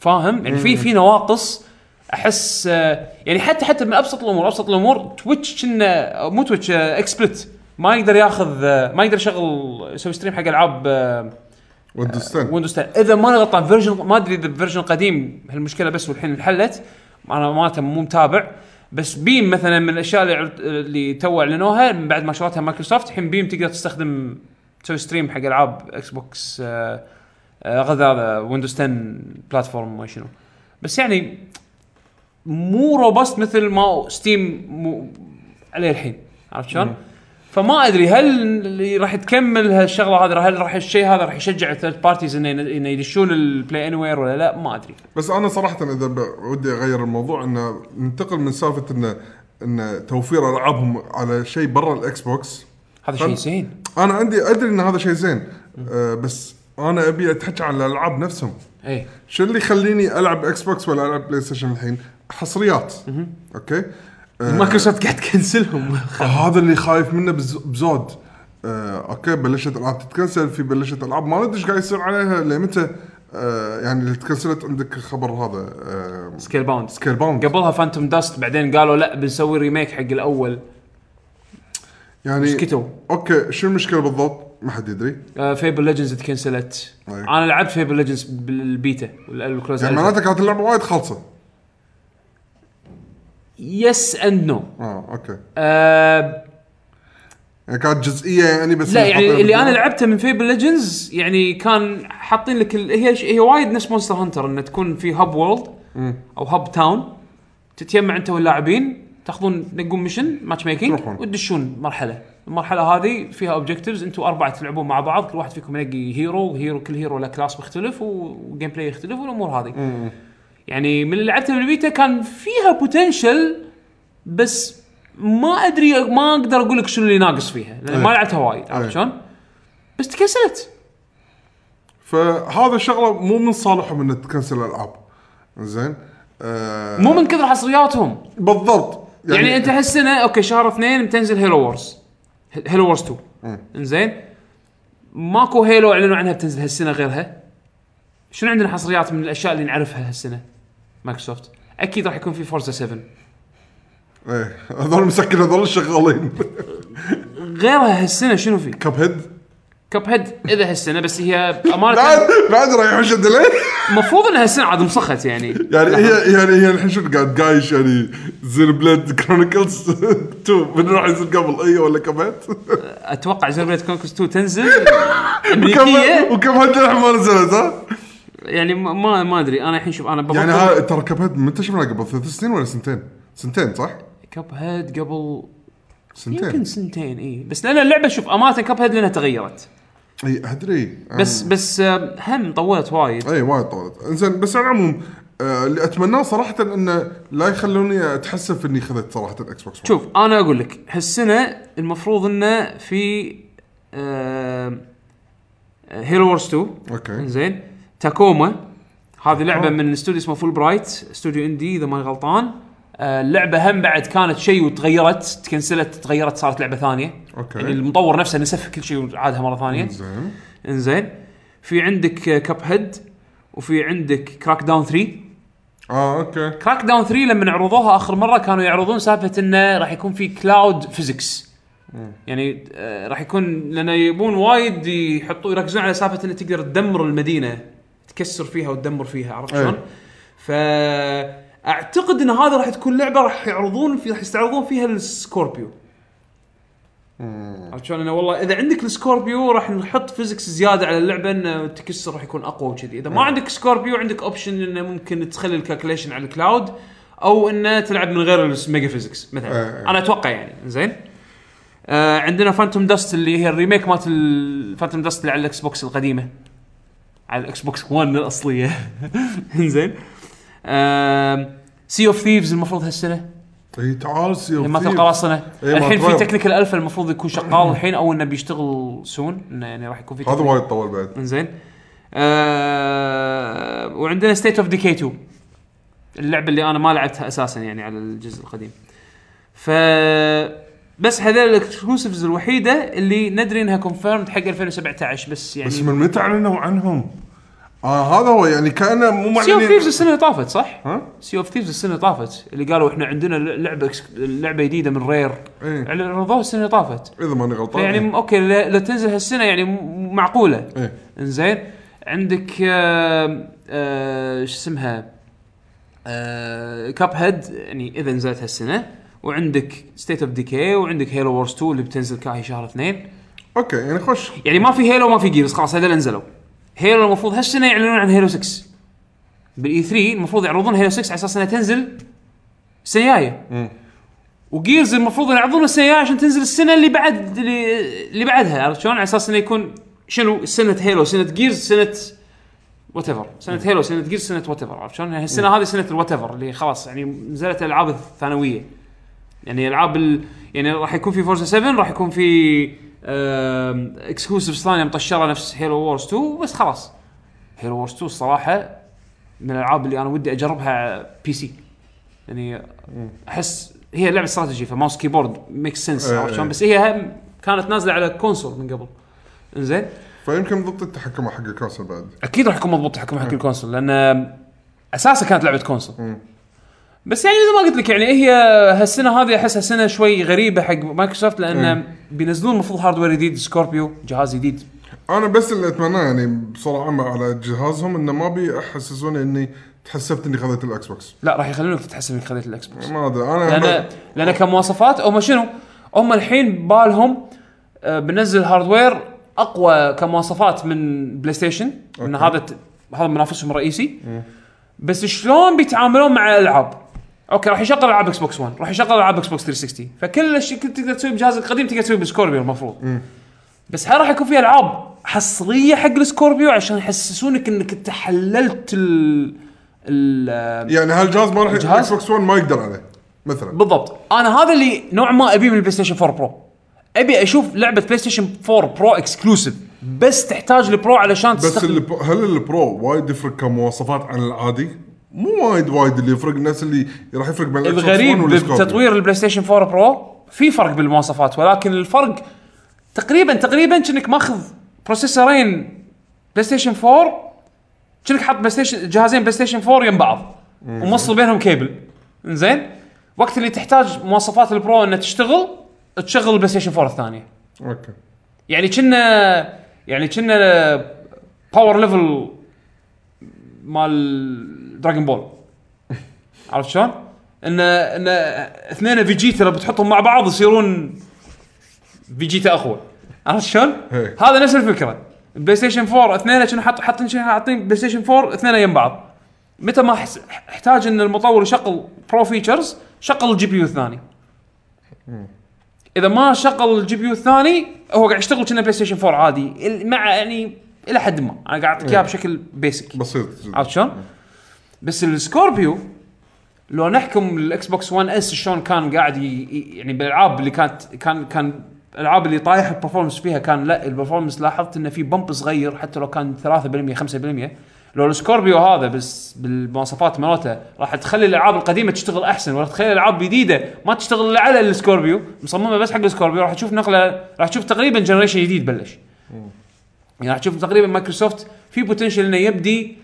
A: فاهم يعني في في نواقص احس آه، يعني حتى حتى من ابسط الامور ابسط الامور تويتش كنا أو مو تويتش آه، اكسبلت ما يقدر ياخذ آه، ما يقدر يشغل يسوي ستريم حق العاب آه،
B: ويندوز 10
A: ويندوز 10 اذا ماني غلطان فيرجن ما ادري اذا فيرجن قديم هالمشكله بس والحين انحلت انا ما مو متابع بس بيم مثلا من الاشياء اللي عرض- اللي تو اعلنوها من بعد ما شرتها مايكروسوفت الحين بيم تقدر تستخدم تسوي ستريم حق العاب اكس بوكس آه، آه، غدا هذا ويندوز 10 بلاتفورم ما شنو بس يعني مو روبست مثل ما ستيم مو عليه الحين عرفت شلون؟ فما ادري هل اللي راح تكمل هالشغله هذه هل راح الشيء هذا راح يشجع الثيرد بارتيز انه انه يدشون البلاي اني وير ولا لا ما ادري
B: بس انا صراحه اذا ب- ودي اغير الموضوع انه ننتقل من سالفه انه ان توفير العابهم على شيء برا الاكس بوكس
A: هذا شيء زين
B: انا عندي ادري ان هذا شيء زين آه بس انا ابي اتحكى عن الالعاب نفسهم
A: اي
B: شو اللي يخليني العب اكس بوكس ولا العب بلاي ستيشن الحين؟ حصريات اوكي آه،
C: مايكروسوفت قاعد تكنسلهم
B: هذا اللي خايف منه بز- بزود آه، اوكي بلشت العاب تتكنسل في بلشت العاب ما ندري ايش قاعد يصير عليها لمتى آه، يعني اللي تكنسلت عندك خبر هذا آه،
A: سكيل باوند
B: سكيل باوند
A: قبلها فانتوم داست بعدين قالوا لا بنسوي ريميك حق الاول
B: يعني
A: سكتوا.
B: اوكي شو المشكله بالضبط؟ ما حد يدري
A: فيبل ليجندز اتكنسلت
B: أي.
A: انا لعبت فيبل ليجندز بالبيتا والكلوز
B: يعني معناتها كانت اللعبه وايد خالصه
A: يس اند نو
B: اه اوكي
A: آه،
B: يعني كانت جزئيه يعني بس
A: لا يعني
B: حاطينها
A: اللي انا
B: بالدماغ.
A: لعبته من فيبل ليجندز يعني كان حاطين لك ال... هي ش... هي وايد نفس مونستر هانتر انه تكون في هب وورلد او هب تاون تتجمع انت واللاعبين تاخذون تنقون ميشن ماتش ميكينج
B: تروحون.
A: وتدشون مرحله المرحله هذه فيها اوبجكتيفز انتم اربعه تلعبون مع بعض كل واحد فيكم ينقي هيرو هيرو كل هيرو له كلاس مختلف و- وجيم بلاي يختلف والامور هذه يعني من اللي لعبته بالبيتا كان فيها بوتنشل بس ما ادري ما اقدر اقول لك شنو اللي ناقص فيها لان ما
B: أي.
A: لعبتها وايد
B: أي.
A: عرفت شلون؟ بس تكسلت
B: فهذا الشغله مو من صالحهم انه تكنسل الالعاب زين آه
A: مو من كثر حصرياتهم
B: بالضبط
A: يعني, يعني انت هالسنه اوكي شهر اثنين بتنزل هيلو وورز هيلو وورز 2 انزين ماكو هيلو اعلنوا عنها بتنزل هالسنه غيرها شنو عندنا حصريات من الاشياء اللي نعرفها هالسنه مايكروسوفت اكيد راح يكون في فورزا 7
B: ايه هذول مسكين هذول شغالين
A: غيرها هالسنه شنو في
B: كاب هيد
A: كاب هيد اذا هالسنه بس هي امانه
B: بعد بعد رايح وش الدليل
A: المفروض انها هالسنه عاد مسخت يعني
B: يعني هي يعني هي الحين شنو قاعد قايش يعني زين بلاد كرونيكلز 2 من راح ينزل قبل اي ولا كاب هيد
A: إيه، اتوقع زربيت كونكس 2 تنزل امريكيه
B: وكاب هيد الحين ما نزلت ها
A: يعني ما- ما ما ادري انا الحين شوف انا ببطل
B: يعني ها ترى كاب هيد منتشر منها قبل ثلاث سنين ولا سنتين؟ سنتين صح؟
A: كاب هيد قبل يمكن
B: سنتين
A: سنتين اي بس لان اللعبه شوف امانه كاب هيد لانها تغيرت
B: اي ادري
A: بس بس آه، هم طولت وايد
B: اي إيه، وايد طولت انزين بس على العموم آه، اللي اتمناه صراحه انه لا يخلوني اتحسف اني خذت صراحه الاكس بوكس One.
A: شوف انا اقول لك هالسنه المفروض انه في آه، هيلو وورز 2
B: اوكي
A: زين تاكوما هذه لعبه من استوديو اسمه فول برايت استوديو اندي اذا ماني غلطان آه، اللعبه هم بعد كانت شيء وتغيرت تكنسلت تغيرت صارت لعبه ثانيه
B: أوكي.
A: يعني المطور نفسه نسف كل شيء وعادها مره ثانيه
B: زين
A: انزين في عندك كاب هيد وفي عندك كراك داون 3
B: اه اوكي
A: كراك داون 3 لما عرضوها اخر مره كانوا يعرضون سالفه انه راح يكون في كلاود فيزكس يعني آه، راح يكون لان يبون وايد يحطوا يركزون على سالفه انه تقدر تدمر المدينه تكسر فيها وتدمر فيها عرفت
B: أي.
A: شلون؟ فاعتقد ان هذا راح تكون لعبه راح يعرضون في راح يستعرضون فيها السكوربيو عرفت شلون؟ انه والله اذا عندك السكوربيو راح نحط فيزكس زياده على اللعبه انه التكسر راح يكون اقوى وكذي،
B: إيه.
A: اذا ما عندك سكوربيو عندك اوبشن انه ممكن تخلي الكالكوليشن على الكلاود او انه تلعب من غير الميجا فيزكس
B: إيه،
A: مثلا،
B: إيه.
A: انا اتوقع يعني زين؟ آه عندنا فانتوم داست اللي هي الريميك مالت الفانتوم داست اللي على الاكس بوكس القديمه. على الاكس بوكس 1 الاصليه. زين؟ آه، سي اوف ثيفز المفروض هالسنه
B: اي إيه، تعال سي
A: ما تبقى سنه
B: إيه، ما
A: الحين في
B: تغير.
A: تكنيكال الفا المفروض يكون شغال الحين او انه بيشتغل سون انه يعني راح يكون في
B: هذا
A: technical.
B: وايد طول بعد
A: انزين آه وعندنا ستيت اوف ديكي 2 اللعبه اللي انا ما لعبتها اساسا يعني على الجزء القديم ف بس هذول الاكسكلوسيفز الوحيده اللي ندري انها كونفيرمد حق 2017 بس يعني
B: بس من متى اعلنوا عنهم؟ اه هذا هو يعني كانه مو
A: سي اوف ثيفز
B: معلنين
A: السنه اللي طافت صح؟
B: ها؟
A: سي اوف ثيفز السنه اللي طافت اللي قالوا احنا عندنا لعبه لعبه جديده من رير
B: إيه.
A: عرضوها السنه اللي طافت
B: اذا ماني غلطان
A: فيعني م- اوكي لا لا تنزل هالسنه يعني م- معقوله
B: ايه
A: انزين عندك آه، آه، شو اسمها كاب هيد يعني اذا نزلت هالسنه وعندك ستيت اوف ديكي وعندك هيلو وورز 2 اللي بتنزل كاهي شهر اثنين
B: اوكي يعني خش
A: يعني ما في هيلو ما في جيرز خلاص هذول نزلوا هيلو المفروض هالسنه يعلنون عن هيلو 6 E بالاي 3 المفروض يعرضون هيلو 6 على اساس انها تنزل السنه الجايه وجيرز المفروض يعرضون السنه الجاية عشان تنزل السنه اللي بعد اللي, اللي بعدها عرفت شلون؟ على اساس انه يكون شنو سنه هيلو سنه جيرز سنه وات ايفر سنه هيلو سنه جيرز سنه وات ايفر عرفت شلون؟ يعني السنه هذه سنه الوات ايفر اللي خلاص يعني نزلت الالعاب الثانويه يعني العاب ال... يعني راح يكون في فورزا 7 راح يكون في اكسكلوسيفز ثانيه مطشره نفس هيلو وورز 2 بس خلاص هيلو وورز 2 الصراحه من الالعاب اللي انا ودي اجربها بي سي يعني احس هي لعبه استراتيجي فماوس كيبورد ميك سنس
B: إيه
A: عرفت شلون
B: إيه.
A: بس هي هم كانت نازله على كونسول من قبل انزين
B: فيمكن ضبط التحكم حق الكاسل بعد
A: اكيد راح يكون مضبوط تحكم حق الكونسول لان اساسا كانت لعبه كونسول
B: مم.
A: بس يعني مثل ما قلت لك يعني هي هالسنه هذه احسها سنه شوي غريبه حق مايكروسوفت لان بينزلون المفروض هاردوير جديد سكوربيو جهاز جديد
B: انا بس اللي اتمناه يعني بصراحه عامه على جهازهم انه ما بيحسسوني اني تحسبت اني خذيت الاكس بوكس
A: لا راح يخلونك تتحسب انك خذيت الاكس بوكس
B: ما ادري انا
A: لان لان كمواصفات هم شنو؟ هم الحين بالهم آه، بنزل هاردوير اقوى كمواصفات من بلاي ستيشن ان
B: أوكي.
A: هذا الت- هذا منافسهم الرئيسي بس شلون بيتعاملون مع الالعاب؟ اوكي راح يشغل العاب اكس بوكس 1 راح يشغل العاب اكس بوكس 360 فكل الشيء كنت تقدر تسويه بجهازك القديم تقدر تسويه بالسكوربيو المفروض بس هل راح يكون في العاب حصريه حق السكوربيو عشان يحسسونك انك تحللت ال ال آه،
B: يعني هالجهاز ما راح
A: الجهاز؟
B: الاكس بوكس 1 ما يقدر عليه مثلا
A: بالضبط انا هذا اللي نوع ما ابيه من البلاي ستيشن 4 برو ابي اشوف لعبه بلاي ستيشن 4 برو اكسكلوسيف بس تحتاج البرو علشان
B: بس
A: تستخدم
B: البرو هل البرو وايد يفرق كمواصفات عن العادي؟ مو وايد وايد اللي يفرق الناس اللي راح يفرق بين الأكس بوكس
A: الغريب
B: 1 والسكوربيو.
A: بتطوير البلاي ستيشن 4 برو في فرق بالمواصفات ولكن الفرق تقريبا تقريبا كأنك ماخذ بروسيسورين بلاي ستيشن 4 كأنك حاط بلاي ستيشن جهازين بلاي ستيشن 4 يم بعض وموصل بينهم كيبل زين وقت اللي تحتاج مواصفات البرو انها تشتغل تشغل البلاي ستيشن 4 الثانيه
B: اوكي
A: يعني كنا يعني كنا باور ليفل مال دراجون بول عرفت شلون؟ ان ان اثنين فيجيتا لو بتحطهم مع بعض يصيرون فيجيتا اقوى عرفت شلون؟
B: هي.
A: هذا نفس الفكره بلاي ستيشن 4 اثنين كانوا حاط حاطين شنو حاطين بلاي ستيشن 4 اثنين يم بعض متى ما حس- احتاج ان المطور يشغل برو فيتشرز شغل الجي بي يو الثاني اذا ما شغل الجي بي يو الثاني هو قاعد يشتغل كنا بلاي ستيشن 4 عادي ال- مع يعني الى حد ما انا قاعد اعطيك اياها بشكل بيسك
B: بسيط جدا
A: عرفت شلون؟ بس السكوربيو لو نحكم الاكس بوكس 1 اس شلون كان قاعد ي- ي- يعني بالالعاب اللي كانت كان كان الالعاب اللي طايح البرفورمنس فيها كان لا البرفورمنس لاحظت انه في بمب صغير حتى لو كان 3% 5% لو السكوربيو هذا بس بالمواصفات مالته راح تخلي الالعاب القديمه تشتغل احسن ولا تخلي الالعاب الجديده ما تشتغل إلا على السكوربيو مصممه بس حق السكوربيو راح تشوف نقله راح تشوف تقريبا جنريشن جديد بلش يعني راح تشوف تقريبا مايكروسوفت في بوتنشل انه يبدي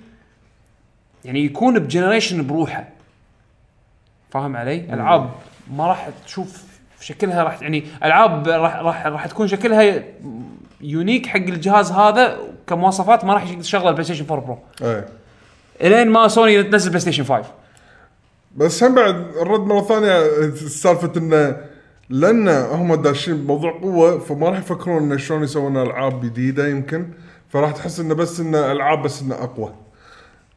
A: يعني يكون بجنريشن بروحه فاهم علي؟ العاب ما راح تشوف شكلها راح يعني العاب راح راح راح تكون شكلها يونيك حق الجهاز هذا كمواصفات ما راح يشغل البلاي ستيشن 4 برو
B: ايه
A: الين ما سوني تنزل بلاي ستيشن 5
B: بس هم بعد الرد مره ثانيه سالفه انه لان هم داشين بموضوع قوه فما راح يفكرون انه شلون يسوون العاب جديده يمكن فراح تحس انه بس انه العاب بس انه اقوى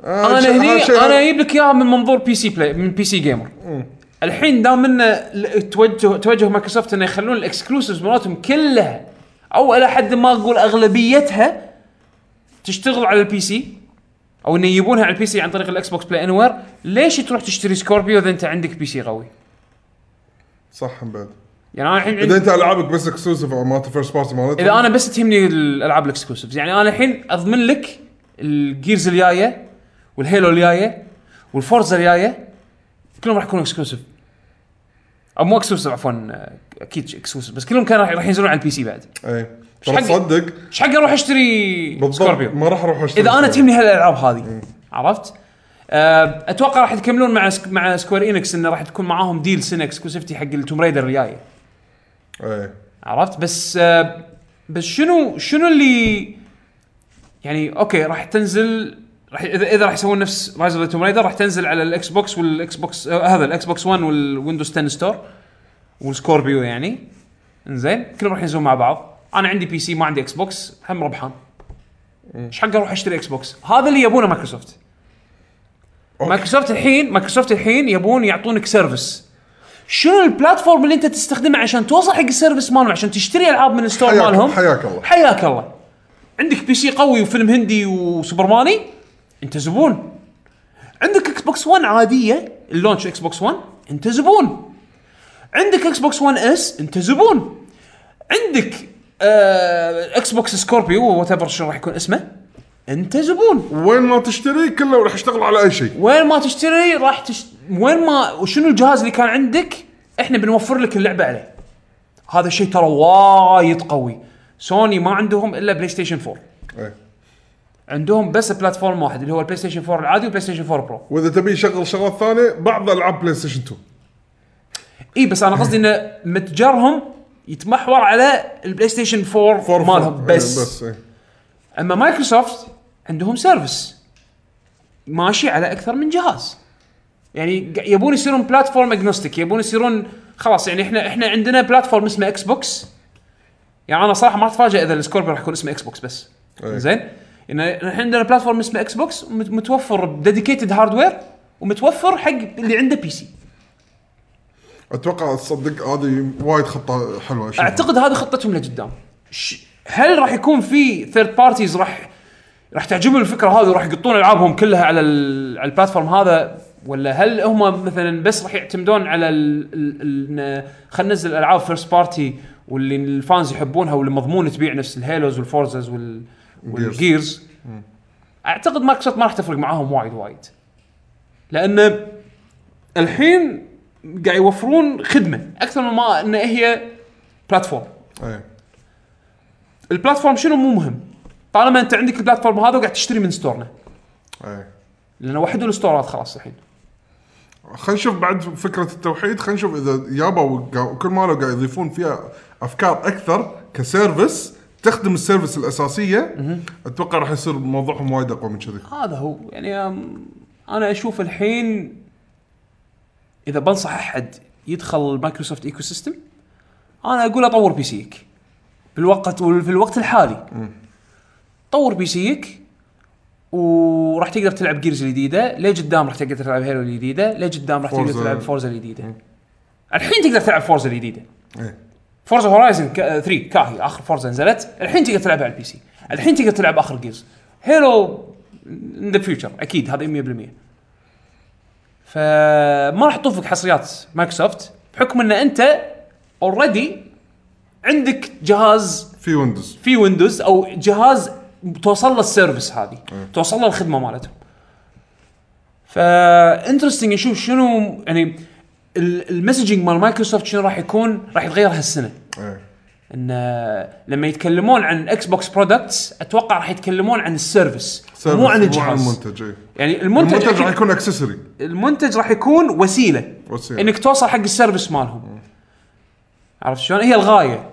B: آه،
A: انا
B: شيء-
A: هني
B: شيء-
A: انا اجيب لك اياها من منظور بي سي بلاي من بي سي جيمر الحين دام انه ال- توجه توجه مايكروسوفت انه يخلون الاكسكلوسيفز مالتهم كلها او الى حد ما اقول اغلبيتها تشتغل على البي سي او انه يجيبونها على البي سي عن طريق الاكس بوكس بلاي انوير ليش تروح تشتري سكوربيو اذا انت عندك بي سي قوي؟
B: صح هم بعد
A: يعني انا الحين عندي-
B: اذا انت العابك بس اكسكلوسيف او مالت الفيرست بارتي مالتهم
A: اذا انا بس تهمني الالعاب الاكسكلوسيفز يعني انا الحين اضمن لك الجيرز الجايه والهيلو الجايه والفورزا الجايه كلهم راح يكونوا اكسكلوسيف او مو اكسكلوسيف عفوا اكيد اكسكلوسيف بس كلهم كانوا راح- راح ينزلون على البي سي بعد
B: اي
A: إيش
B: إيه. ترى
A: حقي؟
B: تصدق
A: ايش حق اروح اشتري
B: بالضبط
A: سكوربيو
B: ما راح اروح اشتري
A: اذا انا
B: سكوربيو.
A: تهمني هالالعاب هذه عرفت؟ آه، اتوقع راح يتكملون مع سك... مع سكوير انكس انه راح تكون معاهم ديل سنه اكسكلوسيفتي حق التوم رايدر الجايه
B: اي
A: عرفت بس آه، بس شنو شنو اللي يعني اوكي راح تنزل راح اذا اذا راح يسوون نفس رايز اوف توم رايدر راح تنزل على الاكس بوكس والاكس بوكس آه، هذا الاكس بوكس 1 والويندوز 10 ستور والسكوربيو يعني انزين كلهم راح ينزلون مع بعض انا عندي بي سي ما عندي اكس بوكس هم ربحان
B: إيه.
A: ايش حق اروح اشتري اكس بوكس هذا اللي يبونه مايكروسوفت
B: أوكي.
A: مايكروسوفت الحين مايكروسوفت الحين يبون يعطونك سيرفيس شنو البلاتفورم اللي انت تستخدمه عشان توصل حق السيرفس مالهم عشان تشتري العاب من الستور
B: حياك-
A: مالهم
B: حياك الله.
A: حياك الله عندك بي سي قوي وفيلم هندي وسوبرماني انت زبون عندك اكس بوكس 1 عاديه اللونش اكس بوكس 1 انت زبون عندك اكس بوكس 1 اس انت زبون عندك آه اكس بوكس سكوربيو وات ايفر شو راح يكون اسمه انت زبون
B: وين ما تشتري كله راح يشتغل على اي شيء
A: وين ما تشتري راح تشت... وين ما وشنو الجهاز اللي كان عندك احنا بنوفر لك اللعبه عليه هذا الشيء ترى وايد قوي سوني ما عندهم الا بلاي ستيشن 4
B: إيه.
A: عندهم بس بلاتفورم واحد اللي هو البلاي ستيشن 4 العادي والبلاي ستيشن 4 برو
B: واذا تبي يشغل شغلات ثانيه بعض العاب بلاي ستيشن 2
A: اي بس انا قصدي انه متجرهم يتمحور على البلاي ستيشن 4,
B: 4
A: مالهم بس.
B: إيه، بس إيه.
A: اما مايكروسوفت عندهم سيرفس ماشي على اكثر من جهاز يعني ق- يبون يصيرون بلاتفورم اجنوستيك يبون يصيرون خلاص يعني احنا احنا عندنا بلاتفورم اسمه اكس بوكس يعني انا صراحه ما اتفاجئ اذا السكوربيو راح يكون اسمه اكس بوكس بس
B: أي.
A: زين يعني احنا عندنا بلاتفورم اسمه اكس بوكس مت- متوفر بديديكيتد هاردوير ومتوفر حق اللي عنده بي سي
B: اتوقع تصدق هذه وايد خطه حلوه أشوفها.
A: اعتقد هذه خطتهم لقدام ش- هل راح يكون في ثيرد بارتيز راح راح تعجبهم الفكره هذه وراح يقطون العابهم كلها على ال... على البلاتفورم هذا ولا هل هم مثلا بس راح يعتمدون على ال... ال... ال... خلينا ننزل العاب فيرست بارتي واللي الفانز يحبونها واللي مضمون تبيع نفس الهيلوز والفورزز وال... والجيرز اعتقد مايكروسوفت ما راح تفرق معاهم وايد وايد لان الحين قاعد يوفرون خدمه اكثر من ما ان هي بلاتفورم
B: إيه.
A: البلاتفورم شنو مو مهم طالما انت عندك البلاتفورم هذا وقاعد تشتري من ستورنا
B: إيه.
A: لانه وحدوا الستورات خلاص الحين
B: خلينا نشوف بعد فكره التوحيد خلينا نشوف اذا يابا كل مره قاعد يضيفون فيها افكار اكثر كسيرفس تخدم السيرفس الاساسيه اتوقع راح يصير موضوعهم وايد اقوى من كذي
A: هذا هو يعني أم، انا اشوف الحين اذا بنصح احد يدخل مايكروسوفت ايكو سيستم انا اقول له طور بي سيك بالوقت في الوقت الحالي طور بي سيك وراح تقدر تلعب جيرز الجديده ليه قدام راح تقدر تلعب هيلو الجديده ليه قدام راح تقدر
B: فورزا.
A: تلعب فورزا الجديده الحين تقدر تلعب فورزا الجديده
B: إيه.
A: فورزا هورايزن 3 آه، كاهي اخر فورزا نزلت الحين تقدر تلعبها على البي سي الحين تقدر تلعب اخر جيرز هيلو ان ذا فيوتشر اكيد هذا 100% فما راح تطوفك حصريات مايكروسوفت بحكم ان انت اوريدي عندك جهاز
B: في ويندوز
A: في ويندوز او جهاز توصل له السيرفس هذه توصل له الخدمه مالتهم فا انترستنج نشوف شنو يعني ال- المسجنج مال مايكروسوفت شنو راح يكون راح يتغير هالسنه
B: إيه.
A: ان آه، لما يتكلمون عن اكس بوكس برودكتس اتوقع راح يتكلمون عن السيرفس
B: سيرفس،
A: مو عن الجهاز
B: المنتج إيه.
A: يعني المنتج
B: المنتج
A: أكيد-
B: راح يكون اكسسوري
A: المنتج راح يكون وسيله
B: وسيلة.
A: انك توصل حق السيرفس مالهم عرفت شلون هي الغايه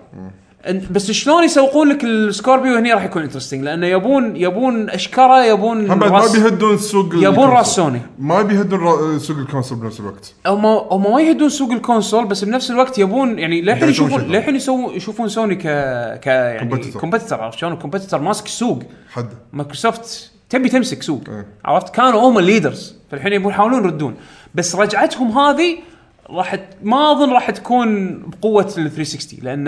A: إن- بس شلون يسوقون لك السكوربيو هني راح يكون انترستنج لانه يبون يبون اشكره يبون
B: هم بعد ما
A: راس-
B: بيهدون سوق
A: يبون
B: الكونسول.
A: راس سوني
B: ما بيهدون را- سوق الكونسول بنفس الوقت
A: هم هم ما يهدون سوق الكونسول بس بنفس الوقت يبون يعني للحين
B: يدعمون
A: يشوفون
B: شغل.
A: للحين يسوون يشوفون سوني ك ك يعني
B: Competitor.
A: كومبيتيتر عرفت شلون الكومبيتيتر ماسك السوق
B: حد
A: مايكروسوفت تبي تمسك سوق
B: إيه.
A: عرفت كانوا هم الليدرز فالحين يبون يحاولون يردون بس رجعتهم هذه راح ت- ما اظن راح تكون بقوه ال 360 لان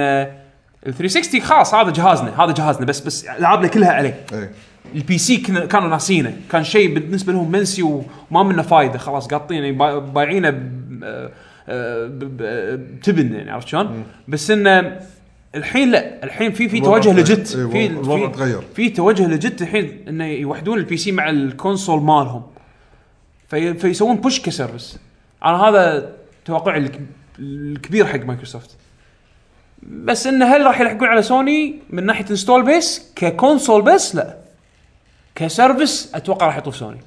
A: ال 360 خلاص هذا جهازنا هذا جهازنا بس بس العابنا كلها عليه
B: ايه
A: البي سي كنا- كانوا ناسينه كان شيء بالنسبه لهم منسي وما منه فايده خلاص قاطينه يبا- بايعينه ب- آه، آه، ب- ب- بتبن يعني عرفت شلون؟ بس انه الحين لا الحين في في
B: الوضع
A: توجه
B: تغير.
A: لجت
B: إيه،
A: في
B: الوضع
A: في-
B: تغير.
A: في توجه لجت الحين انه يوحدون البي سي مع الكونسول مالهم في فيسوون بوش كسيرفس انا هذا توقعي الك- الكبير حق مايكروسوفت بس انه هل راح يلحقون على سوني من ناحيه انستول بيس ككونسول بس لا كسيرفس اتوقع راح يطوف سوني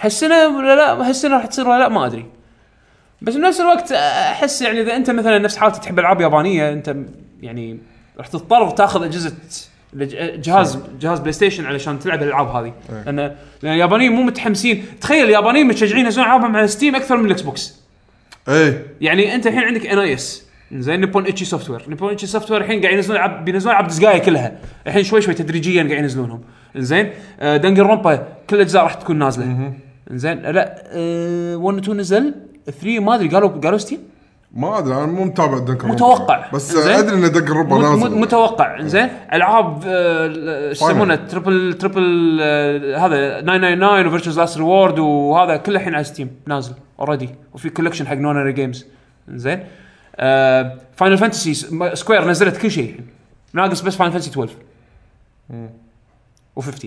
A: هالسنه ولا لا هالسنه راح تصير ولا لا ما ادري بس بنفس الوقت احس يعني اذا انت مثلا نفس حالتي تحب العاب يابانيه انت م- يعني راح تضطر تاخذ اجهزه لج- جهاز جهاز بلاي ستيشن علشان تلعب الالعاب هذه لان لان اليابانيين مو متحمسين تخيل اليابانيين متشجعين ينزلون العابهم على ستيم اكثر من الاكس بوكس
B: ايه
A: يعني انت الحين عندك ان اي اس زين نيبون اتشي سوفت وير نيبون اتشي سوفت وير الحين قاعد ينزلون العاب بينزلون العاب دزقايه كلها الحين شوي شوي تدريجيا قاعد ينزلونهم زين آه دنجر رومبا كل اجزاء راح تكون نازله زين لا آه 1 2 نزل 3 ما ادري قالوا قالوا ستيم
B: ما ادري انا مو متابع دنك
A: متوقع.
B: بس
A: زين.
B: ادري ان دنك الربع
A: مت-
B: نازل
A: مت- متوقع زين العاب آه، ايش يسمونه تربل تربل آه، هذا 999 وفيرتشوز لاست ريورد وهذا كله الحين على ستيم نازل اوريدي وفي كولكشن حق نونري جيمز زين آه، فاينل فانتسي سكوير نزلت كل شيء الحين ناقص بس فاينل فانتسي 12 و15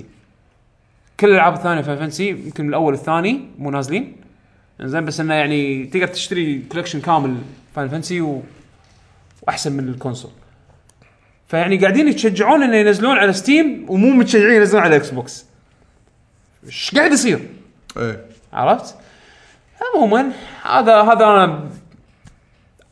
A: كل الالعاب الثانيه فاينل فانتسي يمكن الاول والثاني مو نازلين زين بس انه يعني تقدر تشتري كولكشن كامل فاينل فانتسي و... واحسن من الكونسول فيعني قاعدين يتشجعون انه ينزلون على ستيم ومو متشجعين ينزلون على اكس بوكس ايش قاعد يصير
B: ايه
A: عرفت عموما هذا هذا انا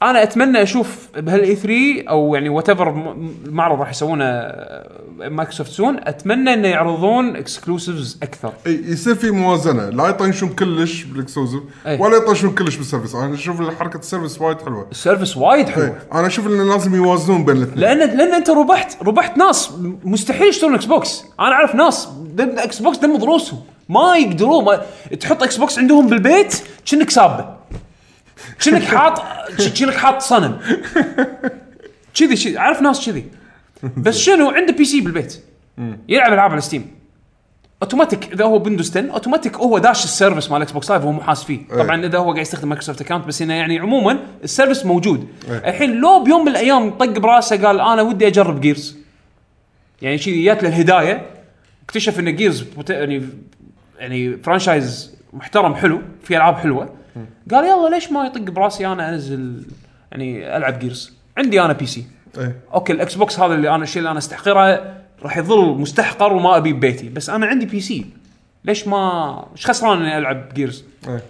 A: انا اتمنى اشوف بهالاي 3 او يعني وات ايفر المعرض راح يسوونه آه، مايكروسوفت سون اتمنى انه يعرضون اكسكلوسيفز اكثر
B: اي إيه، يصير في موازنه لا يطنشون كلش بالاكسوزيف
A: إيه.
B: ولا يطنشون كلش بالسيرفس انا اشوف إن حركه السيرفس وايد حلوه
A: السيرفس وايد حلو
B: إيه. انا اشوف انه لازم يوازنون بين الاثنين
A: لان لان انت ربحت ربحت ناس مستحيل يشترون اكس بوكس انا اعرف ناس دم اكس بوكس دم ضروسهم ما يقدرون ما تحط اكس بوكس عندهم بالبيت كأنك سابه كأنك حاط كأنك حاط صنم كذي شي اعرف ناس كذي بس شنو عنده بي سي بالبيت يلعب العاب على ستيم اوتوماتيك اذا هو بندوز 10 اوتوماتيك هو داش السيرفس مال اكس بوكس لايف وهو مو حاس فيه طبعا اذا هو قاعد يستخدم مايكروسوفت اكونت بس انه يعني عموما السيرفس موجود الحين لو بيوم من الايام طق براسه قال انا ودي اجرب جيرز يعني شي جات له الهدايه اكتشف ان جيرز بوت- يعني يعني فرانشايز محترم حلو في العاب حلوه قال يلا ليش ما يطق براسي انا انزل يعني العب جيرز عندي انا بي سي
B: إيه.
A: اوكي الاكس بوكس هذا اللي انا الشيء اللي انا استحقره راح يظل مستحقر وما ابي ببيتي بس انا عندي بي سي ليش ما ايش خسران اني العب جيرز
B: ايه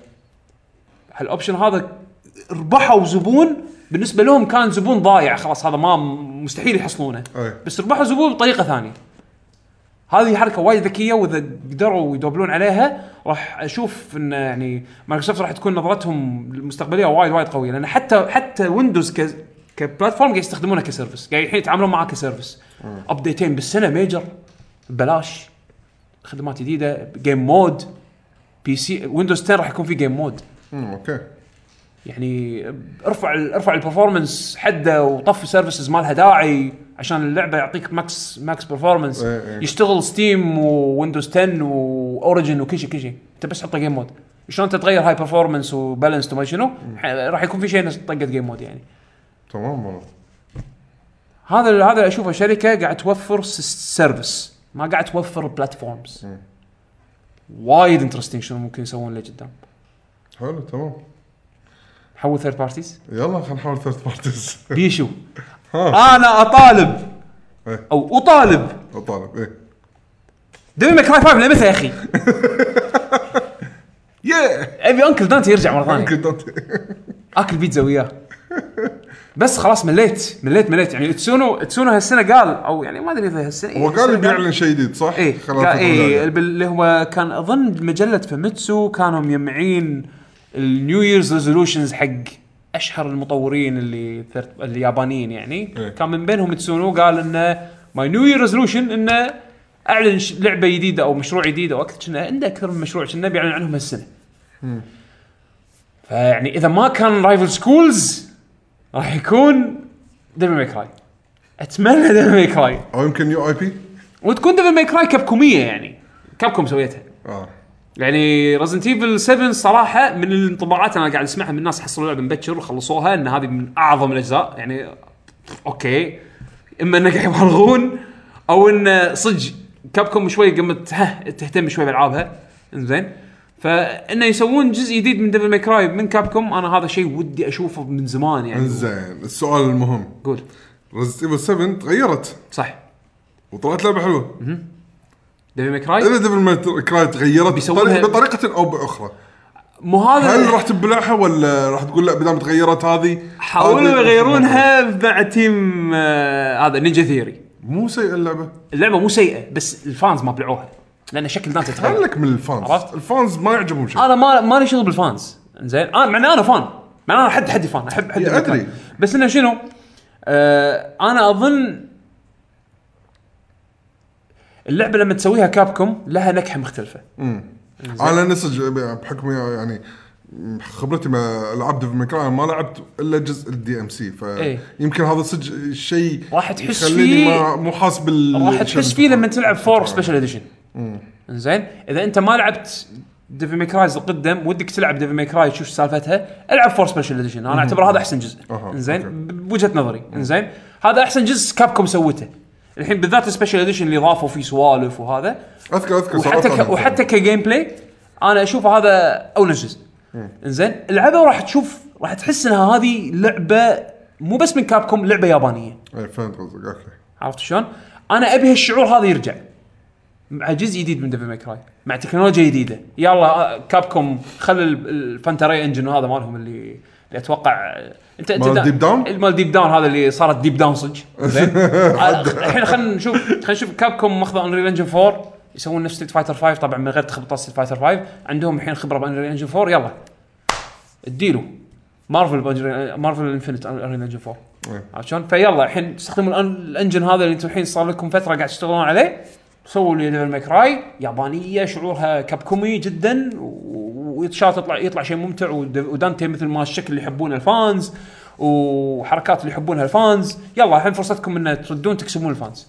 A: هالاوبشن هذا ربحوا زبون بالنسبه لهم كان زبون ضايع خلاص هذا ما مستحيل يحصلونه
B: أي.
A: بس ربحوا زبون بطريقه ثانيه هذه حركه وايد ذكيه واذا قدروا يدوبلون عليها راح اشوف ان يعني مايكروسوفت راح تكون نظرتهم المستقبليه وايد وايد قويه لان حتى حتى ويندوز ك كبلاتفورم قاعد يستخدمونه كسيرفس قاعد الحين يتعاملون معاه كسيرفس ابديتين بالسنه ميجر ببلاش خدمات جديده جيم مود بي سي ويندوز 10 راح يكون في جيم مود
B: أمم، اوكي
A: يعني ارفع ال- ارفع البرفورمانس حده وطفي سيرفيسز ما لها داعي عشان اللعبه يعطيك ماكس ماكس برفورمانس
B: إيه إيه.
A: يشتغل ستيم وويندوز 10 واوريجن وكل شيء كل شيء انت بس حطه جيم مود شلون انت تغير هاي برفورمانس وبالانس وما شنو ح- راح يكون في شيء ناس طقت جيم مود يعني
B: تمام والله
A: هذا ال- هذا اللي اشوفه شركه قاعد توفر س- سيرفيس ما قاعد توفر بلاتفورمز وايد انترستنج شنو ممكن يسوون لقدام
B: حلو تمام
A: حول ثيرد بارتيز
B: يلا خلينا نحاول ثيرد بارتيز
A: بيشو
B: ها
A: انا اطالب
B: إيه.
A: او اطالب
B: طالب ايه
A: دبي ماكراي 5 لمتى يا اخي؟
B: ياه
A: ابي انكل دانتي يرجع مره ثانيه
B: يمكن دانتي.
A: اكل بيتزا وياه بس خلاص مليت مليت مليت يعني تسونو تسونو هالسنه قال او يعني ما ادري اذا هالسنه
B: هو قال بيعلن شيء جديد صح؟
A: ايه
B: خلال
A: قال
B: الفترة
A: ايه
B: الجاية.
A: الب- اللي هو كان اظن مجله فميتسو كانوا مجمعين النيو ييرز ريزولوشنز حق اشهر المطورين اللي ثيرد- اليابانيين يعني
B: إيه.
A: كان من بينهم تسونو قال انه ماي نيو يير ريزولوشن انه اعلن ش- لعبه جديده او مشروع جديد او اكثر كنا عنده اكثر من مشروع كنا بيعلن عنهم هالسنه. فيعني اذا ما كان رايفل سكولز راح يكون ديفل ماي كراي. اتمنى ديفل ماي كراي.
B: او يمكن يو اي بي
A: وتكون ديفل ماي كراي كابكوميه يعني كابكوم سويتها
B: اه
A: يعني رزنت ايفل 7 صراحه من الانطباعات انا قاعد اسمعها من الناس حصلوا لعبه مبكر وخلصوها ان هذه من اعظم الاجزاء يعني اوكي اما انه قاعد يبالغون او ان صدق كابكوم شوي قمت ها تهتم شوي بالعابها انزين فانه يسوون جزء جديد من ديفل ماي كراي من كابكوم انا هذا شيء ودي اشوفه من زمان يعني
B: زين السؤال المهم
A: قول
B: ريزنت ايفل 7 تغيرت
A: صح
B: وطلعت لعبه حلوه
A: ديفل ماي كراي
B: اذا ديفل كراي تغيرت
A: بيسوونها-
B: بطريقة- بطريقه او باخرى
A: مو هذا
B: هل راح تبلعها ولا راح تقول لا بدام تغيرت هذه
A: حاولوا
B: هذه-
A: يغيرونها مع تيم آه، هذا نينجا ثيوري
B: مو سيئه اللعبه
A: اللعبه مو سيئه بس الفانز ما بلعوها لان شكل دانتي تغير
B: خلك من الفانز
A: عرفت؟
B: الفانز ما يعجبهم شيء
A: انا ما مالي شغل بالفانز زين انا مع إن انا فان مع إن انا حد حد فان احب حد
B: يا أدري.
A: فان. بس انه شنو آه انا اظن اللعبه لما تسويها كابكم لها نكهه مختلفه
B: انا نسج بحكم يعني خبرتي مع العاب ديفل ماكراي ما لعبت الا جزء الدي ام سي
A: إيه.
B: فيمكن هذا صدق شيء
A: راح تحس
B: يخليني
A: فيه-
B: ما- مو حاسس بال
A: راح تحس فيه لما تلعب فور سبيشل اديشن زين اذا انت ما لعبت ديفي ماي كرايز القدم ودك تلعب ديفي ماي كراي تشوف سالفتها العب فور سبيشل اديشن انا اعتبر هذا احسن جزء
B: أها،
A: زين
B: أوكي.
A: بوجهه نظري زين هذا احسن جزء كابكوم سوته الحين بالذات السبيشل اديشن اللي ضافوا فيه سوالف وهذا
B: اذكر اذكر
A: وحتى
B: سولفت
A: ك...
B: عنها.
A: وحتى كجيم بلاي انا اشوف هذا اول جزء انزين العبها وراح تشوف راح تحس انها هذه لعبه مو بس من كابكوم لعبه يابانيه
B: ايه فهمت قصدك اوكي
A: عرفت شلون؟ انا ابي هالشعور هذا يرجع مع جزء جديد من ديفل ماي كراي مع تكنولوجيا جديده يلا كابكوم خل ال- الفانتاري انجن وهذا مالهم اللي, اللي اتوقع انت انت
B: مال
A: دا-
B: Deep Down؟
A: إيه، مال ديب داون هذا اللي صارت ديب داون صدق زين آه، الحين خلينا نشوف خلينا نشوف كابكوم ماخذه انريل انجن 4 يسوون نفس ستريت فايتر 5 طبعا من غير تخبطات ستريت فايتر 5 عندهم الحين خبره بانريل انجن 4 يلا اديله مارفل بأنريل- مارفل انفنت انريل انجن 4
B: إيه.
A: عرفت شلون؟ فيلا الحين استخدموا الان الانجن هذا اللي انتم الحين صار لكم فتره قاعد تشتغلون عليه سووا لي ليفل ماكراي يابانيه شعورها كابكومي جدا و- ويتشات يطلع يطلع شيء ممتع ود- ودانتي مثل ما الشكل اللي يحبونه الفانز وحركات اللي يحبونها الفانز يلا الحين فرصتكم ان تردون تكسبون الفانز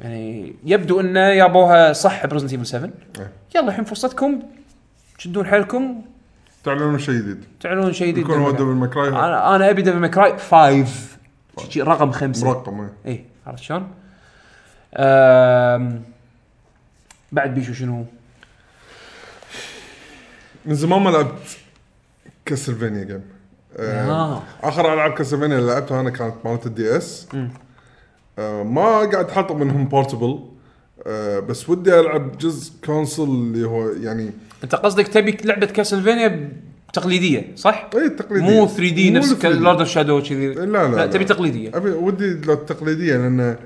A: يعني يبدو انه يابوها صح بريزنت ايفل 7
B: إيه.
A: يلا الحين فرصتكم تشدون حيلكم
B: تعلنون شيء جديد
A: تعلنون شيء جديد
B: يكون هو دبل ماكراي
A: انا انا ابي ديفل ماكراي 5 شي- شي رقم خمسه
B: مرقم إيه.
A: اي عرفت شلون؟ أم، بعد بيشو شنو؟
B: من زمان ما لعبت كاسلفينيا جيم آه.
A: آه.
B: اخر العاب كاسلفينيا اللي لعبتها انا كانت مالت الدي اس آه ما قاعد حاط منهم بورتبل آه بس ودي العب جزء كونسل اللي هو يعني
A: انت قصدك تبي لعبه كاسلفينيا تقليديه صح؟
B: اي تقليدي
A: مو 3 دي نفس لورد اوف شادو كذي
B: لا لا,
A: لا تبي تقليديه
B: ابي ودي لو التقليديه لان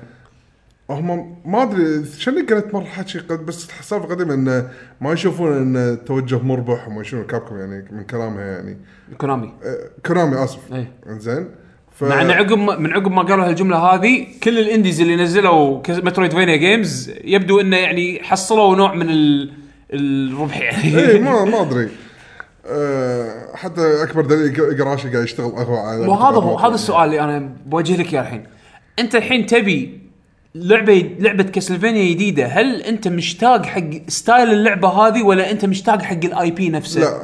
B: هم ما ادري شنو قلت مره حكي قد بس حساب قديم انه ما يشوفون ان التوجه مربح وما يشوفون كابكم يعني من كلامها يعني
A: كونامي
B: آه، كونامي اسف
A: إيه.
B: انزين ف...
A: مع نعم. ان عقب ما- من عقب ما قالوا هالجمله هذه كل الانديز اللي نزلوا كز- مترويدفينيا جيمز يبدو انه يعني حصلوا نوع من ال- الربح
B: اي
A: يعني
B: إيه، ما ما ادري آه، حتى اكبر دليل قراشي قاعد يشتغل قهوه على
A: وهذا هو هذا السؤال اللي انا بوجه لك اياه الحين انت الحين تبي لعبه لعبه كاسلفينيا جديده هل انت مشتاق حق ستايل اللعبه هذه ولا انت مشتاق حق الاي بي نفسه
B: لا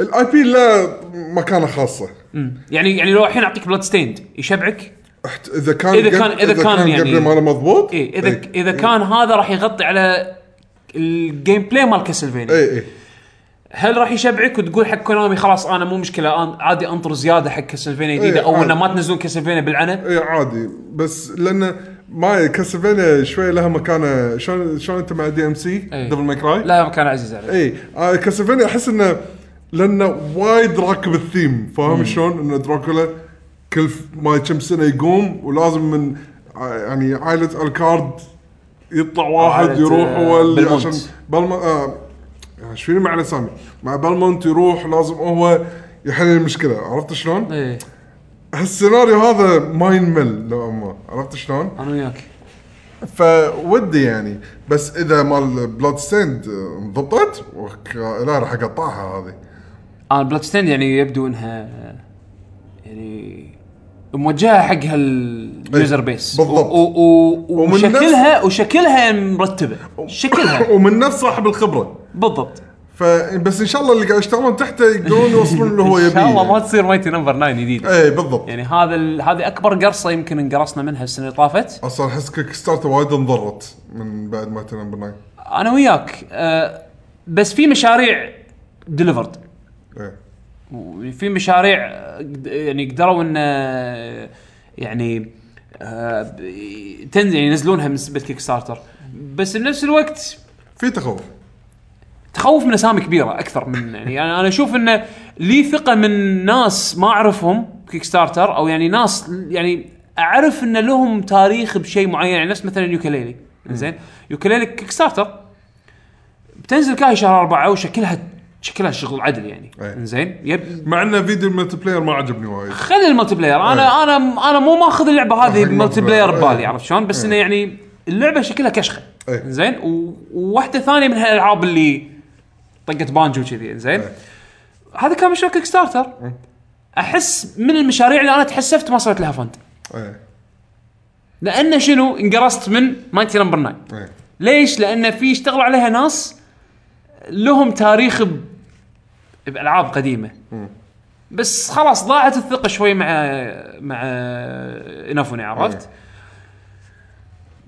B: الاي آه، بي له مكانه خاصه
A: مم. يعني يعني لو الحين اعطيك بلاد ستيند يشبعك
B: أحت- اذا كان
A: إذا
B: قبل-
A: كان- إذا كان يعني-
B: قبل ما انا مضبوط
A: اي اذا
B: إيه.
A: اذا كان هذا راح يغطي على الجيم بلاي مال كاسلفينيا
B: اي اي
A: هل راح يشبعك وتقول حق كونامي خلاص انا مو مشكله أنا عادي انطر زياده حق كاسلفينيا جديده
B: إيه،
A: او انه
B: عادي.
A: ما تنزلون كاسلفينيا بالعنى
B: اي إيه، عادي بس لان ما كاسلفينيا شوي لها مكانه شلون شلون انت مع دي ام سي
A: إيه.
B: دبل ماي كراي
A: لا مكان عزيز علي
B: اي آه، كاسلفينيا احس انه لانه وايد راكب الثيم فاهم شلون انه دراكولا كل ف- ما كم سنه يقوم ولازم من ع- يعني عائله الكارد يطلع واحد
A: عائلة،
B: يروح
A: آه،
B: هو اللي
A: بلمونت.
B: عشان بلم آه ايش فيني مع الاسامي مع بلمونت يروح لازم هو يحل المشكله عرفت شلون؟
A: ايه
B: هالسيناريو هذا ما ينمل نوعا ما عرفت شلون؟
A: انا وياك
B: فودي يعني بس اذا مال بلاد ستيند انضبطت وك- لا راح اقطعها هذه
A: انا بلاد ستيند يعني يبدو انها يعني موجهه حق هاليوزر بيس
B: إيه، بالضبط.
A: و- و- و-
B: ومن
A: وشكلها وشكلها مرتبه شكلها
B: ومن نفس صاحب الخبره
A: بالضبط
B: فبس ان شاء الله اللي قاعد يشتغلون تحته يقدرون يوصلون اللي هو يبيه
A: ان شاء الله ما تصير مايتي نمبر 9 جديد
B: اي بالضبط
A: يعني هذا ال- هذه اكبر قرصه يمكن انقرصنا منها السنه اللي طافت
B: اصلا احس كيك ستارتر وايد انضرت من بعد ما تنام بالنايم
A: انا وياك أه بس في مشاريع ديليفرد
B: إيه.
A: في مشاريع آه، قد- يعني قدروا ان آه، يعني آه، ب- تنزل يعني ينزلونها من سبه كيك ستارتر بس بنفس الوقت
B: في تخوف
A: تخوف من اسامي كبيره اكثر من يعني انا انا اشوف انه لي ثقه من ناس ما اعرفهم كيك ستارتر او يعني ناس يعني اعرف ان لهم تاريخ بشيء معين يعني نفس مثلا يوكليلي زين يوكليلي كيك ستارتر بتنزل كاهي شهر أربعة وشكلها شكلها شغل عدل يعني
B: أي.
A: زين يب
B: مع انه فيديو الملتي بلاير ما عجبني وايد
A: خلي الملتي بلاير انا انا انا مو ماخذ اللعبه هذه
B: أحق
A: ملتي
B: الملتي
A: بلاير
B: بلاير.
A: ببالي
B: إيه.
A: عرفت شلون بس انه يعني اللعبه شكلها كشخه
B: إيه.
A: زين و- وواحده ثانيه من هالالعاب اللي طقه بانجو كذي زين
B: إيه.
A: هذا كان مشروع كيك ستارتر احس من المشاريع اللي انا تحسفت ما سويت لها فند
B: ايه
A: لان شنو انقرصت من مايتي نمبر 9
B: ايه
A: ليش؟ لان في اشتغلوا عليها ناس لهم تاريخ ب... بالعاب قديمه بس خلاص ضاعت الثقه شوي مع مع انافوني عرفت؟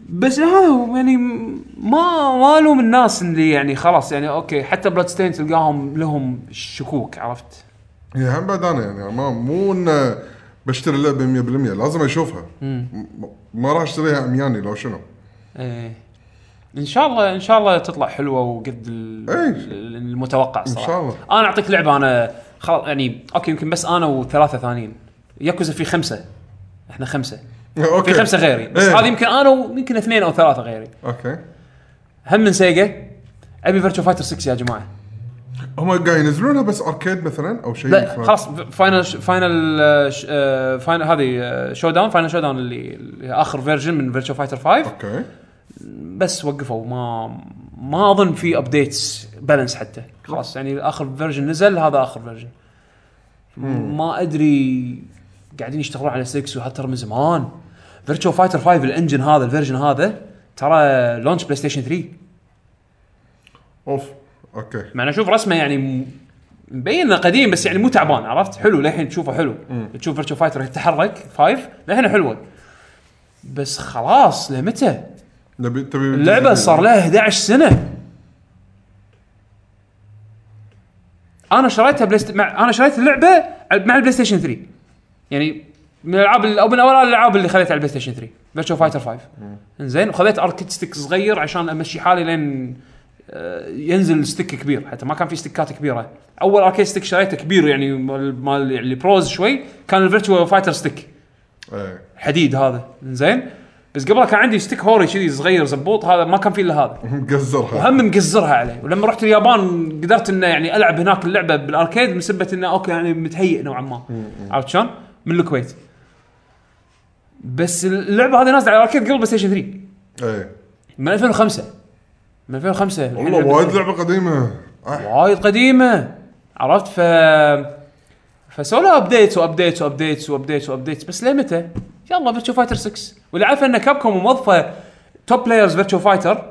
A: بس هذا هو، يعني ما ما لوم الناس اللي يعني خلاص يعني اوكي حتى بلاد ستين تلقاهم لهم شكوك عرفت؟
B: هي هم بعد انا يعني ما مو انه بشتري اللعبه 100% لازم اشوفها م- ما راح اشتريها عمياني لو شنو
A: ايه ان شاء الله ان شاء الله تطلع حلوه وقد ال-
B: إيه.
A: ال- المتوقع صراحه
B: شاء الله.
A: انا اعطيك لعبه انا خلاص يعني اوكي يمكن بس انا وثلاثه ثانيين ياكوزا في خمسه احنا خمسه
B: اوكي
A: في خمسه غيري بس
B: إيه.
A: هذه يمكن انا ويمكن اثنين او ثلاثه غيري
B: اوكي
A: هم من سيجا ابي فيرتشو فايتر 6 يا جماعه
B: هم قاعد ينزلونها بس اركيد مثلا او شيء
A: لا
B: مثلاً.
A: خلاص فاينل فاينل آه، ش- آه، فاينل هذه آه، شو داون فاينل شو داون اللي اللي اخر فيرجن من فيرتشو فايتر 5
B: اوكي
A: بس وقفوا ما ما اظن في ابديتس بالانس حتى خلاص يعني اخر فيرجن نزل هذا اخر فيرجن ما ادري قاعدين يشتغلون على 6 وحتى ترى من زمان فيرتشو فايتر 5 الانجن هذا الفيرجن هذا ترى لونش بلاي ستيشن 3
B: اوف اوكي
A: مع اني اشوف رسمه يعني م- مبين انه قديم بس يعني مو تعبان عرفت حلو للحين تشوفه حلو تشوف فيرتشو فايتر يتحرك 5 للحين حلوه بس خلاص لمتى
B: نبي تبي
A: اللعبه صار لها 11 سنه انا شريتها بلاي ست... مع... انا شريت اللعبه على- مع البلاي ستيشن 3 يعني من الالعاب ال- او من اول الالعاب اللي خليتها على البلاي ستيشن 3 فيرتشو فايتر 5 انزين وخذيت اركيد ستيك صغير عشان امشي حالي لين آه، ينزل ستيك كبير حتى ما كان في ستيكات كبيره اول اركيد ستيك شريته كبير يعني مال مال يعني البروز شوي كان الفيرتشو فايتر ستيك
B: ايه
A: حديد هذا زين بس قبلها كان عندي ستيك هوري كذي صغير زبوط هذا ما كان فيه الا هذا
B: مقزرها
A: وهم مقزرها عليه ولما رحت اليابان قدرت انه يعني العب هناك اللعبه بالاركيد بسبه انه اوكي يعني متهيئ نوعا ما عرفت شلون؟ من الكويت بس اللعبه هذه نازله على الاركيد قبل بلاي ستيشن 3
B: ايه
A: من 2005 من 2005 الحين
B: والله
A: لعبة-
B: وايد لعبه قديمه أح-
A: وايد قديمه عرفت ف فسووا لها ابديتس وابديتس وابديتس وابديتس وابديتس بس لمتى؟ يلا فيرتشو فايتر 6 واللي عارفه ان كابكوم موظفه توب بلايرز فيرتشو فايتر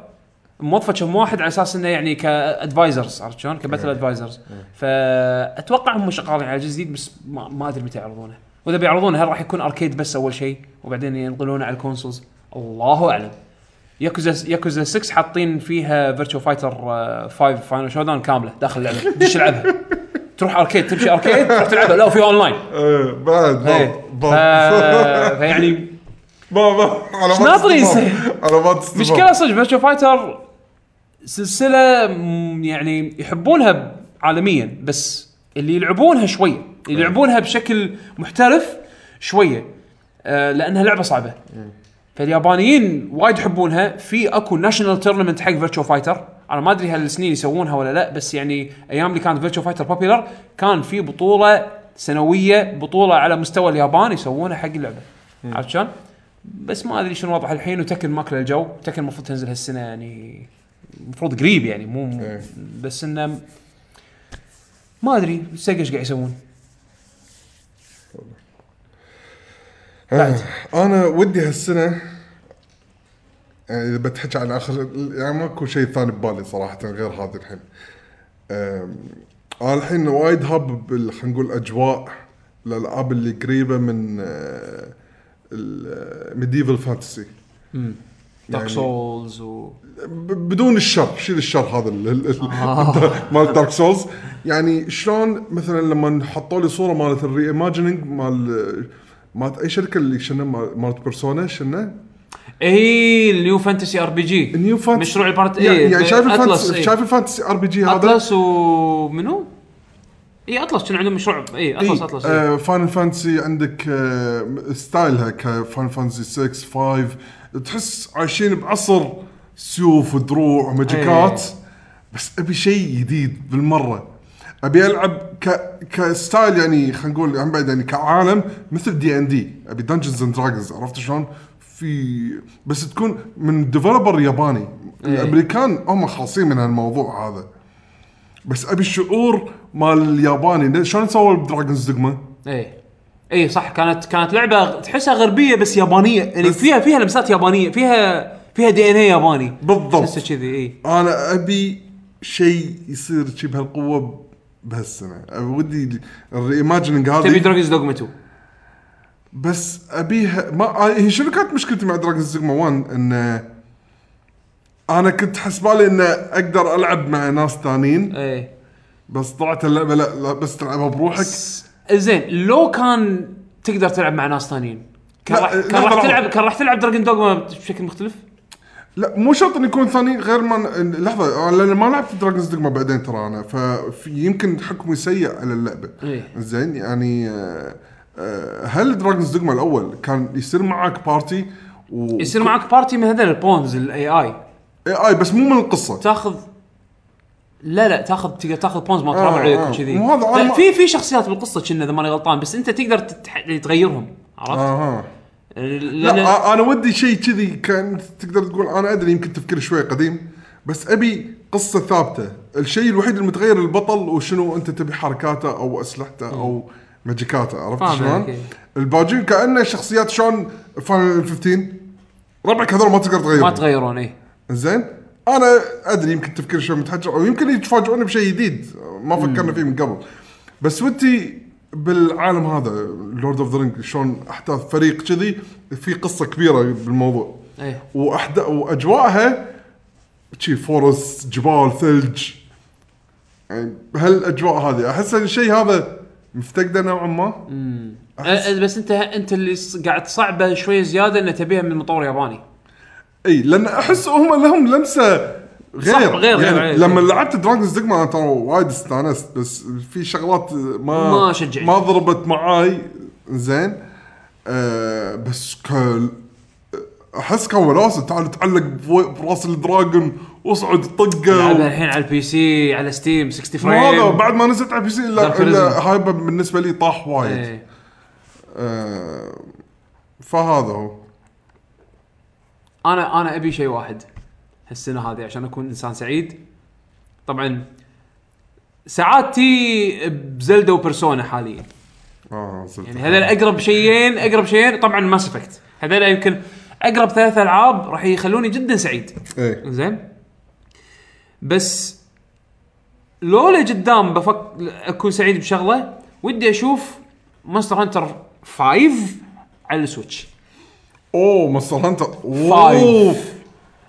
A: موظفه كم واحد على اساس انه يعني كادفايزرز عرفت شلون؟ كباتل ادفايزرز فاتوقع هم شغالين على جزء جديد بس ما, ما ادري متى يعرضونه واذا بيعرضونه هل راح يكون اركيد بس اول شيء وبعدين ينقلونه على الكونسولز الله اعلم ياكوزا ياكوزا 6 حاطين فيها آه، فيرتشو فايتر 5 فاينل شو داون كامله داخل اللعبه دش العبها تروح اركيد تمشي اركيد تروح تلعبها لا في اونلاين
B: ايه بعد
A: إيه. آه.
B: باب
A: ف- يعني
B: باب
A: فيعني
B: باب على ما
A: ناطرين
B: تستفاد. على ما تستفاد.
A: مشكله صدق فيرتشو فايتر سلسله مم، يعني يحبونها ب- عالميا بس اللي يلعبونها شويه اللي يلعبونها بشكل محترف شويه آه، لانها لعبه صعبه فاليابانيين وايد يحبونها في اكو ناشونال تورنمنت حق فيرتشو فايتر انا ما ادري هالسنين يسوونها ولا لا بس يعني ايام اللي كانت فيرتشو فايتر بوبيلر كان في بطوله سنويه بطوله على مستوى اليابان يسوونها حق اللعبه
B: إيه.
A: عرفت شلون؟ بس ما ادري شنو وضعها الحين وتكن ماكله الجو تكن المفروض تنزل هالسنه يعني المفروض قريب يعني مو
B: إيه.
A: بس انه ما ادري سيجا ايش قاعد يسوون بعد.
B: انا آه، ودي هالسنه يعني اذا بتحكي عن اخر يعني ماكو شيء ثاني ببالي صراحه غير هذا الحين أم، انا الحين وايد هاب بال- خلينا نقول اجواء الالعاب اللي قريبه من آه، الميديفال فانتسي
A: دارك
B: يعني-
A: سولز و
B: ب- بدون الشر شيل الشر هذا ال- ال- ال- مال دارك سولز يعني شلون مثلا لما حطوا لي صوره مالت الري ايماجيننج مال آه، مالت اي شركه اللي شنو مال- مالت بيرسونا شنو
A: اي إيه، النيو فانتسي ار بي جي
B: إيه، نيو فانتسي
A: مشروع البارت
B: يعني,
A: اي
B: يعني شايف
A: اطلس
B: الفانتسي
A: إيه.
B: شايف الفانتسي ار بي جي هذا
A: اطلس ومنو؟ اي اطلس إيه، كان عندهم مشروع اي اطلس اطلس
B: آه.
A: إيه.
B: فاينل فانتسي عندك آه، ستايلها كفاينل فانتسي 6 5 تحس عايشين بعصر سيوف ودروع وماجيكات بس ابي شيء جديد بالمره ابي العب ك كستايل يعني خلينا نقول عن بعد يعني كعالم مثل دي ان دي ابي دنجنز اند دراجونز عرفت شلون؟ في بس تكون من ديفلوبر ياباني الامريكان هم خاصين من هالموضوع هذا بس ابي الشعور مال الياباني شلون سووا بدراجونز دوجما؟
A: اي اي إيه. صح كانت كانت لعبه تحسها غربيه بس يابانيه يعني
B: بس-
A: فيها فيها لمسات يابانيه فيها فيها دي ان اي ياباني
B: بالضبط
A: تحسها كذي إيه. اي
B: انا ابي شيء يصير شي بهالقوه ب- بهالسنه أبي ودي الريماجننج
A: تبي
B: هذه
A: دراجونز دوغما 2
B: بس ابيها ما آه، هي شنو كانت مشكلتي مع دراجونز دوجما 1 ان آه، انا كنت حسبالي ان اقدر العب مع ناس ثانيين
A: اي
B: بس طلعت اللعبه لا, لا بس تلعبها بروحك
A: زين لو كان تقدر تلعب مع ناس ثانيين كان
B: لا،
A: راح
B: لا،
A: كان راح
B: طبعاً.
A: تلعب كان راح تلعب دراجون دوغما بشكل مختلف
B: لا مو شرط انه يكون ثاني غير ما لحظه انا لأن ما لعبت دراجونز دوجما بعدين ترى انا فيمكن حكمي سيء على اللعبه
A: إيه.
B: زين يعني آه، آه، هل دراجونز دوجما الاول كان يصير معك بارتي و...
A: يصير معك بارتي من هذول البونز الاي اي
B: اي بس مو من القصه
A: تاخذ لا لا تاخذ تقدر تاخذ بونز ما
B: آه،
A: تربع عليك
B: آه.
A: وكذي
B: مو هذا أنا
A: لا،
B: ما-
A: في في شخصيات بالقصه كنا اذا ماني غلطان بس انت تقدر تتح... تغيرهم عرفت؟
B: اها آه. لا, آه.
A: لأن-
B: لا انا ودي شيء كذي كان تقدر تقول انا ادري يمكن تفكير شوي قديم بس ابي قصه ثابته الشيء الوحيد المتغير البطل وشنو انت تبي حركاته او اسلحته او ماجيكاته عرفت
A: فاهم عليك،
B: شلون؟
A: إيه.
B: الباجين كانه شخصيات شلون فاينل 15 ربعك هذول ما تقدر
A: ما
B: تغيرهم
A: تغيرون إيه. اي
B: زين انا ادري يمكن تفكير شوي متحجر او يمكن يتفاجئون بشيء جديد ما فكرنا فيه من قبل بس ودي بالعالم هذا لورد اوف ذا رينج شلون احداث فريق كذي في قصه كبيره بالموضوع
A: ايه
B: واحدا واجواءها شي فورست جبال ثلج يعني هالاجواء هذه احس الشيء هذا مفتقده نوعا ما أحس-
A: أه، بس انت انت اللي ص- قاعد صعبه شويه زياده ان تبيها من مطور ياباني
B: اي لان احس هم لهم لمسه غير يعني
A: صح، غير- يعني غير، غير.
B: لما لعبت دراجونز ديجما انا ترى وايد استانست بس في شغلات ما
A: ما شجعت.
B: ما ضربت معاي زين آه بس كل احس كان وناسه تعال تعلق بو- براس الدراجون واصعد
A: لعبها
B: طقه
A: الحين على البي سي على ستيم 60
B: ما هذا
A: فريم
B: بعد ما نزلت على البي سي
A: Dark
B: الا
A: Horizon.
B: إلا هاي بالنسبه لي طاح وايد
A: إيه.
B: آه فهذا هو
A: انا انا ابي شيء واحد هالسنه هذه عشان اكون انسان سعيد طبعا ساعات تي بزلدا وبرسونا حاليا
B: اه وصلت.
A: يعني هذول اقرب شيئين اقرب شيئين طبعا ماس افكت هذول يمكن اقرب ثلاث العاب راح يخلوني جدا سعيد
B: إيه.
A: زين بس لو لقدام بفك اكون سعيد بشغله ودي اشوف مونستر هانتر 5 على السويتش
B: اوه مستر هانتر اوه
A: فايف.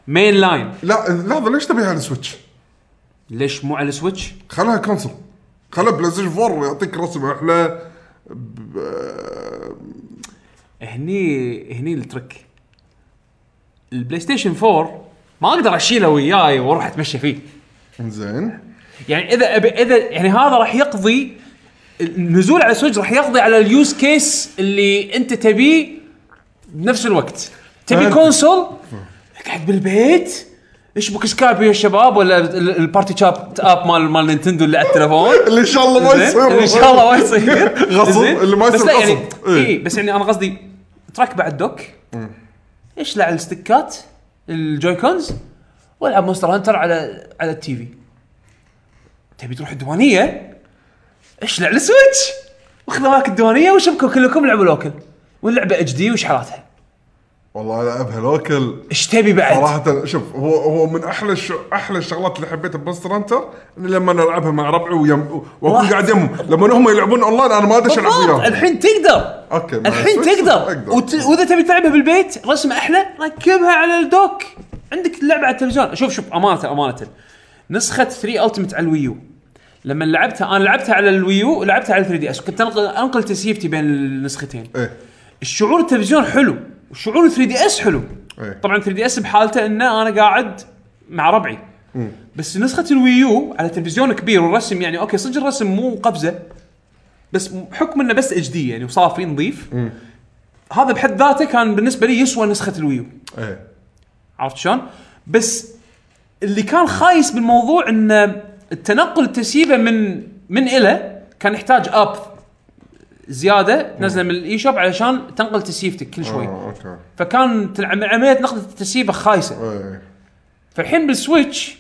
A: مين لاين
B: لا لحظه ليش تبيها على السويتش؟
A: ليش مو على السويتش؟
B: خلها كونسل خلها بلاي ستيشن 4 يعطيك رسم احلى ب- آه،
A: هني هني الترك البلاي ستيشن 4 ما اقدر اشيله وياي واروح اتمشى فيه
B: زين
A: يعني اذا أبي اذا يعني هذا راح يقضي النزول على سويتش راح يقضي على اليوز كيس اللي انت تبيه بنفس الوقت تبي
B: فهمت.
A: كونسول قاعد بالبيت اشبك سكايب يا شباب ولا ال- ال- البارتي شاب اب مال مال نينتندو اللي على التليفون
B: اللي ان شاء الله ما
A: زين؟
B: يصير
A: اللي ان شاء الله ما يصير
B: غصب،
A: زين؟
B: اللي ما
A: بس
B: يصير
A: لا
B: غصب.
A: يعني
B: إيه.
A: اي بس يعني انا قصدي تركبه على الدوك اشلع الستيكات الجويكونز والعب مونستر هانتر على على التي في تبي تروح الديوانيه اشلع السويتش واخذ معك الديوانيه وشبكوا كلكم لعبوا لوكل واللعبه اتش دي وش حالاتها
B: والله العبها لوكل
A: ايش تبي بعد؟
B: صراحة شوف هو هو من احلى الش... احلى الشغلات اللي حبيتها بمونستر هانتر اني لما أنا العبها مع ربعي ويم... واكون
A: راح.
B: قاعد يمهم لما هم يلعبون اونلاين انا ما ادري العب
A: بالضبط
B: وياهم
A: الحين تقدر
B: اوكي مع
A: الحين
B: السويتش
A: تقدر وت... واذا تبي تلعبها بالبيت رسم احلى ركبها على الدوك عندك اللعبه على التلفزيون شوف شوف امانه امانه نسخه 3 التمت على الويو لما لعبتها انا لعبتها على الويو لعبتها على 3 دي اس كنت انقل انقل تسييفتي بين النسختين
B: ايه
A: الشعور التلفزيون حلو وشعور 3 دي اس حلو
B: إيه.
A: طبعا 3 دي اس بحالته انه انا قاعد مع ربعي بس نسخه الويو على تلفزيون كبير والرسم يعني اوكي صدق الرسم مو قفزه بس بحكم انه بس اتش دي يعني وصافي نظيف هذا بحد ذاته كان بالنسبه لي يسوى نسخه الويو
B: ايه
A: عرفت شلون؟ بس اللي كان خايس بالموضوع ان التنقل التسييبه من من الى كان يحتاج اب زياده تنزله من الاي شوب علشان تنقل تسييفتك كل شوي
B: آه، اوكي
A: فكان تلع- عمليه نقل التسييبه خايسه
B: ايه
A: فالحين بالسويتش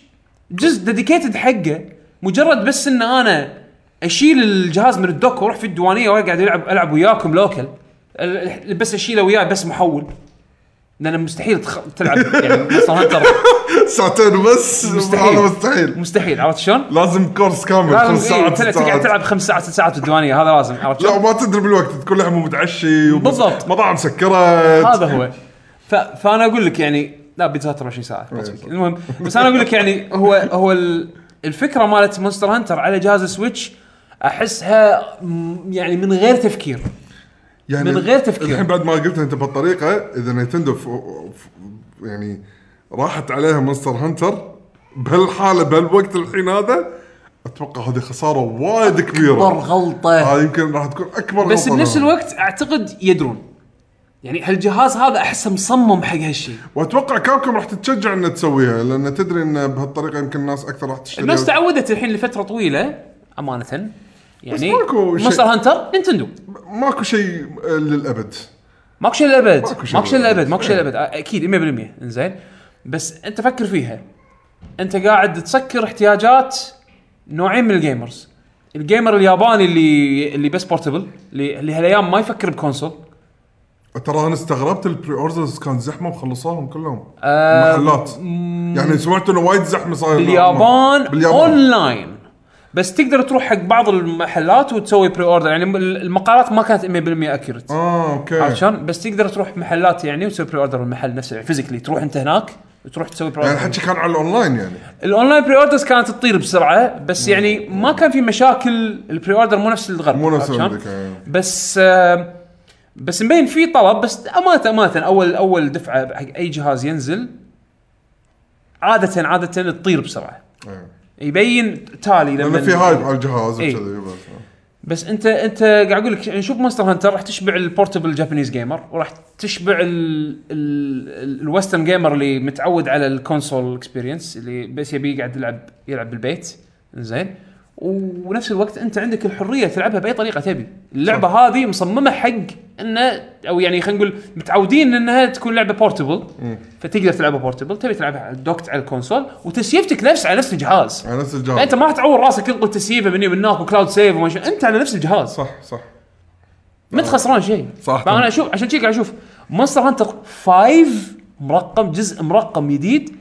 A: جزء ديديكيتد حقه مجرد بس ان انا اشيل الجهاز من الدوك واروح في الديوانيه وارجع العب العب وياكم لوكل ال- بس اشيله وياي بس محول لان مستحيل تخ... تلعب يعني مونستر هانتر
B: ساعتين بس
A: مستحيل
B: هذا مستحيل
A: مستحيل عرفت شلون؟
B: لازم كورس كامل خمس
A: لازم إيه،
B: ساعات
A: تلعب-
B: ست
A: تقعد
B: ساعات.
A: تلعب خمس ساعات ست ساعات في الديوانيه هذا لازم عرفت شلون؟
B: لا وما تدري بالوقت تكون لحمه متعشي وب-
A: بالضبط.
B: مطاعم سكرت
A: هذا هو ف... فانا اقول لك يعني لا بيتزا هات 24 ساعه
B: إيه.
A: بطيك. المهم بس انا اقول لك يعني هو هو ال- الفكره مالت مونستر هانتر على جهاز سويتش احسها م- يعني من غير تفكير
B: يعني
A: من غير تفكير.
B: الحين بعد ما قلتها انت بالطريقه اذا نينتندو ف... ف... يعني راحت عليها مونستر هانتر بهالحاله بهالوقت الحين هذا اتوقع هذه خساره وايد
A: اكبر
B: كبيره
A: غلطه
B: هذه يمكن راح تكون اكبر
A: بس
B: غلطة
A: بنفس
B: لهم.
A: الوقت اعتقد يدرون يعني هالجهاز هذا احسه مصمم حق هالشيء
B: واتوقع كابكم راح تتشجع انها تسويها لان تدري ان بهالطريقه يمكن الناس اكثر راح تشتري
A: الناس تعودت الحين لفتره طويله امانه يعني
B: بس ماكو شيء.
A: مونستر هانتر نينتندو
B: ماكو شيء آه، للابد
A: ماكو شيء للابد
B: ماكو شيء
A: ماكو شيء
B: للأبد.
A: للابد ماكو شيء
B: إيه.
A: للابد أ- اكيد 100% انزين بس انت فكر فيها انت قاعد تسكر احتياجات نوعين من الجيمرز الجيمر الياباني اللي اللي بس بورتبل اللي اللي هالايام ما يفكر بكونسول
B: ترى انا استغربت البري اوردرز كان زحمه وخلصوهم كلهم
A: آه،
B: محلات يعني سمعت انه وايد زحمه صاير
A: باليابان,
B: باليابان
A: اونلاين بس تقدر تروح حق بعض المحلات وتسوي بري اوردر يعني المقالات ما كانت 100% اكيوريت
B: اه اوكي
A: عرفت شلون؟ بس تقدر تروح محلات يعني وتسوي بري اوردر بالمحل نفسه يعني فيزيكلي تروح انت هناك وتروح تسوي بري
B: يعني
A: اوردر
B: الحكي كان على الاونلاين يعني
A: الاونلاين بري اوردرز كانت تطير بسرعه بس يعني ما كان في مشاكل البري اوردر مو نفس الغرب
B: مو نفس
A: عرفت شلون؟
B: عندك، أيوة.
A: بس آه، بس مبين في طلب بس امانه امانه اول اول دفعه حق اي جهاز ينزل عاده عاده تطير بسرعه
B: إيه.
A: يبين تالي لما
B: لان في هايب على الجهاز
A: إيه.
B: وكذا بس
A: بس انت انت قاعد اقول لك يعني شوف مونستر هانتر راح تشبع البورتبل جابانيز جيمر وراح تشبع ال ال الويسترن جيمر اللي متعود على الكونسول اكسبيرينس اللي بس يبي يقعد يلعب يلعب بالبيت زين ونفس الوقت انت عندك الحريه تلعبها باي طريقه تبي اللعبه هذه مصممه حق انه او يعني خلينا نقول متعودين انها تكون لعبه بورتبل فتقدر تلعبها بورتبل تبي تلعبها على الدوكت على الكونسول وتسييفتك نفس على نفس الجهاز
B: على يعني نفس
A: انت
B: الجهاز
A: ما راح تعور راسك تنقل تسييفه مني من هناك وكلاود سيف وما شاء انت على نفس الجهاز
B: صح صح
A: ما انت خسران شيء
B: صح.
A: فانا اشوف عشان شي قاعد اشوف مونستر هانتر 5 مرقم جزء مرقم جديد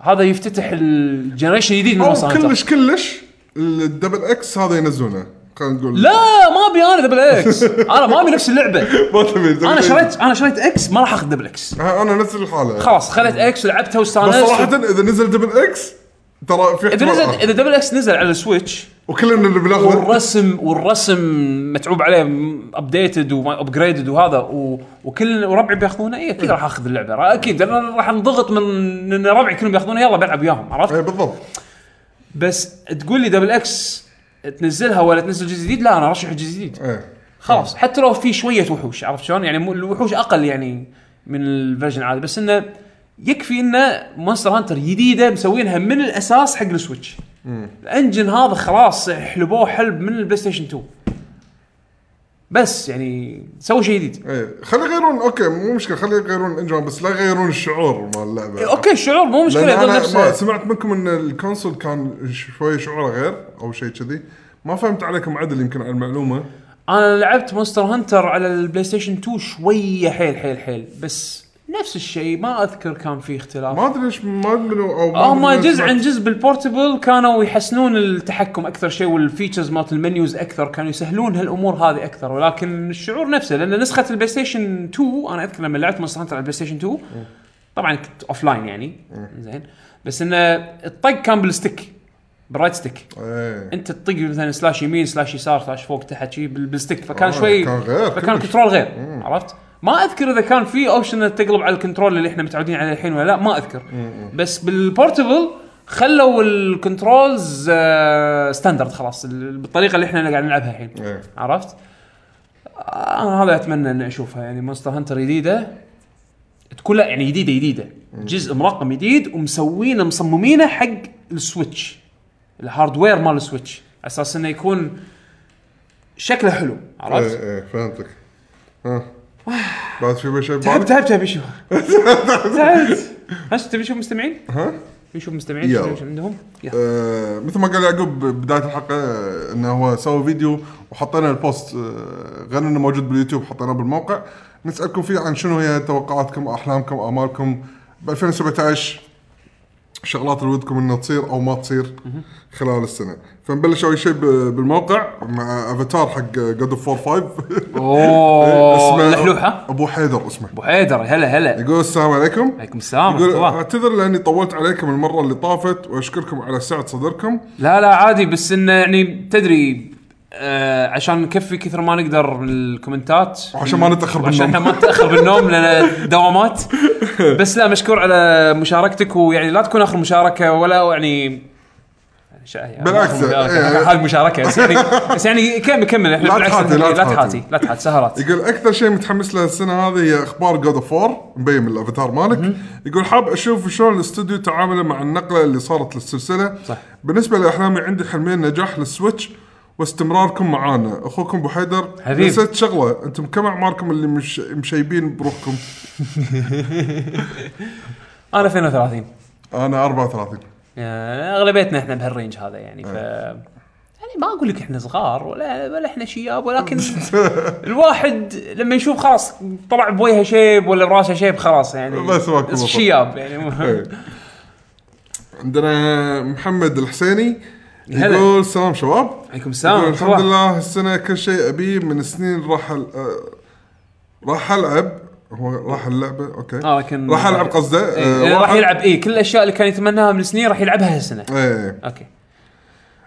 A: هذا يفتتح الجنريشن الجديد من مونستر
B: او
A: هانتر
B: كلش كلش الدبل اكس هذا ينزلونه خلينا نقول
A: لا ما ابي انا دبل اكس انا ما ابي نفس اللعبه
B: ما تبي
A: انا شريت انا شريت اكس ما راح اخذ دبل اكس
B: آه، انا نفس الحاله
A: خلاص خليت اكس ولعبتها
B: بس
A: واستانست
B: صراحه اذا نزل دبل اكس ترى في
A: اذا
B: احتمال
A: نزل
B: آخر.
A: اذا دبل اكس نزل على السويتش
B: وكلنا اللي بناخذه
A: والرسم والرسم متعوب عليه ابديتد وابجريدد وهذا و... وكل وربعي بياخذونه اي اكيد راح اخذ اللعبه را- اكيد انا راح انضغط من ان ربعي كلهم ياخذونها يلا بلعب وياهم عرفت؟
B: اي إيه، بالضبط
A: بس تقول لي دبل اكس تنزلها ولا تنزل جزء جديد لا انا ارشح جزء جديد
B: ايه
A: خلاص حتى لو في شويه وحوش عرفت شلون؟ يعني مو- الوحوش اقل يعني من الفيرجن العادي بس انه يكفي انه مونستر هانتر جديده مسوينها من الاساس حق السويتش. الانجن هذا خلاص حلبوه حلب من البلاي ستيشن 2. بس يعني سووا شيء جديد.
B: ايه خلي يغيرون اوكي مو مشكله خلي يغيرون الانجرام بس لا يغيرون الشعور مال اللعبه
A: اوكي الشعور مو مشكله
B: لأن
A: يظل
B: أنا ما
A: نفسه.
B: سمعت منكم ان الكونسول كان شوي شعوره غير او شيء كذي ما فهمت عليكم عدل يمكن على المعلومه
A: انا لعبت مونستر هانتر على البلاي ستيشن 2 شويه حيل حيل حيل بس نفس الشيء ما اذكر كان في اختلاف.
B: ما ادري ليش ما ادري او ما
A: هم
B: أدري ليش
A: جزء
B: ما-
A: عن جزء بالبورتبل كانوا يحسنون التحكم اكثر شيء والفيتشرز مالت المنيوز اكثر كانوا يسهلون هالامور هذه اكثر ولكن الشعور نفسه لان نسخه البلاي ستيشن 2 انا اذكر لما لعبت مونستر هانتر على البلاي ستيشن 2 طبعا كنت اوف لاين يعني زين بس انه الطق كان بالستيك بالرايت ستيك
B: ايه
A: انت تطق مثلا سلاش يمين سلاش يسار سلاش فوق تحت شي بال- بالستيك فكان
B: آه،
A: شوي
B: كان غير،
A: فكان
B: كلش.
A: كنترول غير عرفت ما اذكر اذا كان في اوبشن انك تقلب على الكنترول اللي احنا متعودين عليه الحين ولا لا ما اذكر بس بالبورتبل خلوا الكنترولز آه، ستاندرد خلاص ال- بالطريقه اللي احنا قاعد نلعبها الحين
B: إيه.
A: عرفت آه، انا هذا اتمنى اني اشوفها يعني مونستر هانتر جديده تكون لا يعني جديده جديده جزء مرقم جديد ومسوينه مصممينه حق السويتش الهاردوير مال السويتش على اساس انه يكون شكله حلو عرفت؟
B: ايه ايه فهمتك ها بعد في شيء
A: تعبت
B: بعد
A: تعبت تعبت شو تعبت هاش تبي تشوف مستمعين؟
B: ها
A: نشوف مستمعين
B: يلا.
A: شنو شنو عندهم يلا.
B: آه، مثل ما قال يعقوب بدايه الحلقه آه، انه هو سوى فيديو وحطينا البوست آه، غير انه موجود باليوتيوب حطيناه بالموقع نسالكم فيه عن شنو هي توقعاتكم احلامكم امالكم ب 2017 شغلات اللي ودكم انها تصير او ما تصير خلال السنه فنبلش اول شيء ب- بالموقع مع افاتار حق جود اوف 4 5
A: اوه لحلوحه
B: ابو حيدر اسمه
A: ابو حيدر هلا هلا
B: يقول السلام عليكم
A: عليكم السلام ورحمة
B: يقول
A: الله.
B: اعتذر لاني طولت عليكم المره اللي طافت واشكركم على سعه صدركم
A: لا لا عادي بس انه يعني تدري آه عشان نكفي كثر ما نقدر من الكومنتات
B: وعشان ما نتأخر
A: عشان
B: بالنوم.
A: احنا ما نتاخر بالنوم لان دوامات بس لا مشكور على مشاركتك ويعني لا تكون اخر مشاركه ولا يعني شا- يعني
B: بالعكس،
A: آخر مشاركة،
B: إيه.
A: آخر حال مشاركه بس يعني بس يعني كمل كمل احنا
B: لا
A: بالعكس إيه،
B: تحاتي، لا
A: لا
B: تحاتي.
A: تحاتي لا تحاتي سهرات
B: يقول اكثر شيء متحمس له السنه هذه هي اخبار جود اوف 4 مبين من الافاتار مالك يقول حاب اشوف شلون الاستوديو تعامله مع النقله اللي صارت للسلسله
A: صح.
B: بالنسبه لاحلامي عندي حلمين نجاح للسويتش واستمراركم معانا اخوكم ابو حيدر
A: حبيب.
B: نسيت شغله انتم كم اعماركم اللي مش مشيبين بروحكم
A: انا 32
B: انا 34
A: آه، اغلبيتنا احنا بهالرينج هذا يعني ف يعني ما اقول لك احنا صغار ولا ولا احنا شياب ولكن الواحد لما يشوف خلاص طلع بوجهه شيب ولا براسه شيب خلاص يعني
B: بس ماكو بطل.
A: شياب يعني
B: إيه. عندنا محمد الحسيني
A: هلا.
B: يقول سلام شباب
A: عليكم
B: يقول
A: السلام
B: الحمد لله السنة كل شيء أبيه من سنين راح ال- آه، راح ألعب هو راح اللعبة أوكي
A: اه لكن
B: راح ألعب قصده آه،
A: إيه، راح يلعب اي كل الاشياء اللي كان يتمناها من سنين راح يلعبها هالسنه
B: ايه
A: اوكي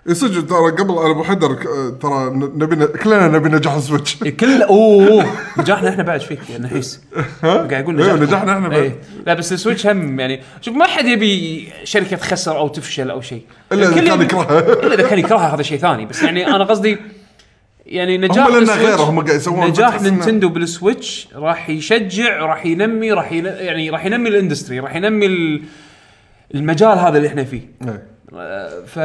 B: إيه، صدق ترى قبل أنا ابو حدر آه، ترى ن- نبي ن- كلنا نبي نجاح السويتش
A: إيه، كل اوه أوه، نجاحنا احنا بعد فيك يا نحيس قاعد يقول
B: إيه،
A: نجاحنا
B: نجاحنا إحنا بعد.
A: إيه. لا بس السويتش هم يعني شوف ما حد يبي شركه تخسر او تفشل او شيء
B: إلا إذا
A: الكل
B: كان
A: يبي-
B: يكرهها
A: الا اذا كان يكرهها هذا شيء ثاني بس يعني انا قصدي يعني نجاح
B: هم لنا
A: السويتش-
B: غيره، هم قاعد يسوون
A: نجاح
B: فترة سنة.
A: نينتندو بالسويتش راح يشجع راح ينمي راح ين... يعني راح ينمي الاندستري راح ينمي ال- المجال هذا اللي احنا فيه
B: إيه.
A: آه، ف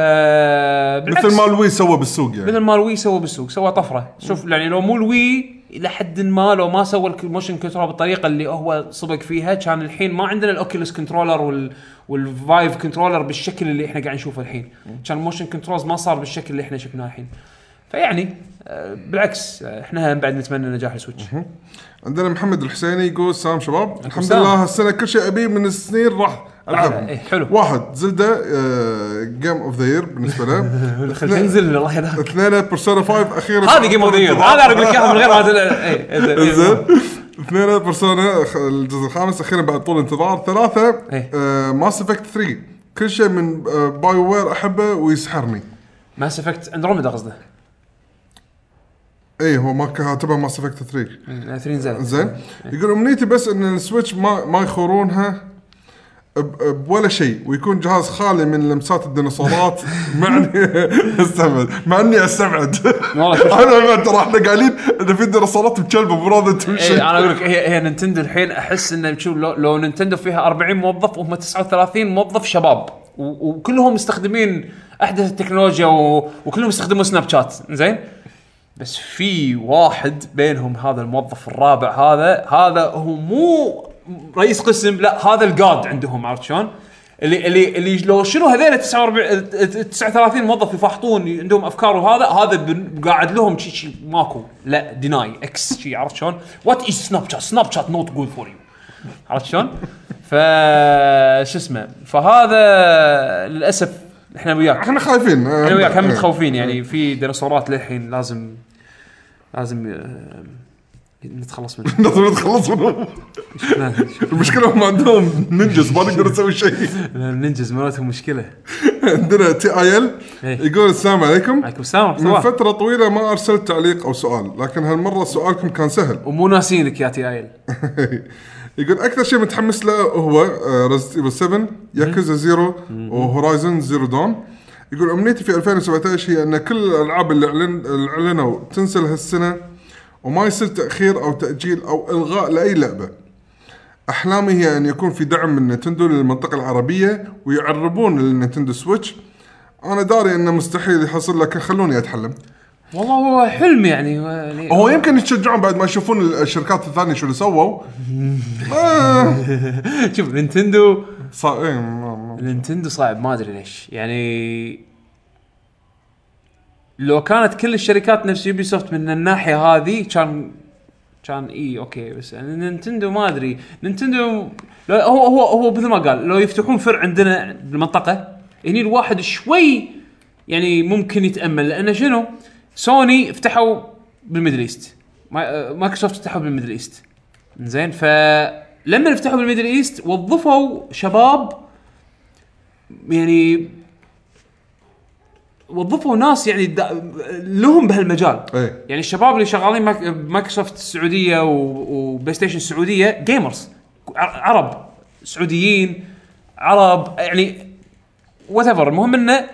A: بالعكس،
B: مثل ما الوي سوى بالسوق يعني
A: مثل ما الوي سوى بالسوق سوى طفره شوف يعني لو مو الوي الى حد ما لو ما سوى الموشن كنترول بالطريقه اللي هو صبق فيها كان الحين ما عندنا الاوكيوليس كنترولر وال والفايف كنترولر بالشكل اللي احنا قاعد نشوفه الحين كان الموشن كنترولز ما صار بالشكل اللي احنا شفناه الحين فيعني آه، بالعكس آه، احنا هم بعد نتمنى نجاح السويتش
B: عندنا محمد الحسيني يقول سلام شباب الحمد
A: السلام.
B: لله السنه كل شيء ابيه من السنين راح العب
A: إيه، حلو.
B: واحد آه، زلده جيم اوف ذا يير بالنسبه له
A: خلينا ننزل الله يهداك
B: اثنين بيرسونا 5 اخيرا
A: هذه جيم اوف ذا هذا انا اقول لك اياها من غير هذا إيه، إنزين.
B: انزين اثنين بيرسونا خ- الجزء الخامس اخيرا بعد طول انتظار آه، ثلاثه
A: إيه.
B: ماس افكت 3 كل شيء من آه، باي وير احبه ويسحرني
A: ماس افكت اندروميدا قصده
B: اي إيه، هو ما كاتبها ماس افكت 3
A: مم، ثري نزلت
B: زين يقول امنيتي بس ان السويتش ما ما يخورونها ب- بولا شيء ويكون جهاز خالي من لمسات الديناصورات مع اني استبعد مع اني استبعد
A: والله شوف.
B: انا بعد ترى احنا قايلين ان في ديناصورات بكلبه مو راضي تمشي
A: اي انا اقول إيه، لك هي هي نينتندو الحين احس انه شوف لو, لو نينتندو فيها 40 موظف وهم 39 موظف شباب و- وكلهم مستخدمين احدث التكنولوجيا و... وكلهم يستخدموا سناب شات زين بس في واحد بينهم هذا الموظف الرابع هذا هذا هو مو رئيس قسم لا هذا الجاد عندهم عرفت شلون؟ اللي اللي اللي لو شنو هذول 49 39 موظف يفحطون عندهم افكار وهذا هذا بن- قاعد لهم شيء شي ماكو لا ديناي اكس شي عرفت شلون؟ وات از سناب شات؟ سناب شات نوت جود فور يو عرفت شلون؟ ف شو اسمه فهذا للاسف احنا وياك
B: احنا خايفين أه،
A: انا وياك
B: إيه.
A: هم متخوفين يعني في ديناصورات للحين لازم لازم آه، نتخلص منها
B: لازم نتخلص منهم المشكله هم عندهم نينجز ما نقدر نسوي شيء
A: لأن ننجز مالتهم مشكله
B: عندنا تي اي ال
A: إيه.
B: يقول السلام عليكم
A: عليكم السلام ورحمه
B: من
A: الله
B: فتره طويله ما ارسلت تعليق او سؤال لكن هالمره سؤالكم كان سهل
A: ومو ناسينك يا تي ايل
B: يقول اكثر شيء متحمس له هو آه، ريزنت ايفل 7 ياكوزا زيرو وهورايزن زيرو دون يقول امنيتي في 2017 هي ان كل الالعاب اللي اعلن اللي اعلنوا تنزل هالسنه وما يصير تاخير او تاجيل او الغاء لاي لعبه. احلامي هي ان يكون في دعم من نتندو للمنطقه العربيه ويعربون للنتندو سويتش. انا داري انه مستحيل يحصل لكن خلوني اتحلم.
A: والله هو حلم يعني يعني-
B: هو يمكن يتشجعون بعد ما يشوفون الشركات الثانيه شو اللي سووا. آه.
A: شوف نينتندو
B: صار إيه، ما- ما-
A: نينتندو صعب ما ادري ليش يعني لو كانت كل الشركات نفس يوبي سوفت من الناحيه هذه كان كان اي اوكي بس يعني نينتندو ما ادري نينتندو لو هو هو هو مثل ما قال لو يفتحون فرع عندنا بالمنطقه هني الواحد شوي يعني ممكن يتامل لان شنو سوني فتحوا بالميدل ايست ما- مايكروسوفت فتحوا بالميدل ايست زين فلما فتحوا بالميدل ايست وظفوا شباب يعني وظفوا ناس يعني دا- لهم بهالمجال
B: ايه
A: يعني الشباب اللي شغالين ماك- بمايكروسوفت السعوديه و- وبلاي ستيشن السعوديه جيمرز ع- عرب سعوديين عرب يعني وات ايفر المهم انه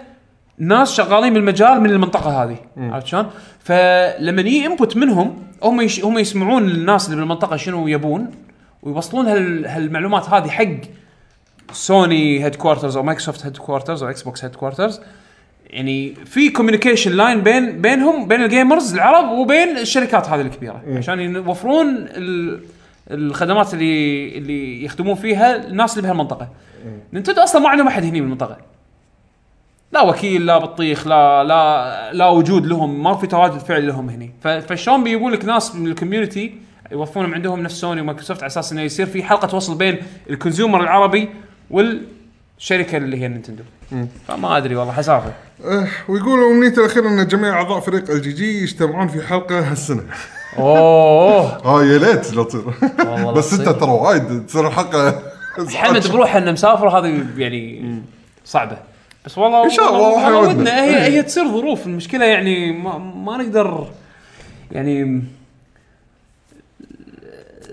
A: ناس شغالين بالمجال من المنطقه هذه عرفت شلون؟ فلما يجي انبوت منهم هم يش... هم يسمعون الناس اللي بالمنطقه شنو يبون ويوصلون هال... هالمعلومات هذه حق سوني هيد كوارترز او مايكروسوفت هيد كوارترز او اكس بوكس هيد كوارترز يعني في كوميونيكيشن لاين بين بينهم بين الجيمرز العرب وبين الشركات هذه الكبيره عشان يوفرون ال- الخدمات اللي اللي يخدمون فيها الناس اللي بهالمنطقه نينتندو اصلا ما عندهم احد هني بالمنطقه لا وكيل لا بطيخ لا لا لا وجود لهم ما في تواجد فعلي لهم هني ف- فشلون بيجيبون لك ناس من الكوميونتي يوفونهم عندهم نفس سوني ومايكروسوفت على اساس انه يصير في حلقه توصل بين الكونسيومر العربي والشركه اللي هي نينتندو فما ادري والله حسافه
B: إيه، ويقولوا امنيته الاخيره ان جميع اعضاء فريق الجي جي يجتمعون في حلقه هالسنه
A: اوه
B: اه يا ليت لو تصير
A: والله
B: بس انت
A: صدق.
B: ترى وايد تصير حلقه
A: حمد بروحه انه مسافر هذه يعني صعبه بس والله
B: إن شاء الله
A: والله-
B: راح
A: والله
B: يودنا.
A: ودنا هي
B: إيه.
A: هي تصير ظروف المشكله يعني ما, ما نقدر يعني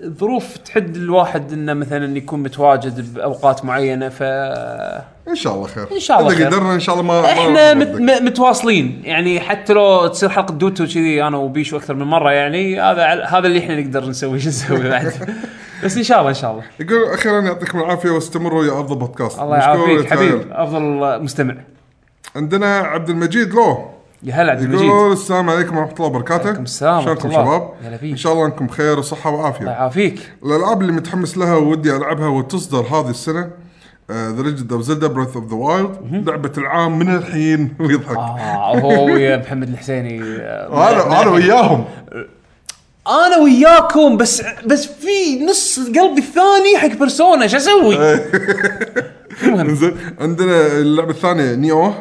A: الظروف تحد الواحد انه مثلا يكون متواجد باوقات معينه ف
B: ان شاء الله خير
A: إن شاء الله
B: اذا
A: خير.
B: قدرنا ان شاء الله ما ما-
A: احنا
B: ما
A: مت م- متواصلين يعني حتى لو تصير حلقه دوتو كذي انا وبيشو اكثر من مره يعني هذا على- هذا اللي احنا نقدر نسوي شو نسوي بعد بس ان شاء الله ان شاء الله
B: يقول اخيرا يعطيكم العافيه واستمروا يا افضل بودكاست
A: الله
B: مشكور
A: يعافيك
B: ويتعاير.
A: حبيب افضل مستمع
B: عندنا عبد المجيد لو
A: يا هلا عبد المجيد الله
B: يقول السلام عليكم ورحمه الله وبركاته
A: عليكم السلام ورحمة
B: شلونكم
A: الله.
B: شباب؟
A: هلا فيك.
B: ان شاء الله انكم بخير وصحه وعافيه
A: يعافيك
B: الالعاب اللي متحمس لها وودي العبها وتصدر هذه آه، السنه ذا ليجند اوف زلدا بريث اوف ذا وايلد لعبه العام من الحين ويضحك
A: اه هو ويا محمد الحسيني آه،
B: انا انا وياهم
A: انا وياكم بس بس في نص قلبي الثاني حق بيرسونا شو اسوي؟
B: إيه.
A: المهم
B: انزين عندنا اللعبه الثانيه نيو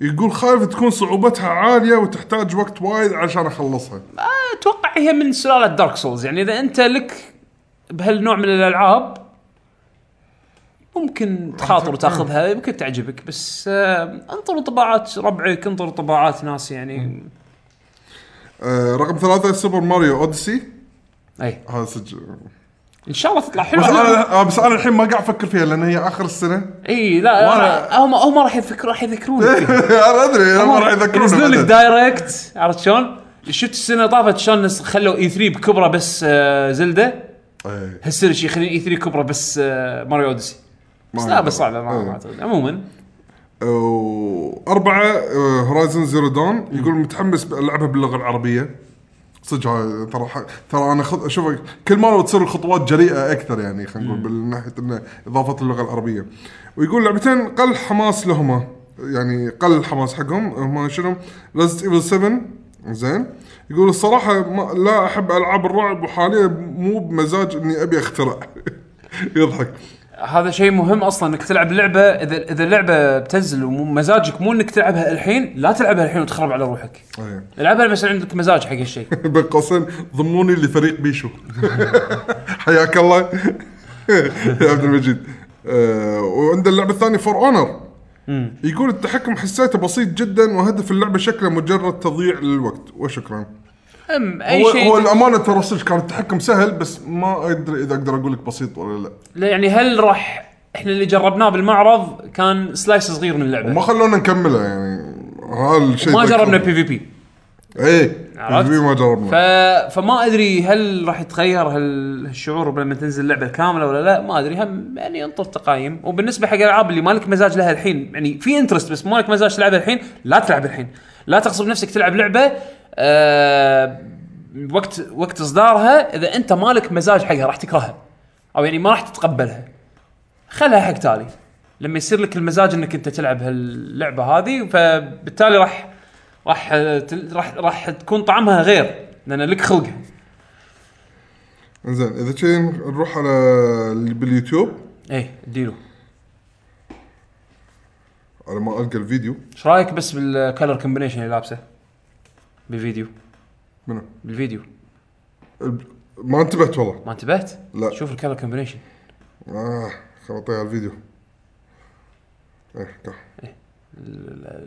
B: يقول خايف تكون صعوبتها عاليه وتحتاج وقت وايد عشان اخلصها
A: اتوقع هي من سلاله دارك سولز يعني اذا انت لك بهالنوع من الالعاب ممكن تخاطر وتاخذها يمكن تعجبك بس آه انطر طباعات ربعك انطر طباعات ناس يعني
B: آه رقم ثلاثة سوبر ماريو اوديسي
A: اي
B: هذا سجل
A: ان شاء الله تطلع
B: بس
A: حلوه
B: انا آه، بس انا الحين ما قاعد افكر فيها لان هي اخر السنه
A: اي إيه، لا
B: وأنا-
A: أنا- هم هم راح يذكر راح يذكرونك فيها.
B: انا ادري أنا ما راح
A: ينزلون لك
B: يذكروني
A: دايركت عرفت شلون؟ شفت السنه طافت شلون نس- خلوا اي 3 بكبره بس آه، زلده
B: إيه.
A: هالسنه شي يخلون اي 3 كبره بس آه، ماريو اوديسي بس
B: ما
A: لا
B: أدري.
A: بس صعبه ما
B: إيه.
A: ما أعتقد. عموما
B: وأربعة هورايزن زيرو دون يقول متحمس ألعبها باللغة العربية صدق هاي ترى ح- ترى انا خط... شوف كل مره تصير الخطوات جريئه اكثر يعني خلينا نقول من ناحيه انه اضافه اللغه العربيه ويقول لعبتين قل حماس لهما يعني قل الحماس حقهم هما شنو ريزد ايفل 7 زين يقول الصراحه ما... لا احب العاب الرعب وحاليا مو بمزاج اني ابي اخترع يضحك
A: هذا شيء مهم اصلا انك تلعب لعبه اذا اذا اللعبه بتنزل ومزاجك مو انك تلعبها الحين لا تلعبها الحين وتخرب على روحك
B: أيه.
A: العبها بس عندك مزاج حق هالشيء
B: بين قوسين ضموني لفريق بيشو حياك الله يا عبد المجيد آه، وعند اللعبه الثانيه فور اونر يقول التحكم حسيته بسيط جدا وهدف اللعبه شكله مجرد تضييع للوقت وشكرا
A: أم اي
B: هو, هو
A: شيء
B: الامانه ترى صدق كان التحكم سهل بس ما ادري اذا اقدر اقول لك بسيط ولا لا
A: لا، يعني هل راح احنا اللي جربناه بالمعرض كان سلايس صغير من اللعبه
B: وما خلونا نكمله يعني هالشيء
A: ما جربنا بي في بي
B: ايه
A: عرفت؟
B: PvP ما جربنا
A: ف... فما ادري هل راح يتغير هال- هالشعور لما تنزل اللعبه الكامله ولا لا ما ادري هم يعني انطر تقايم وبالنسبه حق الالعاب اللي مالك مزاج لها الحين يعني في انترست بس مالك مزاج تلعبها الحين لا تلعب الحين لا تغصب نفسك تلعب لعبه آه... وقت وقت اصدارها اذا انت مالك مزاج حقها راح تكرهها او يعني ما راح تتقبلها خلها حق تالي لما يصير لك المزاج انك انت تلعب هاللعبه هذه فبالتالي راح راح تل- راح راح تكون طعمها غير لان لك خلقها
B: انزين اذا كذي نروح على اللي باليوتيوب
A: اي اديله
B: على ما القى الفيديو
A: ايش رايك بس بالكلر كومبينيشن اللي لابسه بالفيديو
B: منو؟
A: بالفيديو
B: الب- ما انتبهت والله
A: ما انتبهت
B: لا.
A: شوف الكلر كومبينيشن
B: اه خبطي على الفيديو ايه تعال.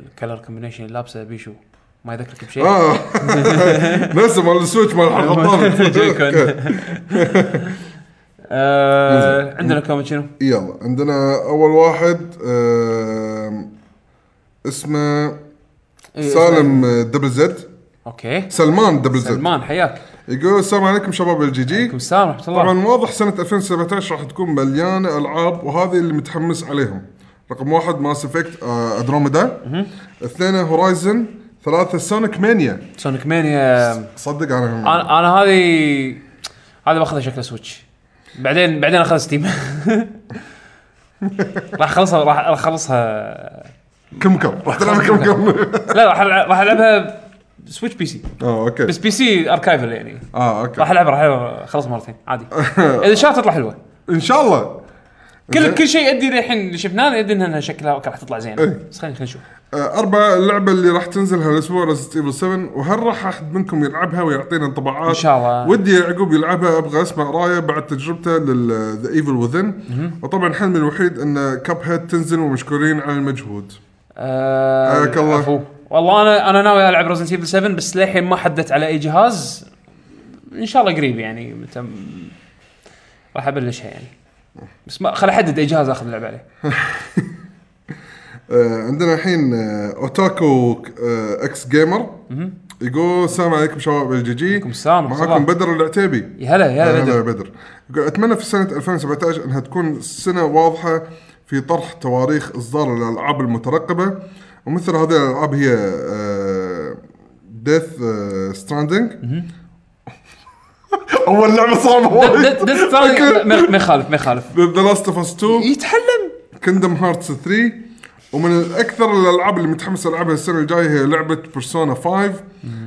A: الكلر كومبينيشن اللي لابسه بيشو ما يذكرك بشيء
B: اه نفسه مال السويتش مال الحلقه
A: جايكون.
B: الطالب
A: آه عندنا كومنت شنو؟
B: يلا عندنا اول واحد آم، اسمه
A: إيه،
B: سالم دبل زد
A: اوكي
B: سلمان دبل زد
A: سلمان حياك
B: يقول السلام عليكم شباب الجي جي
A: السلام ورحمه الله
B: طبعا واضح سنه 2017 راح تكون مليانه العاب وهذه اللي متحمس عليهم رقم واحد ماس افكت ادروميدا اثنين هورايزن ثلاثة سونيك مانيا
A: سونيك مانيا
B: صدق انا
A: انا انا هذه هذه باخذها شكل سويتش بعدين بعدين اخذ ستيم راح اخلصها راح راح اخلصها
B: كم كم راح تلعب كم كم
A: لا راح ألع- راح العبها سويتش بي سي
B: اه اوكي
A: بس بي سي اركايفل يعني
B: اه اوكي
A: راح العبها راح العبها اخلص مرتين عادي اذا شاف تطلع حلوه
B: ان شاء الله
A: كل
B: زين.
A: كل شيء يؤدي للحين اللي شفناه يؤدي انها شكلها اوكي راح تطلع زين
B: إيه.
A: بس خلينا خلينا نشوف
B: آه، أربعة اللعبة اللي راح تنزل هالأسبوع ريزنت ايفل 7 وهل راح أحد منكم يلعبها ويعطينا انطباعات؟
A: إن شاء الله.
B: ودي يعقوب يلعبها أبغى أسمع رأيه بعد تجربته لذا ايفل وذن وطبعا حلمي الوحيد أن كاب هيد تنزل ومشكورين على المجهود. حياك الله.
A: عفو. والله انا انا ناوي العب رزنت ايفل 7 بس للحين ما حددت على اي جهاز ان شاء الله قريب يعني متى م- راح ابلشها يعني بس ما خل احدد اي جهاز اخذ اللعبه عليه
B: آه، عندنا الحين آه، أوتاكو آه، إكس جيمر يقول السلام عليكم شباب الجي جي
A: السلام ورحمة الله.
B: معاكم بدر العتيبي
A: يا هلا يا هلا
B: هلا
A: آه، بدر.
B: بدر. بدر يقول اتمنى في سنه 2017 انها تكون سنه واضحه في طرح تواريخ اصدار الالعاب المترقبه ومثل هذه الالعاب هي آه، ديث ستراندنج اول لعبه صعبه
A: د- د-
B: وايد
A: دث ستراندينج- ما- ما يخالف ما يخالف
B: ذا لاست اوف اس 2
A: يتحلم
B: كندم هارتس 3 ومن الاكثر الالعاب اللي متحمس العبها السنه الجايه هي لعبه بيرسونا 5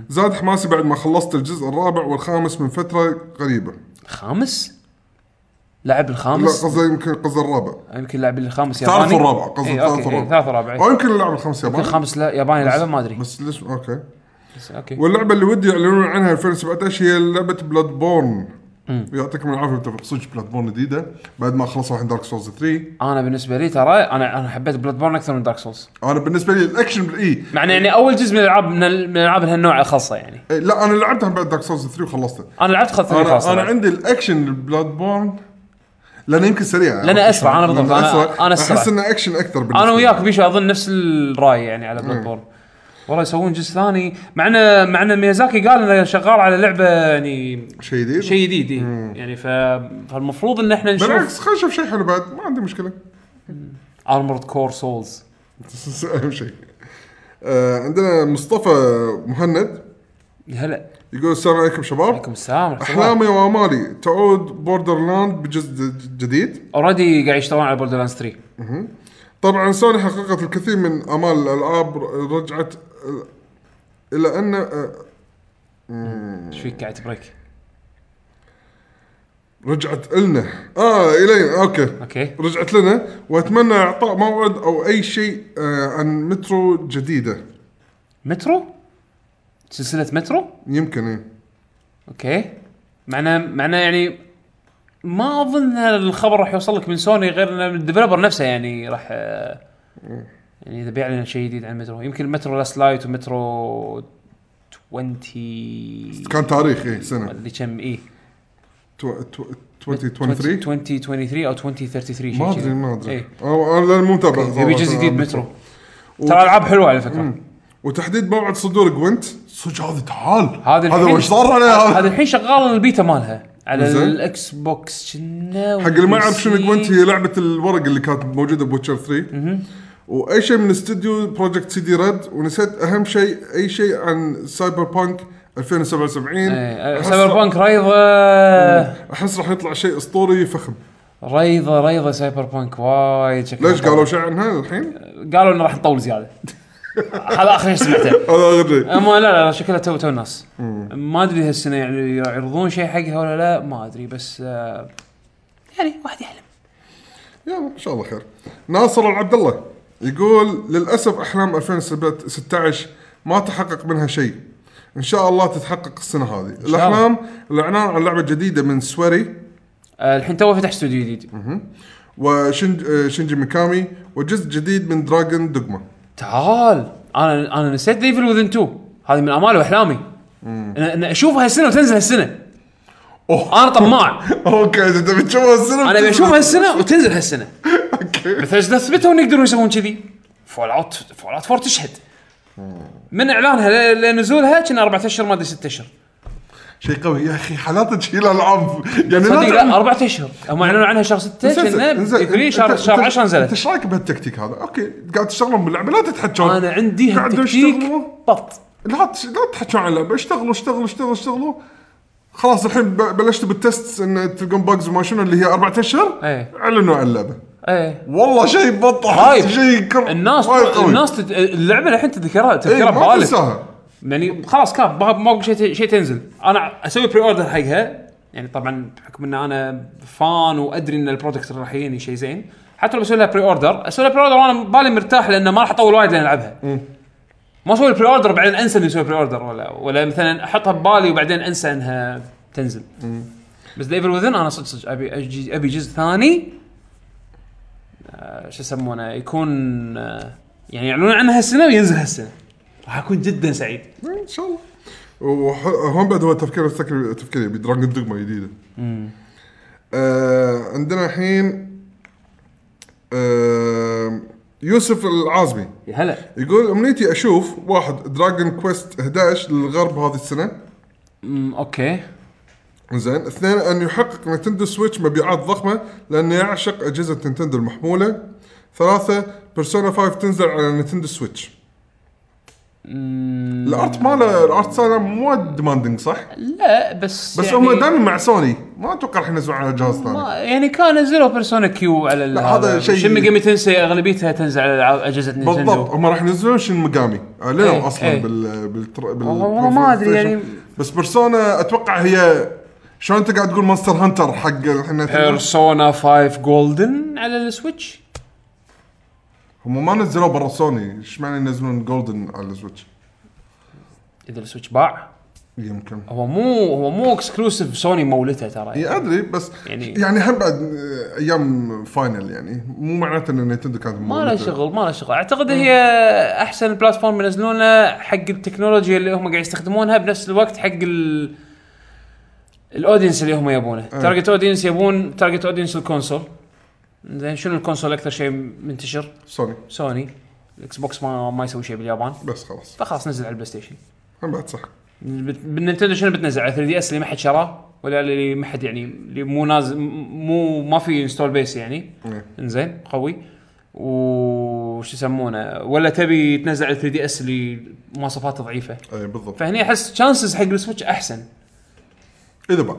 B: زاد حماسي بعد ما خلصت الجزء الرابع والخامس من فتره قريبه
A: خامس لعب
B: لا
A: الخامس
B: قصدي يمكن قصدي الرابع
A: يمكن لعب الخامس ياباني
B: الثالث والرابع قصدي
A: إيه، أوكي، إيه،
B: الثالث والرابع
A: الثالث والرابع إيه.
B: او يمكن اللعب الخامس
A: يمكن
B: ياباني
A: الخامس لا ياباني لعبه ما ادري
B: بس ليش اوكي
A: بس اوكي
B: واللعبه اللي ودي يعلنون عنها 2017 هي لعبه بلاد بورن يعطيكم العافيه متفق صدق بلاد بورن جديده بعد ما خلصوا الحين دارك سولز 3
A: انا بالنسبه لي ترى انا انا حبيت بلاد بورن اكثر من دارك سولز
B: انا بالنسبه لي إيه، الاكشن بالاي
A: مع انه يعني اول جزء من الالعاب من ال- من الالعاب هالنوع خاصه يعني
B: إيه، لا انا لعبتها بعد دارك سولز 3 وخلصته
A: انا لعبت خط
B: انا انا
A: انا
B: عندي الاكشن بلاد بورن لانه يمكن سريع
A: لأنه أسرع، أنا بالضبط،
B: لأنه
A: أنا-
B: أسرع.
A: أنا السرعة.
B: احس انه اكشن اكثر بالنسبه
A: انا
B: لي.
A: وياك بيشو اظن نفس الراي يعني على
B: إيه.
A: بلاد بورن والله يسوون جزء ثاني مع انه مع انه ميازاكي قال انه شغال على لعبه يعني
B: شيء جديد
A: شيء جديد إيه. يعني ف... فالمفروض ان احنا نشوف
B: بالعكس خلينا نشوف شيء حلو بعد ما عندي مشكله
A: ارمورد كور سولز
B: بس اهم شيء آه، عندنا مصطفى مهند
A: هلا
B: يقول السلام عليكم شباب
A: عليكم السلام ورحمه الله
B: احلامي وامالي تعود بوردرلاند بجزء جديد
A: اوريدي قاعد يشتغلون على بوردر لاندز 3
B: طبعا سوني حققت الكثير من امال الالعاب رجعت آه، الى ان آه،
A: ايش فيك قاعد تبريك
B: رجعت لنا اه الين اوكي
A: اوكي
B: رجعت لنا واتمنى اعطاء موعد او اي شيء آه، عن مترو جديده
A: مترو سلسله مترو
B: يمكن إيه.
A: اوكي معناه معناه يعني ما اظن هذا الخبر راح يوصل لك من سوني غير ان الديفلوبر نفسه يعني راح آه،
B: إيه.
A: يعني اذا بيعلن شيء جديد عن مترو يمكن مترو لاست لايت ومترو 20
B: كان تاريخ ايه سنه
A: اللي كم إيه. اي
B: تو- تو- 2023
A: 2023 او 2033 شيء
B: ما
A: كذي.
B: ادري ما ادري
A: إيه.
B: آه، انا مو متابع
A: يبي
B: صراحة.
A: جزء جديد مترو
B: و-
A: ترى العاب حلوه على فكره
B: وتحديد موعد صدور جوينت صدق هذا تعال
A: هذا
B: هذا
A: الحين-
B: وش صار عليه
A: هذا
B: هذا
A: الحين شغال البيتا مالها على
B: زين.
A: الاكس بوكس كنا
B: حق اللي ما يعرف شنو جوينت هي لعبه الورق اللي كانت موجوده بوتشر 3 واي شيء من استوديو بروجكت سي دي ريد ونسيت اهم شيء اي شيء عن سايبر بانك 2077 أحس- إيه،
A: إيه، سايبر بانك رايضه
B: احس راح يطلع شيء اسطوري فخم
A: ريضه ريضه سايبر بانك وايد شكلها
B: ليش قالوا شيء عنها الحين؟
A: قالوا انه راح نطول زياده هذا اخر شيء سمعته
B: هذا ادري
A: اما لا لا شكلها تو تو الناس ما ادري هالسنه يعني يعرضون شيء حقها ولا لا ما ادري بس آه، يعني واحد يحلم
B: يلا ان شاء الله خير ناصر العبد الله يقول للاسف احلام 2016 ما تحقق منها شيء ان شاء الله تتحقق السنه هذه
A: شاء الله.
B: الاحلام الاعلان عن لعبه جديده من سوري
A: آه، الحين تو فتح استوديو جديد
B: وشنجي ميكامي وجزء جديد من دراجون دوغما
A: تعال انا انا نسيت ديفل وذن 2 هذه من امالي واحلامي انا أنا اشوفها هالسنه وتنزل هالسنه
B: أوه.
A: انا طماع
B: اوكي اذا تبي تشوفها السنه
A: انا بشوفها هالسنه وتنزل هالسنه
B: اوكي
A: بثيسدا ثبتوا انه يقدرون يسوون كذي فول اوت فول اوت 4 تشهد من اعلانها ل- لنزولها كان اربع اشهر ما ادري ست اشهر
B: شيء قوي يا اخي حالات تشيل العاب يعني
A: صدق لا
B: تعمل-
A: اربع اشهر هم اعلنوا عنها شهر 6
B: انزين،
A: كنا
B: انزين،
A: يقولي
B: انت-
A: شهر
B: انت-
A: شهر 10
B: انت
A: نزلت
B: ايش رايك بهالتكتيك هذا؟ اوكي قاعد تشتغلون باللعبه لا تتحجون
A: انا عندي
B: قاعدوا
A: هالتكتيك
B: يشتغلوا.
A: بط
B: لا تش- لا تحكون عن اللعبه اشتغلوا اشتغلوا اشتغلوا اشتغلوا خلاص الحين ب- بلشت بالتست ان تلقون باجز وما شنو اللي هي اربعة اشهر
A: ايه.
B: اعلنوا عن اللعبه
A: ايه
B: والله شيء بطح
A: هايب.
B: شيء كر...
A: الناس
B: وايد قوي.
A: الناس تت- اللعبه الحين تذكرها
B: ايه
A: تذكرها
B: ما
A: ببالك
B: تنساها
A: يعني خلاص كاب ما ما شيء شيء تنزل انا اسوي بري اوردر حقها يعني طبعا بحكم ان انا فان وادري ان البرودكت راح يجيني شيء زين حتى لو بسوي لها بري اوردر اسوي لها بري اوردر وانا بالي مرتاح لانه ما راح اطول وايد لين العبها ما اسوي البري اوردر بعدين انسى اني اسوي بري اوردر ولا ولا مثلا احطها ببالي وبعدين انسى انها تنزل بس ديفل وذن انا صدق صدق ابي أجي- ابي جزء ثاني آه، شو يسمونه يكون آه، يعني يعلنون عنها هالسنه وينزل هالسنه راح اكون جدا سعيد
B: ان إيه، شاء الله وهم بعد هو تفكير تفكير تفكيري بدراجون دوغما جديده آه عندنا الحين آه يوسف العازمي
A: يا هلا
B: يقول امنيتي اشوف واحد دراجون كويست 11 للغرب هذه السنه
A: امم اوكي
B: زين اثنين ان يحقق نتندو سويتش مبيعات ضخمه لانه يعشق اجهزه نتندو المحموله ثلاثه بيرسونا 5 تنزل على نتندو سويتش الارت ماله الارت سايله مو ديماندنج صح؟
A: لا بس
B: بس
A: يعني
B: هم دائما مع سوني ما اتوقع راح ينزلون على جهاز ثاني
A: ما- يعني كان نزلوا بيرسونا كيو على ال-
B: لا، هذا شيء-
A: شن ميجامي تنسي اغلبيتها تنزل على العاب اجهزه نينتندو
B: بالضبط هم راح ينزلون شن مقامي اعلنوا
A: إيه،
B: اصلا
A: إيه.
B: بال بالتر... بال
A: والله- والله ما أدري، يعني-
B: بس بيرسونا اتوقع هي شلون انت قاعد تقول مونستر هانتر حق الحين
A: بيرسونا 5 جولدن على السويتش
B: هم ما نزلوا برا سوني ايش معنى ينزلون جولدن على السويتش؟
A: اذا السويتش باع
B: يمكن
A: هو مو هو مو اكسكلوسيف سوني مولته ترى
B: اي ادري بس يعني
A: يعني-
B: يعني هم بعد آه، ايام فاينل يعني مو معناته ان نينتندو كانت
A: ما له
B: مولدة.
A: شغل ما له شغل اعتقد هي احسن بلاتفورم ينزلونه حق التكنولوجيا اللي هم قاعد يستخدمونها بنفس الوقت حق ال الاودينس اللي هم يبونه تارجت اودينس يبون تارجت اودينس الكونسول زين شنو الكونسول اكثر شيء منتشر
B: سوني
A: سوني الاكس بوكس ما ما يسوي شيء باليابان
B: بس خلاص
A: فخلاص نزل على البلاي ستيشن
B: هم بعد صح
A: بت- بالنينتندو شنو بتنزل على 3 دي اس اللي ما حد شراه ولا اللي ما حد يعني اللي مو نازل مو ما في انستول بيس يعني
B: إيه.
A: انزين قوي وش يسمونه ولا تبي تنزل على 3 دي اس اللي مواصفاته ضعيفه
B: اي إيه، بالضبط
A: فهني احس تشانسز حق السويتش احسن
B: اذا بقى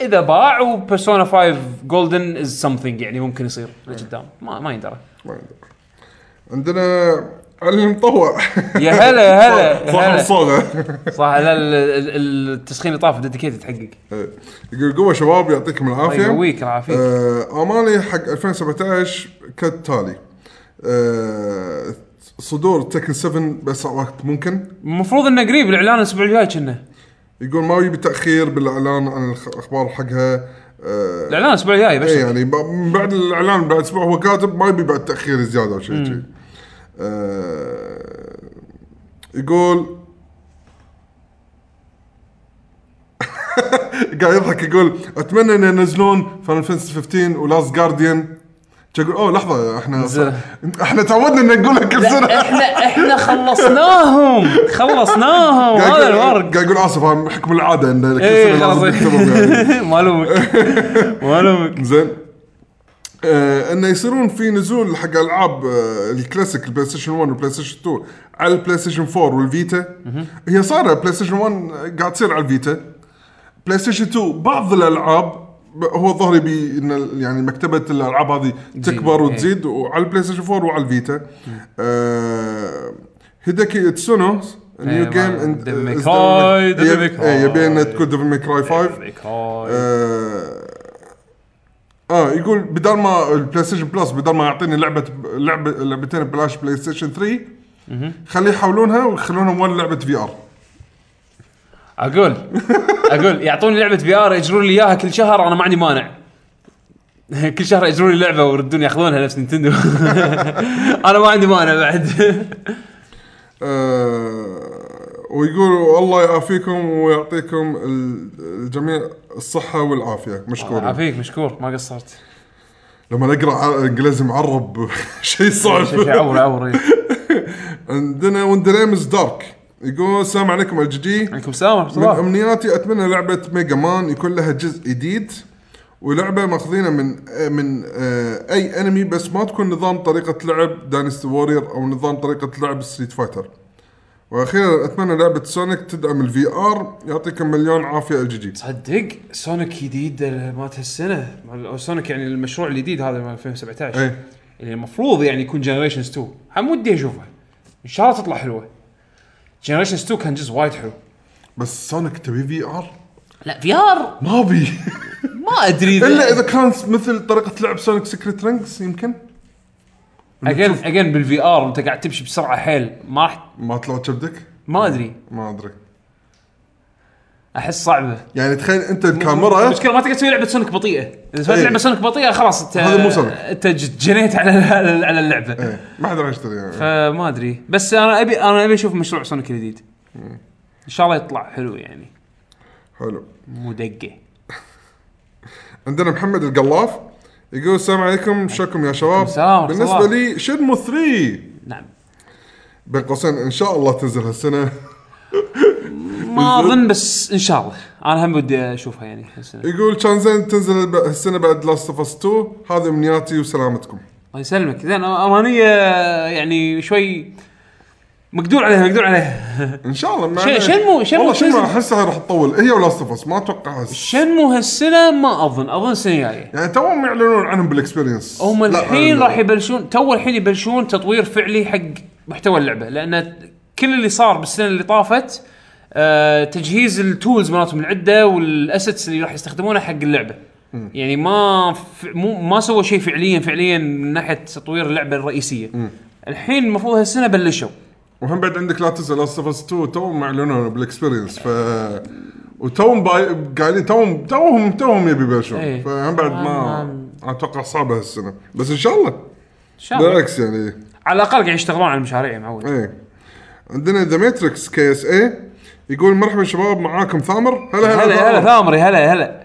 A: اذا باع وبيرسونا 5 جولدن از سمثينج يعني ممكن يصير
B: إيه.
A: لقدام ما ما يندرى
B: ما عندنا عندنا علي المطوع
A: يا هلا يا هلا يا
B: صاحب
A: هلا.
B: الصاله
A: صح لا ال- ال- ال- التسخين اللي طاف ديديكيتد حقك طيب،
B: إيه. يقول قوه شباب يعطيكم
A: الله
B: العافيه
A: يقويك العافيه
B: آه، امالي حق 2017 كالتالي آه، صدور تكن 7 باسرع وقت ممكن
A: المفروض انه قريب الاعلان الاسبوع الجاي كنا
B: يقول ما يبي تاخير بالاعلان عن الخ- الاخبار حقها آه،
A: الاعلان الاسبوع الجاي
B: اي
A: بس
B: يعني ب- من بعد الاعلان بعد اسبوع هو كاتب ما يبي بعد تاخير زياده او شيء شيء آه، يقول قاعد يضحك يقول اتمنى ان ينزلون فان فانتسي 15 ولاست جارديان اقول اوه لحظه احنا
A: نزلها.
B: احنا تعودنا ان نقولها كل سنه
A: احنا احنا خلصناهم خلصناهم
B: قاعد
A: هذا
B: يقول-
A: الورق
B: قاعد يقول اسف هذا بحكم العاده ان كل سنه
A: ايه
B: لازم
A: خلاص
B: نكتبهم يعني
A: مالومك مالومك
B: زين آه انه يصيرون في نزول حق العاب آه الكلاسيك البلاي ستيشن 1 والبلاي ستيشن 2 على البلاي ستيشن 4 والفيتا هي صارت بلاي ستيشن 1 قاعد تصير على الفيتا بلاي ستيشن 2 بعض الالعاب ب- هو الظاهر يبي ان ال- يعني مكتبه الالعاب هذه
A: إيه.
B: تكبر وتزيد وعلى البلاي ستيشن 4 وعلى الفيتا آه، هيداكي اتسونو
A: إيه،
B: نيو جيم
A: مال Devil May Cry، Devil May Cry.
B: إيه، يبي انها تكون ديفل ماي كراي 5 آه، اه يقول بدل ما البلاي ستيشن بلس بدل ما يعطيني لعبه لعبه لعبتين ببلاش بلاي ستيشن 3 خليه يحولونها ويخلونهم ولا لعبه في ار
A: اقول اقول يعطوني لعبه في ار يجرون لي اياها كل شهر انا ما عندي مانع كل شهر يجرون لي لعبه ويردون ياخذونها نفس نينتندو انا ما عندي مانع بعد
B: آه، ويقول الله يعافيكم ويعطيكم ال- الجميع الصحة والعافية مشكور
A: عافيك مشكور ما قصرت
B: لما نقرا ع- انجليزي معرب شيء صعب
A: شي- شي عور عور إيه.
B: عندنا وندريمز دارك يقول السلام عليكم ال جي
A: عليكم السلام ورحمه
B: من
A: الله
B: امنياتي اتمنى لعبة ميجا مان يكون لها جزء جديد ولعبة ماخذينها من آه، من آه، اي انمي بس ما تكون نظام طريقة لعب دانستي وورير او نظام طريقة لعب ستريت فايتر واخيرا اتمنى لعبة سونيك تدعم الفي ار يعطيكم مليون عافية الجي جي
A: تصدق سونيك جديد مالت هالسنه مال- أو سونيك يعني المشروع الجديد هذا مال 2017
B: إيه.
A: اللي المفروض يعني يكون جنريشنز 2 هم ودي اشوفها ان شاء الله تطلع حلوه جنريشنز 2 كان جزء وايد حلو
B: بس سونيك تبي في ار
A: لا في ار
B: ما بي
A: ما ادري
B: الا اذا كان مثل طريقة لعب سونيك سكريت رينجز يمكن
A: اجين اجين بالفي ار انت قاعد تمشي بسرعه حيل ما راح
B: ما طلعت كبدك
A: ما ادري
B: ما ادري
A: احس صعبه
B: يعني تخيل انت الكاميرا
A: المشكله ما تقدر تسوي لعبه سونيك بطيئه اذا سويت
B: إيه.
A: لعبه سونيك بطيئه خلاص انت
B: هذا مو سونيك.
A: انت ج- جنيت على على- على اللعبه
B: إيه، ما حد راح يشتريها
A: فما ادري بس انا ابي انا ابي اشوف مشروع سونيك الجديد ان شاء الله يطلع حلو يعني
B: حلو
A: مو دقه
B: عندنا محمد القلاف يقول السلام عليكم شكم يا
A: السلام
B: شباب
A: ورحمة الله.
B: بالنسبه لي شنمو 3
A: نعم
B: بين قوسين ان شاء الله تنزل هالسنه
A: ما اظن بس ان شاء الله انا هم بدي اشوفها يعني هالسنة.
B: يقول كان زين تنزل ب- هالسنه بعد لاست اوف اس 2 هذه امنياتي وسلامتكم
A: الله يسلمك زين امانيه يعني شوي مقدور عليها مقدور عليها
B: ان شاء الله ما
A: شن-
B: عليك.
A: شنمو- شنمو
B: والله شنمو
A: تنزل.
B: احسها راح تطول هي ولاست اوف اس ما اتوقع هس-
A: شنمو هالسنه ما اظن اظن السنه الجايه
B: يعني توهم يعلنون عنهم بالاكسبيرينس
A: هم
B: لا،
A: الحين
B: لا.
A: راح يبلشون تو الحين يبلشون تطوير فعلي حق محتوى اللعبه لان كل اللي صار بالسنه اللي طافت آه، تجهيز التولز مالتهم العده والاسيتس اللي راح يستخدمونها حق اللعبه يعني ما ف... مو ما سووا شيء فعليا فعليا من ناحيه تطوير اللعبه الرئيسيه الحين المفروض هالسنه بلشوا
B: وهم بعد عندك لا تنسى لاست اوف اس 2 توهم معلنون بالاكسبيرينس ف وتوهم باي- قاعدين توهم توهم توهم يبي يبلشون
A: إيه.
B: فهم بعد ما
A: آم.
B: اتوقع صعبه هالسنه بس ان شاء الله
A: ان شاء الله
B: بالعكس يعني
A: على الاقل قاعد يشتغلون على المشاريع معود
B: ايه عندنا ذا ماتريكس كي اس اي يقول مرحبا شباب معاكم ثامر هلا
A: هلا
B: هلا,
A: هلا
B: ثامر.
A: ثامري هلا هلا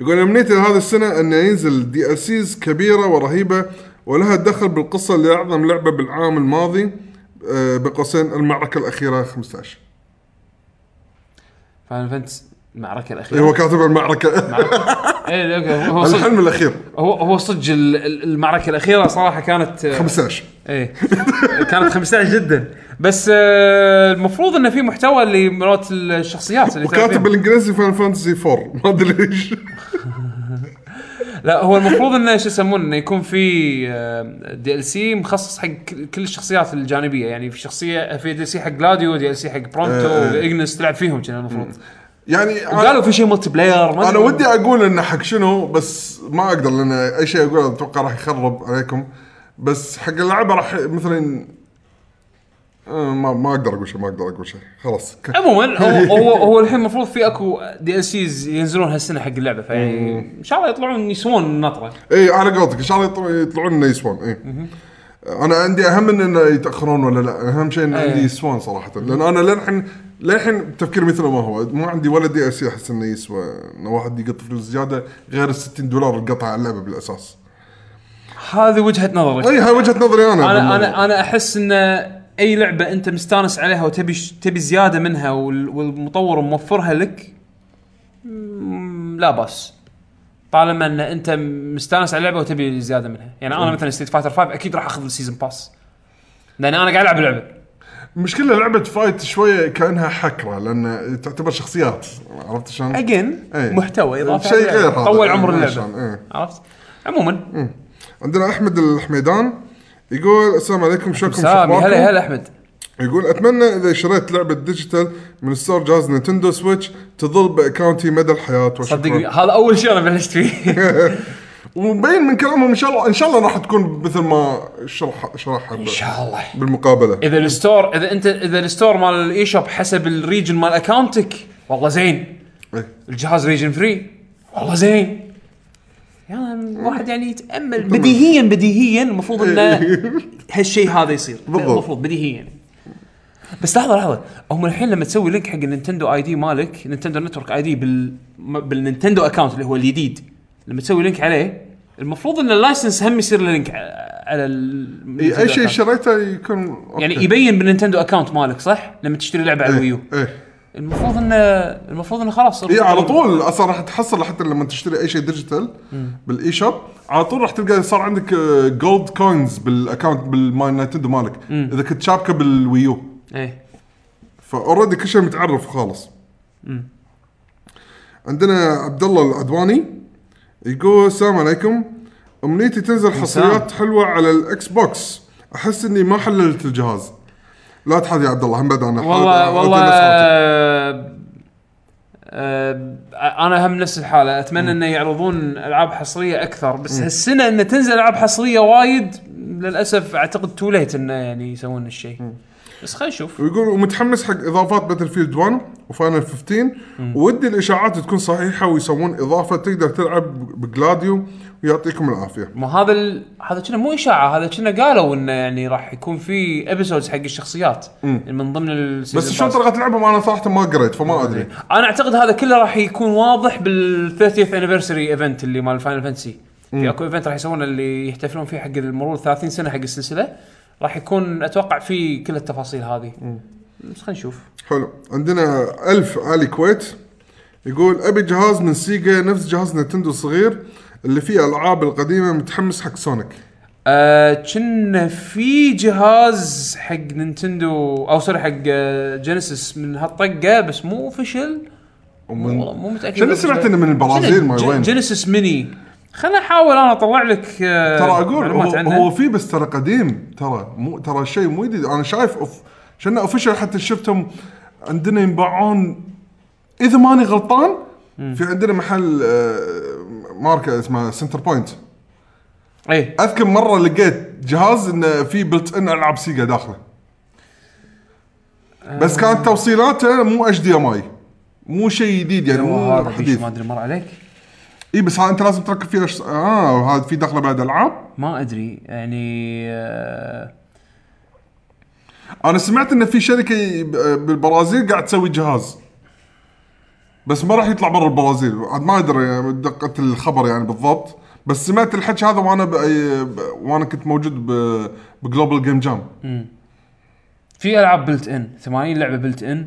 B: يقول امنيتي هذه السنه انه ينزل دي ال سيز كبيره ورهيبه ولها دخل بالقصه اللي اعظم لعبه بالعام الماضي آه، بقوسين المعركه الاخيره 15
A: فاينل فانتس المعركه
B: إيه، هو
A: الاخيره
B: كاتب المعركه
A: ايه اوكي هو صدق
B: الحلم الاخير
A: هو هو صدق ال- ال- المعركه الاخيره صراحه كانت
B: 15
A: ايه كانت 15 جدا بس آه، المفروض انه في محتوى اللي مرات الشخصيات اللي
B: وكاتب
A: تعرفين.
B: بالانجليزي فان فانتسي 4 ما ادري ليش
A: لا هو المفروض انه شو يسمونه انه يكون في آه، دي ال سي مخصص حق ك- كل الشخصيات الجانبيه يعني في شخصيه في دي ال سي حق جلاديو دي ال سي حق برونتو
B: آه.
A: اجنس تلعب فيهم كان المفروض
B: يعني
A: قالوا في شيء ملتي بلاير ما
B: انا
A: أدري.
B: ودي اقول انه حق شنو بس ما اقدر لان اي شيء اقوله اتوقع راح يخرب عليكم بس حق اللعبه راح مثلا آه، ما ما اقدر اقول شيء ما اقدر اقول شيء خلاص ك-
A: عموما هو هو, هو الحين المفروض في اكو دي ال سيز ينزلون هالسنه حق اللعبه فيعني
B: إيه.
A: ان شاء الله يطلعون يسوون النطره
B: اي إيه، على قولتك ان شاء الله يطلع- يطلعون انه يسوون اي انا عندي اهم من انه يتاخرون ولا لا اهم شيء انه
A: إيه.
B: عندي يسوون صراحه لان انا للحين للحين تفكير مثل ما هو ما عندي ولا دي اس احس انه يسوى انه واحد يقط فلوس زياده غير ال 60 دولار اللي قطع على اللعبه بالاساس
A: هذه وجهه نظري
B: اي إيه، هاي وجهه نظري انا
A: انا انا انا احس ان اي لعبه انت مستانس عليها وتبي ش- تبي زياده منها وال- والمطور موفرها لك مم، لا باس طالما ان انت مستانس على اللعبه وتبي زياده منها يعني انا مثلا ستيت فايتر 5 اكيد راح اخذ السيزون باس لان انا قاعد العب اللعبه
B: المشكله لعبه فايت شويه كانها حكره لان تعتبر شخصيات عرفت شلون؟
A: اجين
B: إيه.
A: محتوى اضافه
B: شيء
A: على
B: غير
A: اللعبة.
B: هذا.
A: طول
B: إيه،
A: عمر
B: ما
A: اللعبه
B: شلون، إيه.
A: عرفت عموما
B: عندنا احمد الحميدان يقول السلام عليكم شلونكم شو
A: سامي
B: أخباركم؟
A: هلا هلا احمد
B: يقول اتمنى اذا شريت لعبه ديجيتال من ستور جهاز نينتندو سويتش تظل باكاونتي مدى الحياه
A: صدقني
B: وشكرا
A: هذا اول شيء انا بلشت فيه
B: ومبين من كلامهم ان شاء الله ان شاء الله راح تكون مثل ما شرح شرحها
A: ان شاء إيه. الله
B: بالمقابله
A: اذا الستور اذا انت اذا الستور مال الاي شوب حسب الريجن مال اكاونتك والله زين
B: إيه.
A: الجهاز ريجن فري والله زين يعني واحد يعني يتامل بديهيا بديهيا المفروض انه هالشيء هذا يصير
B: بالضبط.
A: المفروض بديهيا بس لحظه لحظه هم الحين لما تسوي لينك حق النينتندو اي دي مالك نينتندو نتورك اي دي بال م- بالنينتندو اكونت اللي هو الجديد لما تسوي لينك عليه المفروض ان اللايسنس هم يصير له لينك ع- على ال
B: إيه، اي شيء شريته يكون أوكي.
A: يعني يبين بالنينتندو اكونت مالك صح؟ لما تشتري لعبه على الويو
B: ايه إيه.
A: المفروض انه المفروض انه خلاص
B: إيه على طول اصلا راح تحصل حتى لما تشتري اي شيء ديجيتال بالاي شوب على طول راح تلقى صار عندك آه، جولد كوينز بالاكونت بالماي نينتندو مالك اذا كنت شابكه بالويو
A: ايه
B: فاوريدي كل شيء متعرف خالص عندنا عبد الله العدواني يقول السلام عليكم امنيتي تنزل حصريات حلوه على الاكس بوكس احس اني ما حللت الجهاز لا تحد يا عبد الله هم بعد انا
A: والله
B: حاط-
A: والله
B: حاطين نسخة.
A: آه آه انا هم نفس الحاله اتمنى انه يعرضون العاب حصريه اكثر بس هالسنه انه تنزل العاب حصريه وايد للاسف اعتقد تو ليت انه يعني يسوون هالشيء بس خلينا نشوف
B: ويقول ومتحمس حق اضافات باتل فيلد 1 وفاينل 15 ودي الاشاعات تكون صحيحه ويسوون اضافه تقدر تلعب بجلاديو ويعطيكم العافيه
A: ما هذا ال... هذا كنا مو اشاعه هذا كنا قالوا انه يعني راح يكون في ابيسودز حق الشخصيات من ضمن
B: بس
A: السيزون
B: شلون
A: باس.
B: طريقه لعبهم انا صراحه ما قريت فما ادري
A: انا اعتقد هذا كله راح يكون واضح بال 30th anniversary ايفنت اللي مال فاينل فانتسي في اكو ايفنت راح يسوونه اللي يحتفلون فيه حق المرور 30 سنه حق السلسله راح يكون اتوقع فيه كل التفاصيل هذه بس خلينا نشوف
B: حلو عندنا ألف علي كويت يقول أبي جهاز من سيجا نفس جهاز نتندو الصغير اللي فيه ألعاب القديمة متحمس حق سونيك
A: آه، كنا في جهاز حق نينتندو او سوري حق آه، جينيسيس من هالطقه بس مو اوفشل
B: ومن-
A: والله مو متاكد
B: شنو سمعت انه من البرازيل ما وين
A: جينيسيس ميني خلنا احاول انا اطلع لك آه،
B: ترى اقول
A: معلومات
B: هو,
A: عنه.
B: هو في بس ترى قديم ترى مو ترى الشيء مو جديد انا شايف اوف شنو اوفشل حتى شفتهم عندنا ينباعون اذا ماني غلطان في عندنا محل آه، ماركه اسمها سنتر بوينت
A: ايه
B: اذكر مره لقيت جهاز انه فيه بلت ان العاب سيجا داخله بس كانت توصيلاته مو اتش دي ام اي مو شيء جديد يعني
A: أيوة، هذا
B: مو
A: بيش
B: حديث
A: ما ادري مر عليك
B: اي بس هذا انت لازم تركب فيه أش... اه هذا في داخله بعد العاب
A: ما ادري يعني آه،
B: انا سمعت انه في شركه ي- ب- بالبرازيل قاعد تسوي جهاز بس ما راح يطلع برا البرازيل عاد ما ادري يعني دقه الخبر يعني بالضبط بس سمعت الحكي هذا وانا ب... ب... وانا كنت موجود ب... بجلوبال جيم جام
A: في العاب بلت ان 80 لعبه بلت ان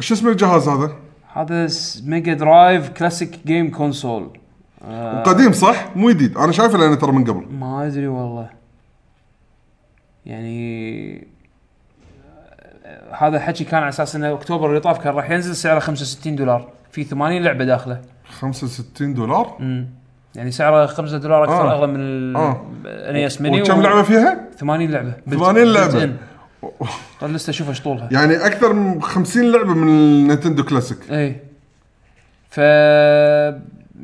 B: شو اسم الجهاز هذا؟
A: هذا س- ميجا درايف كلاسيك جيم كونسول آه،
B: قديم صح؟ مو جديد، انا شايفه لانه ترى من قبل.
A: ما ادري والله يعني آه، هذا حكي كان على اساس انه اكتوبر اللي طاف كان راح ينزل سعره 65 دولار في 80 لعبه داخله
B: 65 دولار؟
A: امم يعني سعره 5 دولار اكثر
B: آه.
A: اغلى من ال E
B: آه.
A: اس مني
B: وكم لعبه فيها؟
A: 80 لعبه built-
B: 80 لعبة.
A: built in. طيب لسه اشوف ايش طولها
B: يعني اكثر من 50 لعبه من النينتندو كلاسيك.
A: ايه ف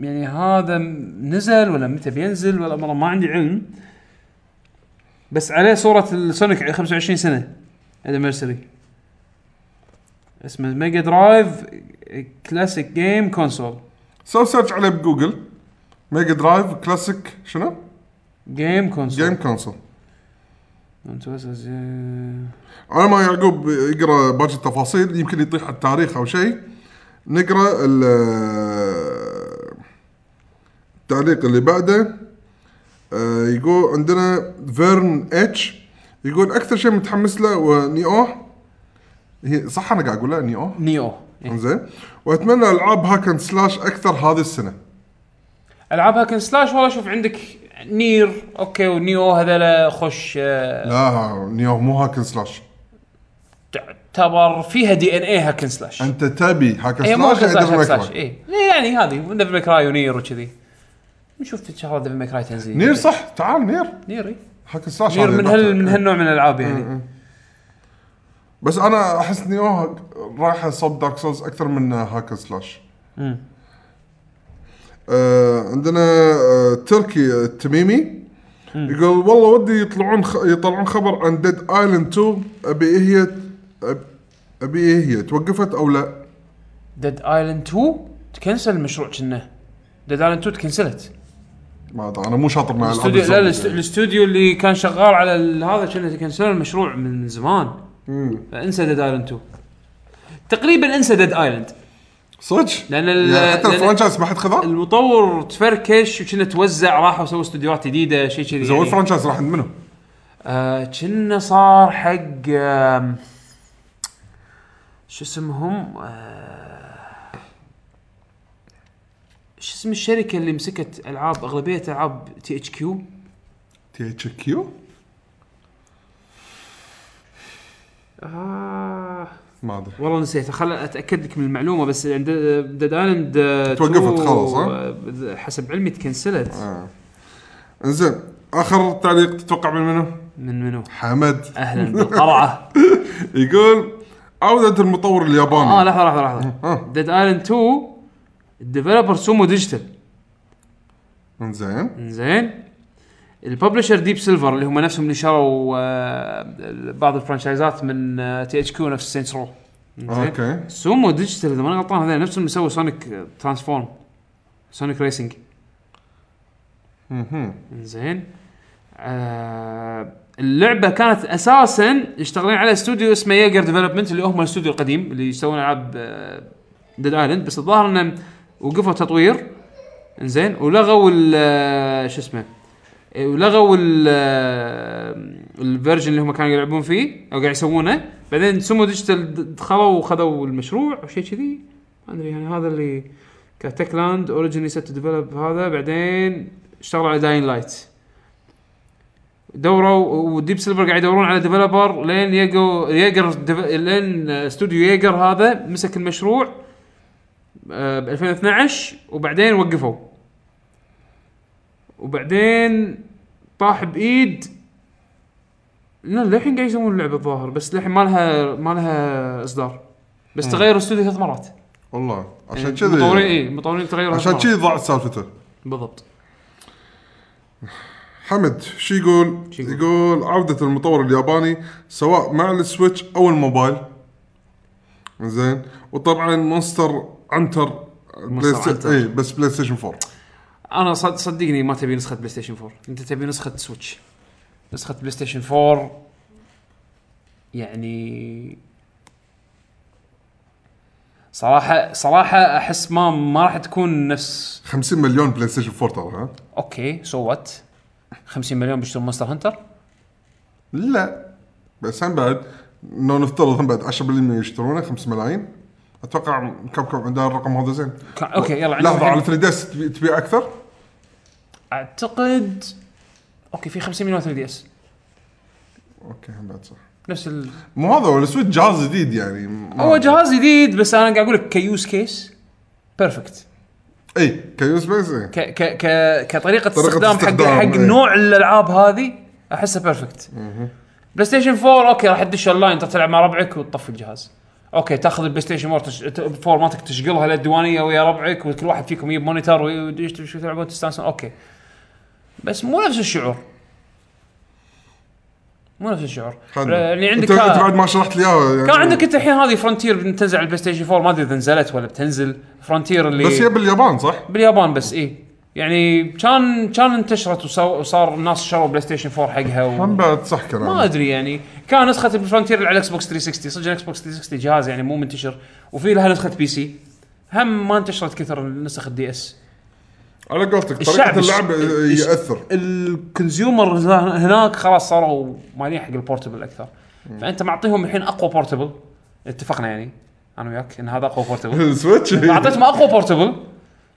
A: يعني هذا م- نزل ولا متى بينزل ولا والله ما عندي علم بس عليه صورة السونيك 25 سنة انيفرساري اسمه ميجا درايف كلاسيك جيم كونسول
B: سو سيرش عليه بجوجل ميجا درايف كلاسيك شنو؟
A: جيم كونسول
B: جيم كونسول.
A: آه،
B: انا ما يعقوب يقرا باقي التفاصيل يمكن يطيح على التاريخ او شيء. نقرا ال- التعليق اللي بعده آه، يقول عندنا فيرن اتش يقول اكثر شيء متحمس له ونيو هي صح انا قاعد اقولها نيو
A: نيو إيه.
B: زين واتمنى العاب هاكن سلاش اكثر هذه السنه
A: العاب هاكن سلاش والله شوف عندك نير اوكي ونيو هذول خوش آه،
B: لا نيو مو هاكن سلاش
A: تعتبر فيها دي ان اي هاكن سلاش
B: انت تبي هاكر
A: اي إيه، مو هاكن
B: سلاش يعني
A: سلاش هاكن
B: ديفل
A: سلاش
B: ماكراي
A: اي يعني هذه ديفل ماكراي ونير وكذي نشوف ان شاء الله ديفل ماكراي تنزيل
B: نير صح تعال نير
A: نير إي.
B: هاكر سلاش
A: نير
B: هذا
A: من
B: البحث.
A: هال من هالنوع من الالعاب يعني
B: بس انا احس نيو رايحه صوب دارك سولز اكثر من هاكر سلاش
A: مم.
B: آه عندنا آه تركي آه، التميمي يقول والله ودي يطلعون خ... يطلعون خبر عن ديد ايلاند 2 ابي ايه هي أب- ابي ايه هي توقفت او لا
A: ديد ايلاند 2 تكنسل المشروع كنا ديد ايلاند 2 تكنسلت
B: ما ادري انا مو شاطر مع الألعاب
A: الاستوديو لا
B: الزومبي.
A: الاست- الاستوديو اللي كان شغال على ال- هذا كنا كنسلوا المشروع من زمان فانسى ديد ايلاند 2 تقريبا انسى ديد ايلاند
B: صدق
A: لأن ال-
B: يعني حتى
A: لأن-
B: الفرنشايز ما حد خذاه
A: المطور تفركش وكنا توزع راحوا سووا استوديوهات جديده شيء كذي
B: زوال
A: يعني.
B: الفرنشايز راح عند منو؟
A: آه، كنا صار حق آم، شو اسمهم آه، شو اسم الشركه اللي مسكت العاب اغلبيه العاب تي اتش كيو
B: تي اتش كيو
A: آه
B: ما ادري
A: والله نسيت خل اتاكد لك من المعلومه بس عند ديد ايلاند
B: توقفت خلاص، ها؟
A: آه، حسب علمي تكنسلت
B: آه. انزين اخر تعليق تتوقع من منو؟
A: من منو؟
B: حمد
A: اهلا بالقرعه
B: يقول عودة المطور الياباني
A: اه لحظه لحظه لحظه
B: آه.
A: ديد ايلاند 2 الديفلوبر سومو ديجيتال
B: انزين
A: زين الببلشر ديب سيلفر اللي هم نفسهم اللي شروا آه، بعض الفرانشايزات من آه، تي اتش كيو نفس سينس رو
B: اوكي
A: سومو ديجيتال اذا ماني غلطان هذول نفسهم اللي سووا سونيك ترانسفورم سونيك ريسنج
B: مهم.
A: زين آه اللعبه كانت اساسا يشتغلون على استوديو اسمه ييجر ديفلوبمنت اللي هم الاستوديو القديم اللي يسوون العاب ديد ايلاند آه، بس الظاهر انهم وقفوا تطوير زين ولغوا ال- آه، شو اسمه آه، ولغوا ال- آه، الفيرجن اللي هم كانوا يلعبون فيه او قاعد يسوونه بعدين سمو ديجيتال د- دخلوا وخذوا المشروع وشيء كذي ما ادري يعني هذا اللي كتك لاند اوريجيني سيت ديفلوب هذا بعدين اشتغلوا على داين لايت دوروا وديب سيلفر قاعد يدورون على ديفلوبر لين يجو ييجر ديف... لين استوديو ييجر هذا مسك المشروع آه، ب 2012 وبعدين وقفوا وبعدين طاح بايد لا للحين قاعد يسوون اللعبه الظاهر بس للحين ما لها ما لها اصدار بس تغير الاستوديو ثلاث مرات
B: والله إيه. عشان
A: يعني المطورين
B: كذي
A: اي المطورين تغيروا
B: عشان
A: هالمرة.
B: كذي ضاعت سالفته
A: بالضبط
B: حمد شو يقول؟
A: شو يقول؟
B: يقول عودة المطور الياباني سواء مع السويتش او الموبايل زين وطبعا مونستر عنتر بلاي
A: مونستر
B: ستيشن
A: عنتر.
B: اي بس بلاي ستيشن 4
A: انا صد صدقني ما تبي نسخه بلاي ستيشن 4 انت تبي نسخه سويتش نسخه بلاي ستيشن 4 يعني صراحه صراحه احس ما ما راح تكون نفس
B: 50 مليون بلاي ستيشن 4 ترى ها؟
A: اوكي سو وات 50 مليون بيشترون مونستر هانتر
B: لا بس هم بعد لو نفترض هم بعد 10% يشترونه 5 ملايين اتوقع كاب كاب عندها الرقم هذا زين
A: كا- اوكي يلا عندهم
B: لحظه على
A: الحين.
B: 3 دي اس تبي- تبيع اكثر
A: اعتقد اوكي في 50 مليون 3 دي اس
B: اوكي هم بعد صح
A: نفس ال...
B: مو هذا ولا سويت جهاز جديد يعني ما-
A: هو جهاز جديد بس انا قاعد اقول لك كيوز كيس بيرفكت
B: اي كيوز بيس اي
A: ك ك ك كطريقه استخدام حق
B: استخدام،
A: حق
B: إيه.
A: نوع الالعاب هذه احسها بيرفكت بلاي ستيشن 4 اوكي راح تدش اون لاين انت تلعب مع ربعك وتطفي الجهاز اوكي تاخذ البلاي ستيشن 4 تش... ت- 4 مالتك تشغلها للديوانيه ويا ربعك وكل واحد فيكم يجيب مونيتر ويدش تلعبون تستانسون اوكي بس مو نفس الشعور مو نفس الشعور يعني عندك
B: انت, انت
A: ها-
B: بعد ما شرحت لي اياها يعني
A: كان عندك انت الحين هذه فرونتير بتنزل على البلاي ستيشن 4 ما ادري اذا نزلت ولا بتنزل فرونتير اللي
B: بس هي باليابان صح؟
A: باليابان بس اي يعني كان كان انتشرت وصو- وصار الناس شروا بلاي ستيشن 4 حقها
B: هم
A: و...
B: بعد صح كلام
A: ما ادري يعني كان نسخه الفرونتير اللي على الاكس بوكس 360 صدق الاكس بوكس 360 جهاز يعني مو منتشر وفي لها نسخه بي سي هم ما انتشرت كثر نسخ الدي اس
B: على قولتك
A: الشعب
B: طريقه اللعب ياثر
A: الكونسيومر هناك خلاص صاروا مالين حق البورتبل اكثر فانت معطيهم الحين اقوى بورتبل اتفقنا يعني انا وياك ان هذا اقوى بورتبل
B: السويتش
A: اعطيتهم اقوى بورتبل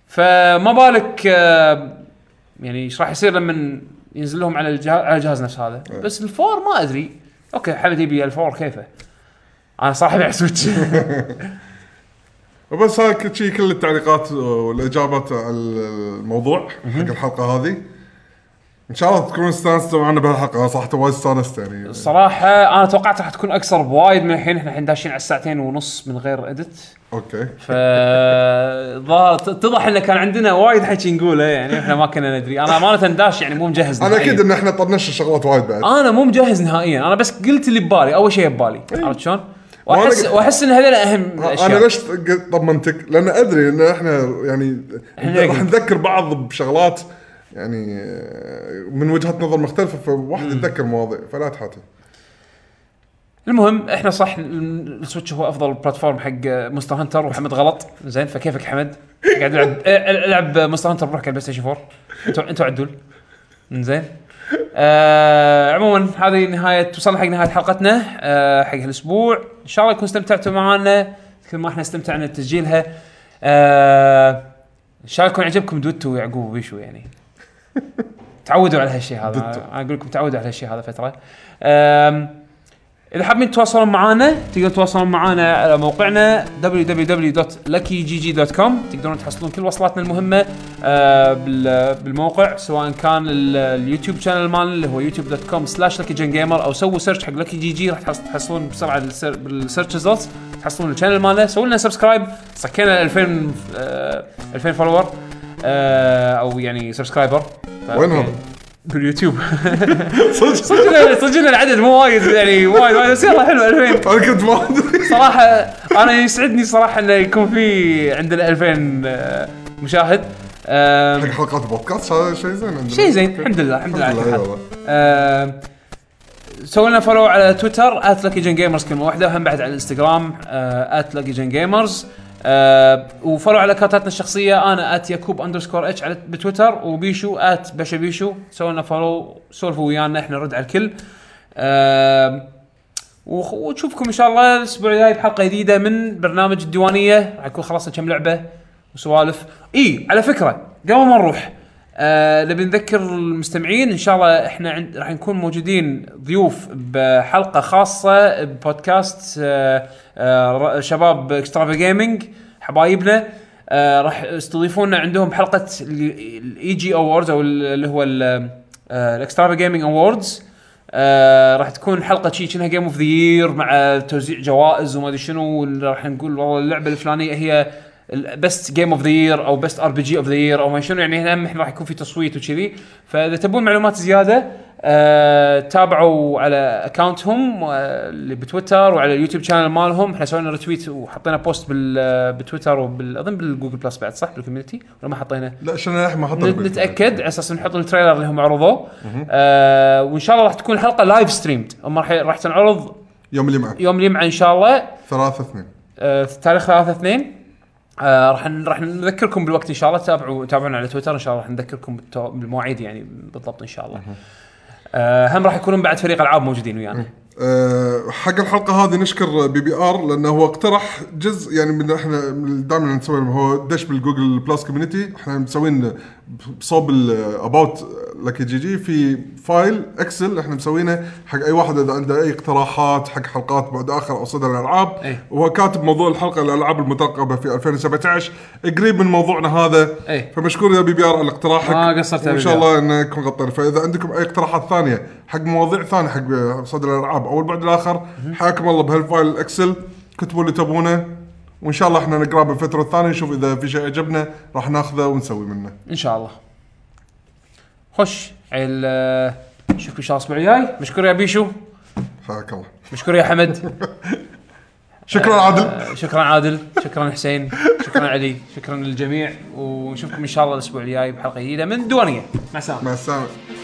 A: فما بالك آه، يعني ايش راح يصير لما ينزل لهم على الجهاز على الجهاز نفس هذا بس الفور ما ادري اوكي حمد يبي الفور كيفه انا صراحه ابيع سويتش
B: وبس هاي كل شيء كل التعليقات والاجابات على الموضوع حق الحلقه هذه ان شاء الله تكونوا استانستوا معنا بهالحلقه أنا صراحه وايد استانست يعني
A: صراحه انا توقعت راح تكون اكثر بوايد من الحين احنا الحين داشين على الساعتين ونص من غير ادت
B: اوكي
A: ف ظا- اتضح انه كان عندنا وايد حكي نقوله يعني احنا ما كنا ندري انا امانه داش يعني مو مجهز
B: انا
A: نهائياً.
B: اكيد ان احنا طنشنا شغلات وايد بعد
A: انا مو مجهز نهائيا انا بس قلت اللي ببالي اول شيء ببالي عرفت شلون؟ واحس
B: وأنا-
A: واحس ان هذول اهم
B: انا
A: الاشياء
B: ليش قلت طمنتك؟ لان ادري ان احنا يعني
A: إحنا
B: راح
A: قلت.
B: نذكر بعض بشغلات يعني آه، من وجهه نظر مختلفه فواحد يتذكر مواضيع فلا تحاتي
A: المهم احنا صح ال- السويتش هو افضل بلاتفورم حق مستر هانتر وحمد غلط زين فكيفك حمد قاعد العب آه، العب مستر هانتر بروحك على البلاي ستيشن 4 انتوا انتوا عدول زين آه عموما هذه نهايه وصلنا حق نهايه حلقتنا آه حق هالاسبوع ان شاء الله تكونوا استمتعتوا معنا مثل ما احنا استمتعنا بتسجيلها آه ان شاء الله يكون عجبكم دوتو ويعقوب وبيشو يعني تعودوا على هالشيء هذا
B: دوتو.
A: انا اقول لكم تعودوا على هالشيء هذا فتره آم، اذا حابين تتواصلون معنا تقدرون تتواصلون معنا على موقعنا www.luckygg.com تقدرون تحصلون كل وصلاتنا المهمه آه، بال- بالموقع سواء كان ال- اليوتيوب شانل مالنا اللي هو youtube.com slash luckygengamer او سووا سيرش حق lucky جي راح تحص- تحصلون بسرعه السر- بالسيرش ريزلتس تحصلون الشانل مالنا سووا لنا سبسكرايب سكينا 2000 آه، 2000 فولور او يعني سبسكرايبر
B: وين هذا؟
A: باليوتيوب صدق صدقنا العدد مو وايد يعني وايد وايد بس يلا حلو 2000
B: انا كنت ما ادري
A: صراحه انا يسعدني صراحه انه يكون في عندنا 2000 آه، مشاهد آم،
B: حق حلقات البودكاست هذا شيء زين عندنا
A: شيء زين الحمد لله الحمد لله على كل
B: إي
A: حال.
B: والله.
A: آم، سووا لنا فولو آه، على تويتر @luckygengamers كلمه واحده وهم بعد على آه، الانستغرام @luckygengamers وفولو آه، على كارتاتنا الشخصيه انا @يكوب اندرسكور اتش على بتويتر وبيشو @بشبيشو سووا لنا فولو سولفوا ويانا احنا نرد على الكل آم، وخ- وتشوفكم ان شاء الله الاسبوع الجاي بحلقه جديده من برنامج الديوانيه راح يكون خلصنا كم لعبه وسوالف اي على فكره قبل ما نروح آه نبي نذكر المستمعين ان شاء الله احنا عند راح نكون موجودين ضيوف بحلقه خاصه ببودكاست آه آه ر- شباب اكسترافا جيمنج حبايبنا آه راح يستضيفونا عندهم حلقه الاي جي اووردز او ال- E آه، اللي هو الاكسترافا جيمنج اووردز آه راح تكون حلقه شي كأنها جيم اوف ذا يير مع توزيع جوائز وما ادري شنو وال- راح نقول والله اللعبه الفلانيه هي بست جيم اوف ذا يير او بست ار بي جي اوف ذا يير او ما شنو يعني هم احنا راح يكون في تصويت وكذي فاذا تبون معلومات زياده آه تابعوا على اكونتهم آه، اللي بتويتر وعلى اليوتيوب شانل مالهم احنا سوينا ريتويت وحطينا بوست بال آه، بتويتر وبال اظن بالجوجل بلس بعد صح بالكوميونتي ولا ما حطينا؟
B: لا شنو الحين ما حط
A: نت- نتاكد على اساس نحط التريلر اللي هم عرضوه آه وان شاء الله راح تكون الحلقه لايف ستريمد هم راح راح تنعرض
B: يوم اللي معك
A: يوم الجمعه ان شاء الله
B: ثلاثة اثنين
A: آه تاريخ 3 2 آه راح ن- راح نذكركم بالوقت ان شاء الله تابعوا تابعونا على تويتر ان شاء الله راح نذكركم بالتو- بالمواعيد يعني بالضبط ان شاء الله آه هم راح يكونون بعد فريق العاب موجودين ويانا
B: أه، حق الحلقه هذه نشكر بي بي ار لانه هو اقترح جزء يعني من احنا من- دائما نسوي هو دش بالجوجل بلس كوميونتي احنا مسوين بصوب الاباوت لك جي جي في فايل اكسل احنا مسوينه حق اي واحد اذا عنده اي اقتراحات حق حلقات بعد اخر او صدى الالعاب
A: إيه.
B: وهو كاتب موضوع الحلقه الالعاب المترقبه في 2017 قريب من موضوعنا هذا
A: إيه.
B: فمشكور يا بي بي ار على اقتراحك
A: ما قصرت يا
B: وان
A: بي
B: شاء
A: بي آر.
B: الله ان يكون غطينا فاذا عندكم اي اقتراحات ثانيه حق مواضيع ثانيه حق صدر الالعاب او البعد الاخر حياكم الله بهالفايل الاكسل كتبوا اللي تبونه وان شاء الله احنا نقراه بالفتره الثانيه نشوف اذا في شيء عجبنا راح ناخذه ونسوي منه
A: ان شاء الله خش عيل آه، نشوفكم ان شاء الله الاسبوع الجاي مشكور يا بيشو
B: حياك الله
A: مشكور يا حمد
B: شكرا عادل
A: آه، شكرا عادل شكرا حسين شكرا علي شكرا للجميع ونشوفكم ان شاء الله الاسبوع الجاي بحلقه جديده من دونيه مع السلامه
B: مع السلامه